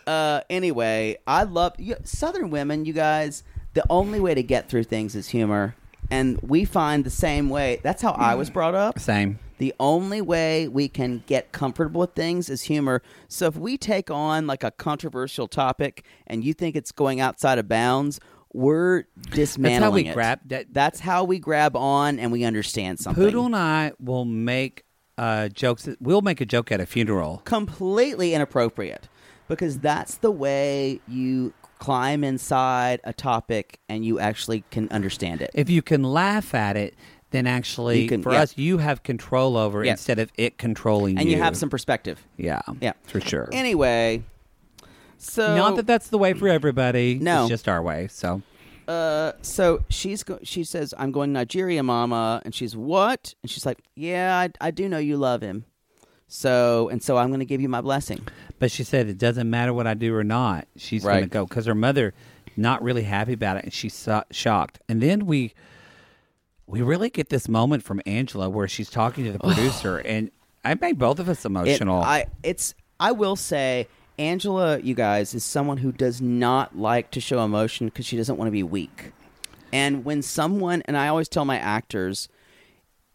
S11: uh, anyway, I love you, Southern women. You guys, the only way to get through things is humor, and we find the same way. That's how I was brought up.
S5: Same.
S11: The only way we can get comfortable with things is humor. So if we take on like a controversial topic and you think it's going outside of bounds, we're dismantling
S5: we
S11: it.
S5: grab that-
S11: That's how we grab on and we understand something.
S5: Poodle and I will make uh, jokes. We'll make a joke at a funeral.
S11: completely inappropriate because that's the way you climb inside a topic and you actually can understand it.
S5: If you can laugh at it, then actually
S11: You can-
S5: for
S11: yeah.
S5: us, you have control over it
S11: Yeah.
S5: instead of it controlling
S11: And
S5: you.
S11: you have some perspective.
S5: Yeah.
S11: Yeah.
S5: For sure.
S11: Anyway, so
S5: Not that that's the way for everybody.
S11: No.
S5: It's just our way. So
S11: uh so she's go- she says I'm going Nigeria mama and she's what? And she's like, "Yeah, I, I do know you love him." So and so I'm going to give you my blessing.
S5: But she said it doesn't matter what I do or not. She's going to
S11: Right.
S5: go because her mother not really happy about it, and she's so- shocked. And then we we really get this moment from Angela where she's talking to the producer, and I made both of us
S11: It-
S5: emotional.
S11: I it's I will say Angela, you guys, is someone who does not like to show emotion because she doesn't want to be weak. And when someone and I always tell my actors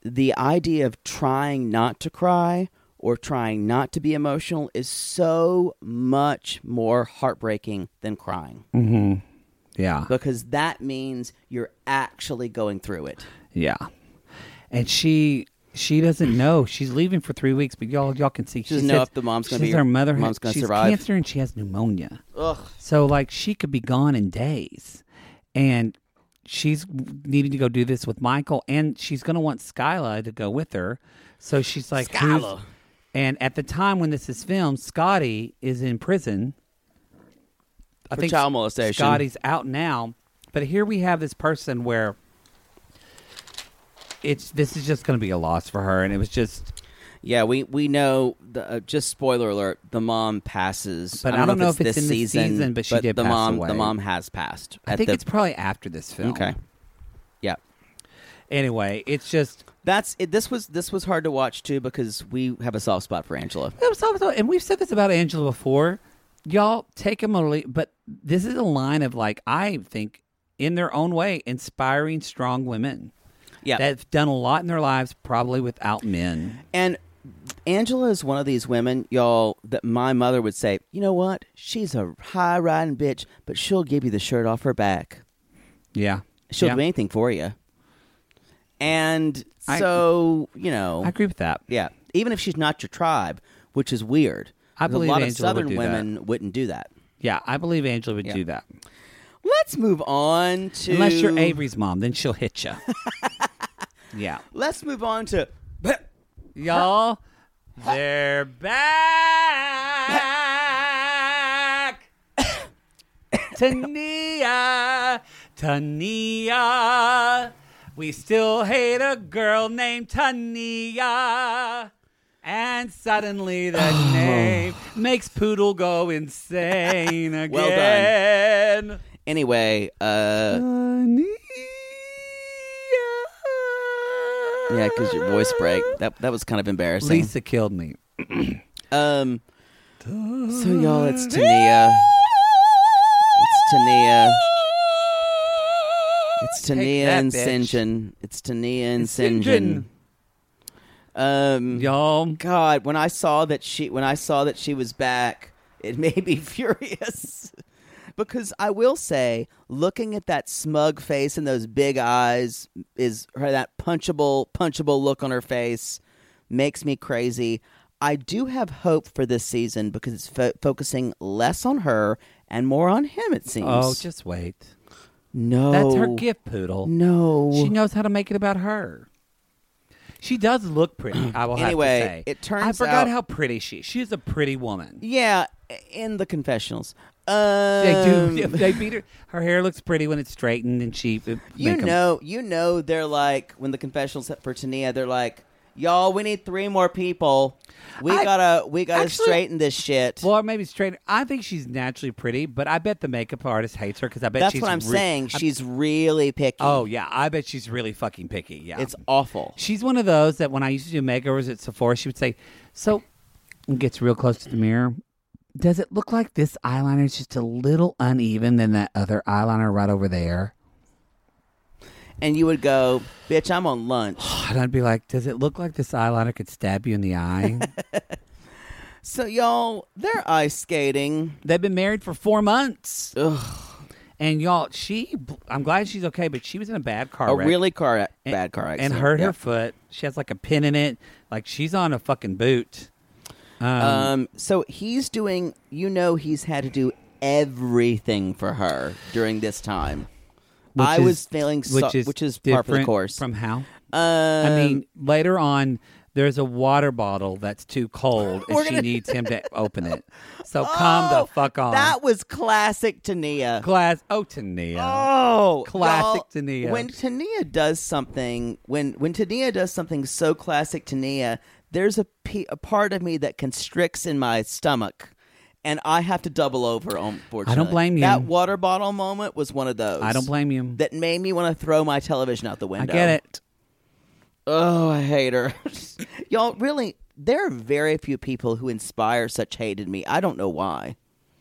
S11: the idea of trying not to cry or trying not to be emotional is so much more heartbreaking than crying
S5: hmm Yeah,
S11: because that means you're actually going through it.
S5: yeah. And she she doesn't know she's leaving for three weeks, but y'all y'all can see she
S11: doesn't know
S5: says-
S11: if the mom's gonna
S5: she
S11: be-
S5: says her mother. has-
S11: mom's gonna
S5: she's
S11: survive.
S5: cancer and she has pneumonia.
S11: Ugh.
S5: So like she could be gone in days, and she's needing to go do this with Michael, and she's gonna want Skyla to go with her. So she's like who's-
S11: Skyla.
S5: And at the time when this is filmed, Scotty is in prison.
S11: For child molestation.
S5: Scotty's out now, but here we have this person where it's this is just going to be a loss for her, and it was just
S11: Yeah, we we know. The, uh, just spoiler alert: the mom passes.
S5: But I don't know if it's
S11: this
S5: in this
S11: season,
S5: season, but she did
S11: the
S5: pass
S11: mom,
S5: away.
S11: The mom has passed.
S5: I
S11: at
S5: think
S11: the-
S5: it's probably after this film.
S11: Okay. Yeah.
S5: Anyway, it's just
S11: that's it, this was this was hard to watch too because we have a soft spot for Angela.
S5: It was always- and we've said this about Angela before. Y'all take them or leave, but this is a line of like I think, in their own way, inspiring strong women.
S11: Yeah.
S5: that have done a lot in their lives, probably without men.
S11: And Angela is one of these women, y'all, that my mother would say, you know what? She's a high riding bitch, but she'll give you the shirt off her back.
S5: Yeah,
S11: She'll
S5: Yeah.
S11: do anything for you. And
S5: I-
S11: so, you know.
S5: I agree with that.
S11: Yeah. Even if she's not your tribe, which is weird.
S5: I
S11: 'Cause
S5: believe
S11: a lot of
S5: Angela would
S11: Southern
S5: do that.
S11: women wouldn't do that.
S5: Yeah, I believe Angela would
S11: Yeah.
S5: do that.
S11: Let's move on to.
S5: Unless you're Avery's mom, then she'll hit you. yeah,
S11: Let's move on to.
S5: y'all, they're back. Tania, Tania, we still hate a girl named Tania. And suddenly that
S11: Oh.
S5: name makes Poodle go insane again.
S11: Well done. Anyway, uh, yeah, because your voice break. That that was kind of embarrassing.
S5: Lisa killed me.
S11: Um, So y'all, it's Tania. It's Tania. It's Tania
S5: that,
S11: and
S5: bitch.
S11: Sinjin. It's Tania and
S5: It's Sinjin.
S11: Sinjin. Um, y'all, God, when I saw that she, when I saw that she was back, it made me furious. because I will say, looking at that smug face and those big eyes is her that punchable, punchable look on her face makes me crazy. I do have hope for this season because it's fo- focusing less on her and more on him. It seems.
S5: Oh, just wait.
S11: no,
S5: That's her gift, Poodle.
S11: No,
S5: She knows how to make it about her. She does look pretty, I will have
S11: Anyway,
S5: to say.
S11: it
S5: I
S11: turns
S5: forgot
S11: out-
S5: how pretty she is. She is a pretty woman.
S11: Yeah, in the confessionals.
S5: they
S11: Um,
S5: do. They beat her. Her hair looks pretty when it's straightened and she. uh, You
S11: You know, you know, they're like when the confessionals for Tania, they're like, "Y'all, we need three more people. We
S5: I-
S11: gotta, we gotta
S5: actually-
S11: straighten this shit."
S5: Well, maybe straighten. I think she's naturally pretty, but I bet the makeup artist hates her because I bet
S11: That's
S5: she's
S11: what I'm
S5: re-
S11: saying.
S5: I-
S11: She's really picky.
S5: Oh yeah, I bet she's really fucking picky. Yeah,
S11: It's awful.
S5: She's one of those that when I used to do makeovers at Sephora, she would say, "So," and gets real close to the mirror. Does it look like this eyeliner is just a little uneven than that other eyeliner right over there?
S11: and you would go, "Bitch, I'm on lunch."
S5: And I'd be like, "Does it look like this eyeliner could stab you in the eye?"
S11: so y'all, they're ice skating.
S5: They've been married for four months. And y'all, she, I'm glad she's okay, but she was in a bad car
S11: A
S5: wreck.
S11: really car,
S5: And-
S11: bad car accident,
S5: And hurt
S11: Yeah.
S5: her foot. She has like a pin in it. Like she's on a fucking boot. Um,
S11: Um, so he's doing, you know, he's had to do everything for her during this time.
S5: which
S11: I
S5: is-
S11: was feeling, so, which is, par for the
S5: different
S11: course.
S5: From how?
S11: Um,
S5: I mean, later on, there's a water bottle that's too cold, and
S11: We're
S5: she
S11: gonna- Oh,
S5: needs him to open it. So calm the fuck on.
S11: that was classic Tania.
S5: Class. Oh, Tania.
S11: Oh,
S5: classic
S11: y'all,
S5: Tania.
S11: When Tania does something, when when Tania does something so classic Tania, there's a pe- a part of me that constricts in my stomach, and I have to double over. Unfortunately,
S5: blame you.
S11: That water bottle moment was one of those.
S5: I don't blame you.
S11: That made me want to throw my television out the
S5: I
S11: window.
S5: get it.
S11: Oh, I hate her. Y'all, really, there are very few people who inspire such hate in me. I don't know why.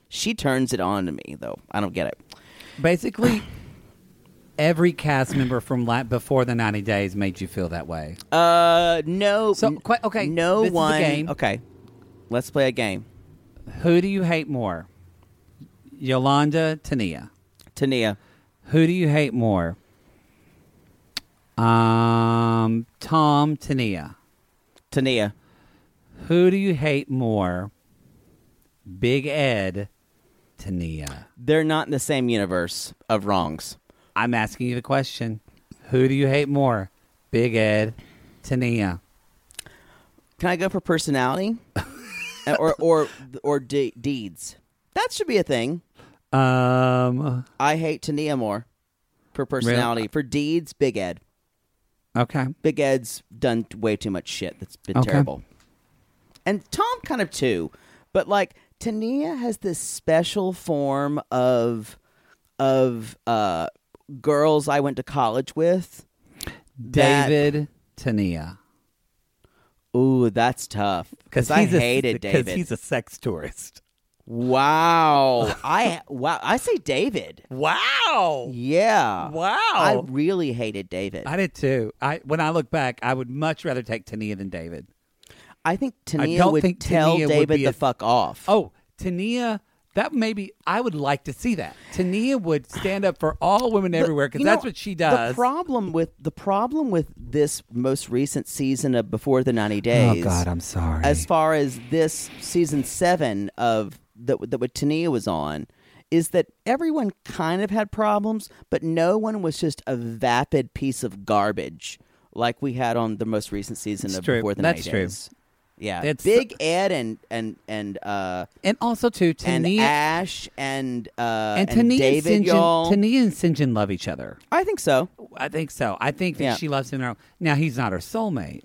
S11: She turns it on to me, though. I don't get it.
S5: Basically, every cast member from la- before the 90 days made you feel that way.
S11: Uh, no. So,
S5: okay.
S11: No
S5: this is a
S11: one.
S5: game.
S11: Okay. Let's play a game.
S5: Who do you hate more? Yolanda, Tania.
S11: Tania.
S5: Who do you hate more? Um, Tom, Tania.
S11: Tania.
S5: Who do you hate more? Big Ed, Tania.
S11: They're not in the same universe of wrongs.
S5: I'm asking you the question. Who do you hate more? Big Ed, Tania.
S11: Can I go for personality? Uh, or or or de- deeds? That should be a thing.
S5: Um,
S11: I hate Tania more for personality. For deeds, Big Ed.
S5: okay.
S11: Big Ed's done way too much shit that's been
S5: Okay.
S11: terrible. And Tom kind of too. But like Tania has this special form of of uh girls I went to college with. that-
S5: David, Tania.
S11: ooh, that's tough. Because I hated David.
S5: Because he's a sex tourist.
S11: wow. I wow I say David.
S5: Wow.
S11: Yeah.
S5: Wow.
S11: I really hated David.
S5: I did too. I when I look back, I would much rather take Tania than David.
S11: I think Tania
S5: don't
S11: would
S5: think
S11: tell
S5: Tania would
S11: David
S5: be
S11: the
S5: a-
S11: fuck off.
S5: Oh, Tania, that maybe I would like to see that. Tania would stand up for all women everywhere because
S11: You know,
S5: that's what she does.
S11: The problem with the problem with this most recent season of Before the Ninety Days.
S5: Oh, God, I'm sorry.
S11: As far as this season seven of that that what Tania was on, is that everyone kind of had problems, but no one was just a vapid piece of garbage like we had on the most recent season
S5: It's
S11: of
S5: true.
S11: Before the
S5: That's
S11: 90
S5: true.
S11: Days. Yeah,
S5: It's-
S11: Big Ed and and and uh
S5: and also too,
S11: and
S5: Tania
S11: Ash and uh
S5: and Tania and
S11: David
S5: Sinjin,
S11: y'all.
S5: Tania and Sinjin love each other.
S11: I think so.
S5: I think so. I think that
S11: Yeah.
S5: she loves him. in her own- Now he's not her soulmate.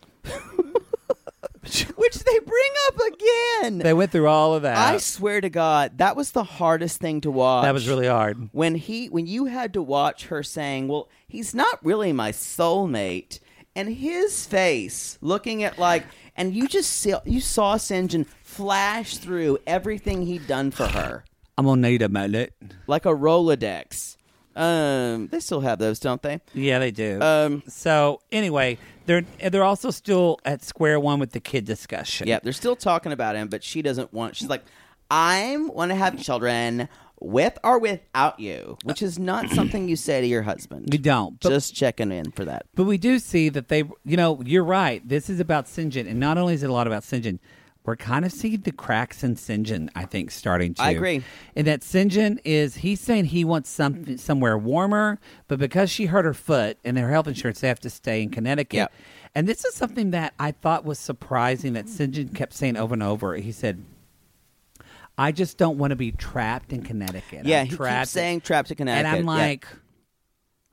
S11: which they bring up again.
S5: They went through all of that.
S11: I swear to God, that was the hardest thing to watch.
S5: that was really hard.
S11: when he when you had to watch her saying, "Well, he's not really my soulmate," and his face looking at like, and you just see, you saw Sinjin flash through everything he'd done for her.
S5: I'm gonna need a mullet.
S11: Like a Rolodex. Um, they still have those, don't they?
S5: Yeah, they do.
S11: Um,
S5: so anyway, they're they're also still at square one with the kid discussion.
S11: Yeah, they're still talking about him, but she doesn't want. She's like, I want to have children with or without you, which is not something you say to your husband.
S5: You don't. But,
S11: Just checking in for that.
S5: but we do see that they, you know, you're right. This is about Sinjin, and not only is it a lot about Sinjin, we're kind of seeing the cracks in Sinjin. I think starting to.
S11: I agree.
S5: And that Sinjin is he's saying he wants some somewhere warmer, but because she hurt her foot and their health insurance, they have to stay in Connecticut.
S11: Yep.
S5: And this is something that I thought was surprising that Sinjin kept saying over and over. He said, "I just don't want to be trapped in Connecticut."
S11: yeah,
S5: I'm
S11: he
S5: trapped
S11: keeps saying trapped to Connecticut.
S5: and I'm
S11: yeah.
S5: like,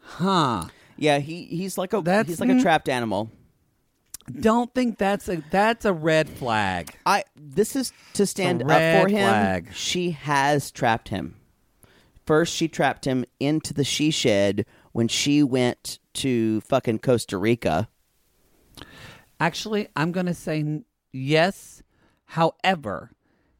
S5: huh?
S11: yeah, he he's like a
S5: That's-
S11: he's like a
S5: mm.
S11: trapped animal.
S5: Don't think that's a that's a red flag.
S11: I this is to stand up
S5: red
S11: for him.
S5: flag.
S11: She has trapped him. First, she trapped him into the she shed when she went to fucking Costa Rica.
S5: Actually, I'm gonna say n- yes. However,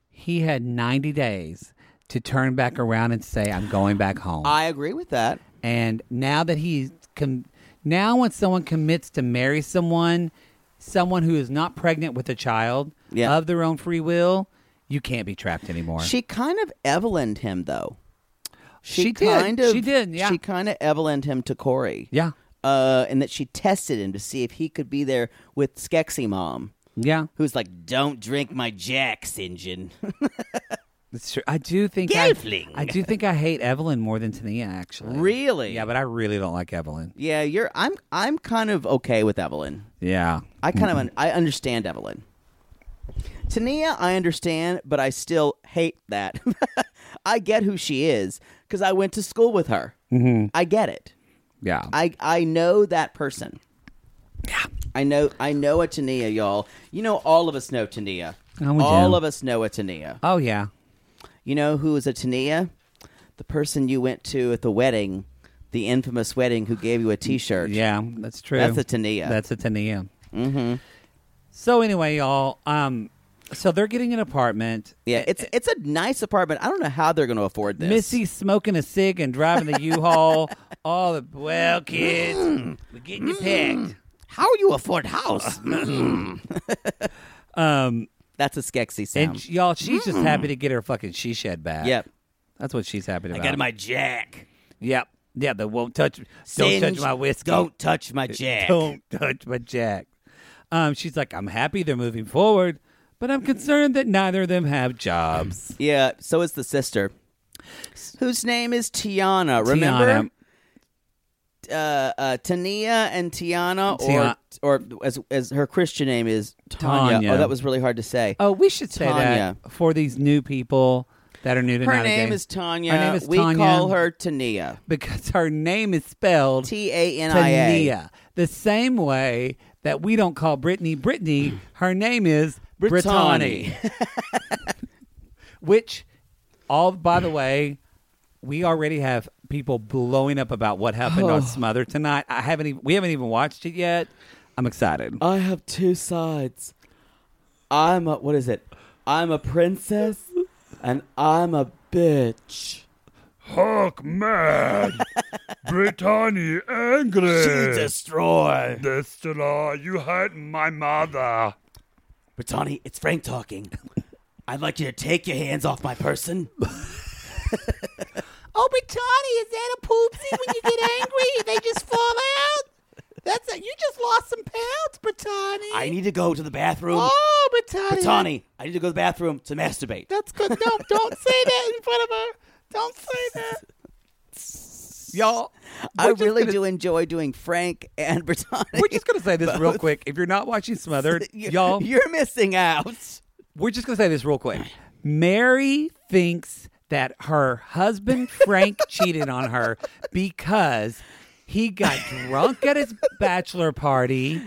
S5: he had 90 days to turn back around and say, "I'm going back home."
S11: I agree with that.
S5: and now that he's com- now when someone commits to marry someone, someone who is not pregnant with a child
S11: Yeah.
S5: of their own free will, you can't be trapped anymore.
S11: She kind of Evelyned him though.
S5: She did.
S11: kind of
S5: She did, yeah.
S11: She kind of Evelyned him to Corey.
S5: yeah,
S11: Uh, and that she tested him to see if he could be there with Skexy Mom,
S5: yeah.
S11: who's like, "Don't drink my Jack, Sinjin."
S5: That's true. I do think
S11: Gelfling.
S5: I, I do think I hate Evelyn more than Tania actually.
S11: Really?
S5: Yeah, but I really don't like Evelyn.
S11: yeah, you're. I'm. I'm kind of okay with Evelyn.
S5: Yeah.
S11: I kind
S5: Mm-hmm.
S11: of. Un- I understand Evelyn. Tania, I understand, but I still hate that. I get who she is because I went to school with her. Mm-hmm. I get it.
S5: Yeah.
S11: I I know that person. I know I know a Tania, y'all. You know all of us know Tania.
S5: Oh, we
S11: all
S5: do.
S11: of us know a Tania.
S5: oh yeah.
S11: You know who is a Tania? The person you went to at the wedding, the infamous wedding who gave you a t shirt.
S5: Yeah, that's true.
S11: That's a Tania.
S5: That's a Tania. Mm-hmm. So anyway, y'all, um so they're getting an apartment.
S11: Yeah, it's it's a nice apartment. I don't know how they're gonna afford this.
S5: Missy's smoking a cig and driving the U-Haul. All the well, kids,
S11: Mm.
S5: we're getting you pegged.
S11: How you afford house?
S5: Um,
S11: That's a skexy sound.
S5: and y'all, she's just happy to get her fucking she shed back.
S11: Mm. yep.
S5: that's what she's happy about.
S11: jack.
S5: Yep. Yeah, they won't touch. Don't touch
S11: Singe,
S5: my whiskey. Uh,
S11: Don't touch my jack.
S5: Don't touch my jack. Um, she's like, I'm happy they're moving forward, but I'm concerned that neither of them have jobs.
S11: Yeah, so is the sister. Whose name is Tiana. Remember?
S5: Tiana.
S11: Uh, uh, Tania and Tiana,
S5: Tiana.
S11: or or as as her Christian name is Tanya.
S5: Tanya.
S11: Oh, that was really hard to say.
S5: Oh, we should say
S11: Tanya.
S5: that for these new people that are new to
S11: her
S5: Not a
S11: name
S5: Game.
S11: is Tanya.
S5: Her name is
S11: we
S5: Tanya.
S11: call her Tania.
S5: because her name is spelled
S11: T A N I A.
S5: Tania. The same way that we don't call Brittany Brittany, her name is
S11: Brittany.
S5: Brittany. Which, all by the way, we already have people blowing up about what happened on Smother tonight. I haven't even we haven't even watched it yet. I'm excited.
S11: I have two sides. I'm a what is it? I'm a princess, and I'm a bitch.
S15: Hawk mad. Brittany angry.
S11: destroy.
S15: Destroy, you hurt my mother.
S3: Brittany, it's Frank talking. I'd like you to take your hands off my person.
S5: Oh, Brittany, is that a poopsie when you get angry? They just fall out. That's it. You just lost some pounds, Brittany.
S3: I need to go to the bathroom.
S5: Oh, Brittany.
S3: Brittany, I need to go to the bathroom to masturbate.
S5: That's good. No, don't say that in front of her. Don't say that. Y'all,
S11: I
S5: we're just
S11: really
S5: gonna-
S11: do enjoy doing Frank and Brittany.
S5: We're just gonna say this real quick. If you're not watching Smothered,
S11: You're-
S5: y'all,
S11: you're missing out.
S5: we're just gonna say this real quick. Mary thinks that her husband Frank cheated on her because he got drunk at his bachelor party.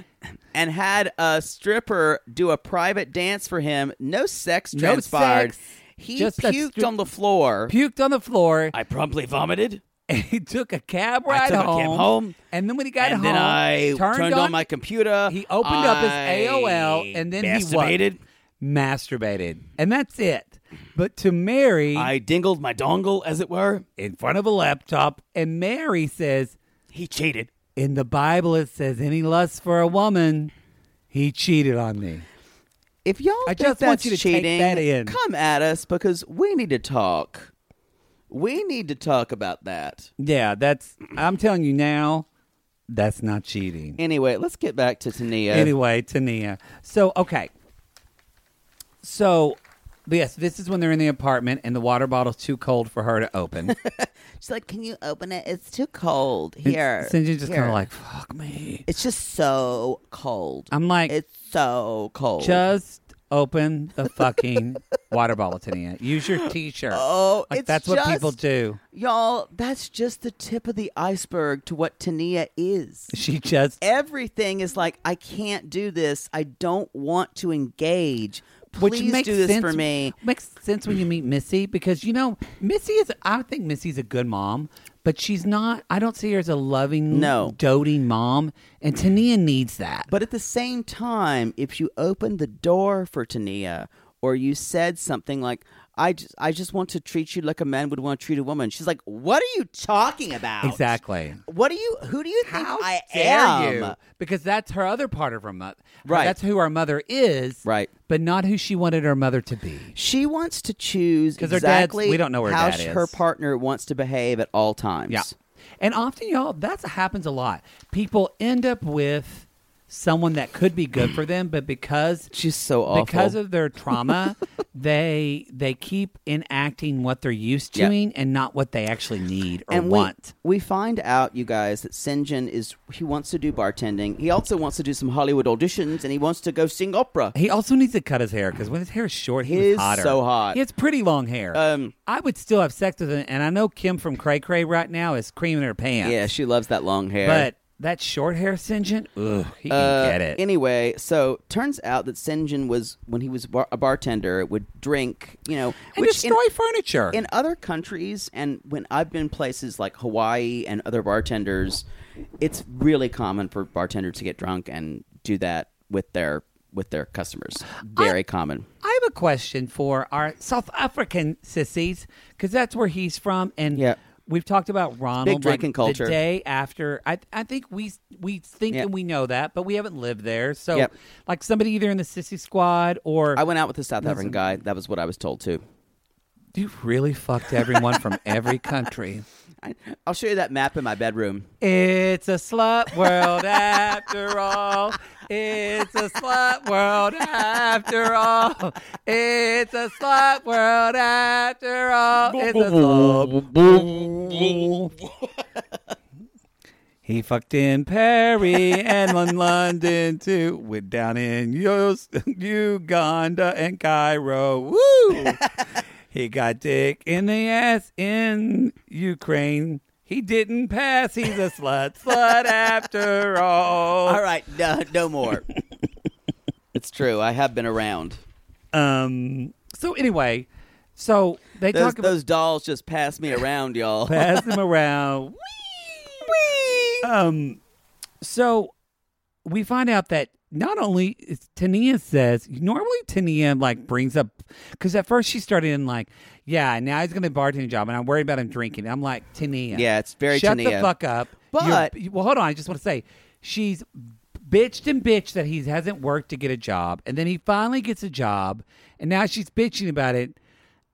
S11: and had a stripper do a private dance for him. No sex
S5: No
S11: transpired.
S5: sex,
S11: he
S5: just a
S11: puked
S5: stri-
S11: on the floor.
S5: puked on the floor
S3: I promptly vomited.
S5: and he took a cab ride
S11: took a cab
S5: home,
S11: home,
S5: And then when he got
S11: and
S5: home,
S11: then I
S5: turned,
S11: turned on my computer.
S5: He opened up his
S11: I
S5: AOL, and then
S11: masturbated.
S5: he what? masturbated, and that's it. But to Mary,
S11: I dingled my dongle, as it were,
S5: in front of a laptop, and Mary says
S11: he cheated.
S5: In the Bible, it says any lust for a woman, he cheated on me.
S11: If y'all
S5: I
S11: think
S5: just
S11: that's
S5: want you to take
S11: cheating,
S5: that in.
S11: come at us because we need to talk. We need to talk about that.
S5: Yeah, that's. I'm telling you now, that's not cheating.
S11: Anyway, let's get back to Tania.
S5: Anyway, Tania. So okay. So, yes, this is when they're in the apartment and the water bottle's too cold for her to open.
S11: She's like, "Can you open it? It's too cold here."
S5: And Cindy's just
S11: Here.
S5: kind of like, "Fuck me."
S11: "It's just so cold."
S5: I'm like,
S11: "It's so cold."
S5: Just open the fucking water bottle, Tania. Use your T-shirt.
S11: Oh,
S5: like,
S11: it's
S5: that's what people
S11: just-
S5: do.
S11: Y'all, that's just the tip of the iceberg to what Tania is.
S5: She just
S11: Everything is like, I can't do this. I don't want to engage.
S5: Which
S11: Please
S5: makes
S11: do this
S5: sense,
S11: for me.
S5: Makes sense when you meet Missy because you know Missy is. I think Missy's a good mom, but she's not. I don't see her as a loving,
S11: No.
S5: doting mom. And Tania needs that.
S11: But at the same time, if you opened the door for Tania or you said something like, I just, I just want to treat you like a man would want to treat a woman. She's like, What are you talking about?
S5: Exactly.
S11: What do you, who do you think I
S5: Dare
S11: am?
S5: you? Because that's her other part of her mother.
S11: Right.
S5: That's who our mother is.
S11: Right.
S5: But not who she wanted her mother to be.
S11: She wants to choose
S5: 'Cause her dad's-
S11: exactly
S5: we don't know where her
S11: how
S5: dad is.
S11: her partner wants to behave at all times.
S5: Yeah. And often, y'all, that happens a lot. People end up with someone that could be good for them, but because
S11: She's so awful.
S5: because of their trauma, they they keep enacting what they're used to
S11: Yeah.
S5: doing and not what they actually need or
S11: and we-
S5: want.
S11: We, find out, you guys, that Sinjin is he wants to do bartending. He also wants to do some Hollywood auditions and he wants to go sing opera.
S5: He also needs to cut his hair because when his hair is short, he
S11: He
S5: was
S11: is
S5: hotter.
S11: so hot.
S5: He has pretty long hair.
S11: Um,
S5: I would still have sex with him, and I know Kim from Cray Cray right now is creaming her pants.
S11: Yeah, she loves that long hair.
S5: but that short hair, Sinjin, ugh, he
S11: Uh,
S5: can get it.
S11: Anyway, so turns out that Sinjin was when he was bar- a bartender would drink, you know,
S5: And destroy furniture.
S11: in other countries. And when I've been places like Hawaii and other bartenders, it's really common for bartenders to get drunk and do that with their with their customers. Very common.
S5: I have a question for our South African sissies because that's where he's from, and
S11: Yeah.
S5: we've talked about Ronald like,
S11: drinking culture.
S5: The day after, I I think we we think
S11: Yeah.
S5: and we know that, but we haven't lived there. So,
S11: Yep.
S5: like somebody either in the sissy squad or
S11: I went out with a South African guy. That was what I was told too.
S5: you really fucked everyone from every country.
S11: I, I'll show you that map in my bedroom.
S5: It's a slut world after all. It's a slut world after all. It's a slut world after all. It's a slut. he fucked in Perry and in London too. Went down in Yos- Uganda and Cairo. Woo! He got dick in the ass in Ukraine. He didn't pass. He's a slut, slut after all.
S11: All right, no, no more. it's true. I have been around.
S5: Um. So anyway, so they
S11: Those,
S5: talk about
S11: those dolls just pass me around, y'all.
S5: pass them around. Whee! Um. So we find out that not only is Tania says normally Tania like brings up because at first she started in like yeah now he's gonna bartend job and I'm worried about him drinking. I'm like Tania.
S11: Yeah, it's very
S5: shut the
S11: Tania.
S5: fuck up.
S11: But-
S5: You're- well, hold on. I just want to say she's bitched and bitched that he hasn't worked to get a job, and then he finally gets a job, and now she's bitching about it,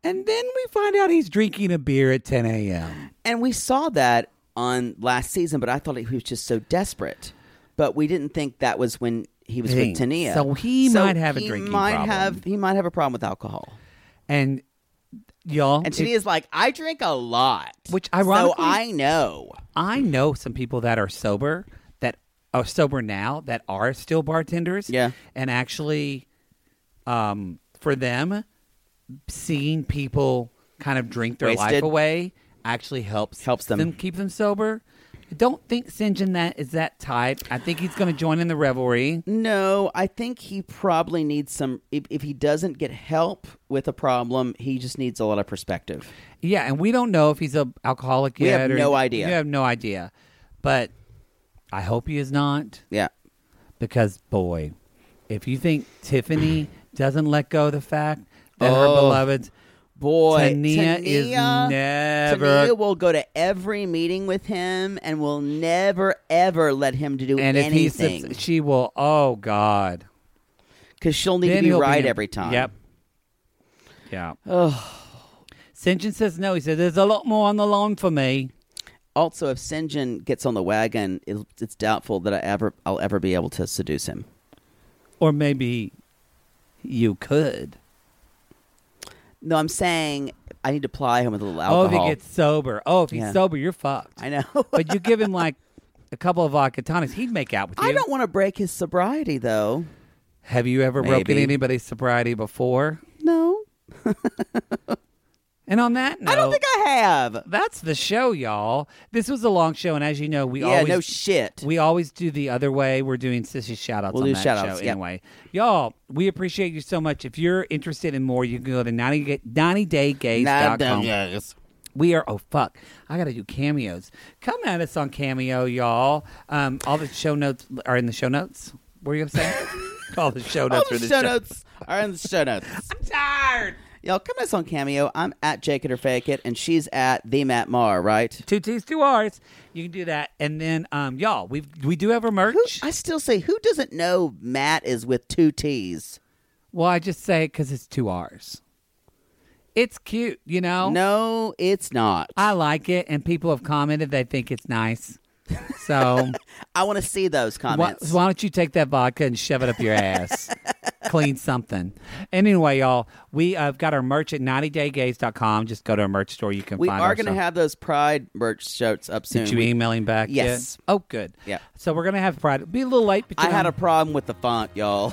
S5: and then we find out he's drinking a beer at 10 a.m.
S11: And we saw that on last season, but I thought he was just so desperate. But we didn't think that was when he was
S5: Thing.
S11: with Tania.
S5: So he might have a drinking
S11: might
S5: problem.
S11: Have, he might have a problem with alcohol.
S5: And y'all,
S11: And
S5: it-
S11: Tania's like, I drink a lot.
S5: Which
S11: So
S5: ironically-
S11: I know.
S5: I know some people that are sober that are sober now that are still bartenders.
S11: Yeah.
S5: And actually um for them seeing people kind of drink their life
S11: Wasted.
S5: away actually helps
S11: Helps them.
S5: keep them sober. I don't think Sinjin that is that type. I think he's going to join in the revelry.
S11: No, I think he probably needs some. If, if he doesn't get help with a problem, he just needs a lot of perspective.
S5: Yeah, and we don't know if he's a alcoholic
S11: We
S5: yet.
S11: have
S5: or-
S11: no idea.
S5: You have no idea. But I hope he is not.
S11: Yeah.
S5: Because boy, if you think Tiffany doesn't let go of the fact that her
S11: Oh,
S5: beloveds
S11: boy
S5: Tania, is
S11: Tania-
S5: never
S11: Tania will go to every meeting with him and will never ever let him to do
S5: and if he
S11: anything
S5: subs- she will oh god.
S11: Cuz she'll need to be right every time.
S5: Yep. Yeah. Sinjin says no. He said, "There's a lot more on the line for me."
S11: Also, if Sinjin gets on the wagon, it, it's doubtful that I ever I'll ever be able to seduce him.
S5: Or maybe you could.
S11: No, I'm saying I need to ply him with a little
S5: Oh, if
S11: alcohol.
S5: he gets sober. Oh, if he's
S11: Yeah.
S5: sober, you're fucked. I
S11: know.
S5: but you give him like a couple of vodka tonics, he'd make out with you.
S11: I don't want to break his sobriety though.
S5: Have you ever broken
S11: Maybe.
S5: anybody's sobriety before?
S11: No.
S5: And on that note, I don't think
S11: I have.
S5: That's the show, y'all. This was a long show, and as you know, we
S11: Yeah,
S5: always
S11: no shit.
S5: We always do the other way. We're doing sissy shout outs
S11: We'll
S5: on
S11: do
S5: that
S11: shout-outs,
S5: show
S11: yep.
S5: anyway. Y'all, we appreciate you so much. If you're interested in more, you can go to 90, ga- 90daygays.com. We are oh fuck! I gotta do cameos. Come at us on Cameo, y'all. Um, all the show notes are in the show notes. What are you saying? all the show notes
S11: All
S5: are in
S11: the
S5: the
S11: show notes are in the show notes. I'm
S5: tired.
S11: Y'all come us on Cameo. I'm at Jake It or Fake It, and she's at the Matt Marr, right?
S5: Two T's, two R's. You can do that, and then um, y'all, we we do have our merch.
S11: I still say, who doesn't know Matt is with two T's?
S5: Well, I just say because it's two R's. It's cute, you know.
S11: No, it's not.
S5: I like it, and people have commented they think it's nice. So
S11: I want to see those
S5: why,
S11: comments.
S5: why don't you take that vodka and shove it up your ass? Clean something. Anyway, y'all, we uh, have got our merch at 90daygaze.com. Just go to our merch store. You can
S11: we
S5: find
S11: are
S5: going
S11: going to have those Pride merch shirts up soon.
S5: Did you
S11: We-
S5: email him back? yet?
S11: Yes.
S5: Oh, good.
S11: Yeah.
S5: So we're going to have Friday. Be a little late, but you
S11: I had
S5: know,
S11: a problem with the font, y'all.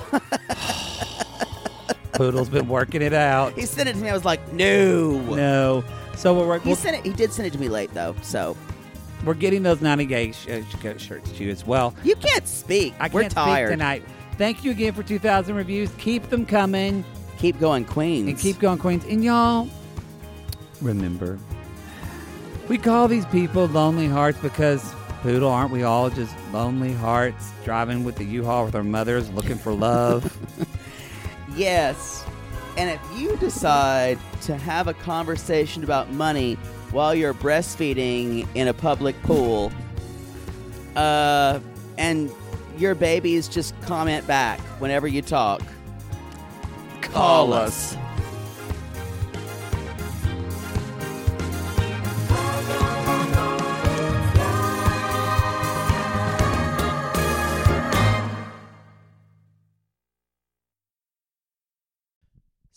S5: Poodle's been working it out.
S11: he sent it to me. I was like, no.
S5: No. So we're,
S11: He sent it. He did send it to me late though. So
S5: we're getting those 90 gay sh- uh, sh- shirts to you as well.
S11: you can't speak.
S5: I can't
S11: We're
S5: speak
S11: tired
S5: tonight. Thank you again for 2,000 reviews. Keep them coming.
S11: Keep going, Queens.
S5: And keep going, Queens. And y'all, remember, we call these people lonely hearts because, poodle, aren't we all just lonely hearts driving with the U-Haul with our mothers looking for love?
S11: Yes. And if you decide to have a conversation about money while you're breastfeeding in a public pool, uh, and your babies just comment back whenever you talk, call us.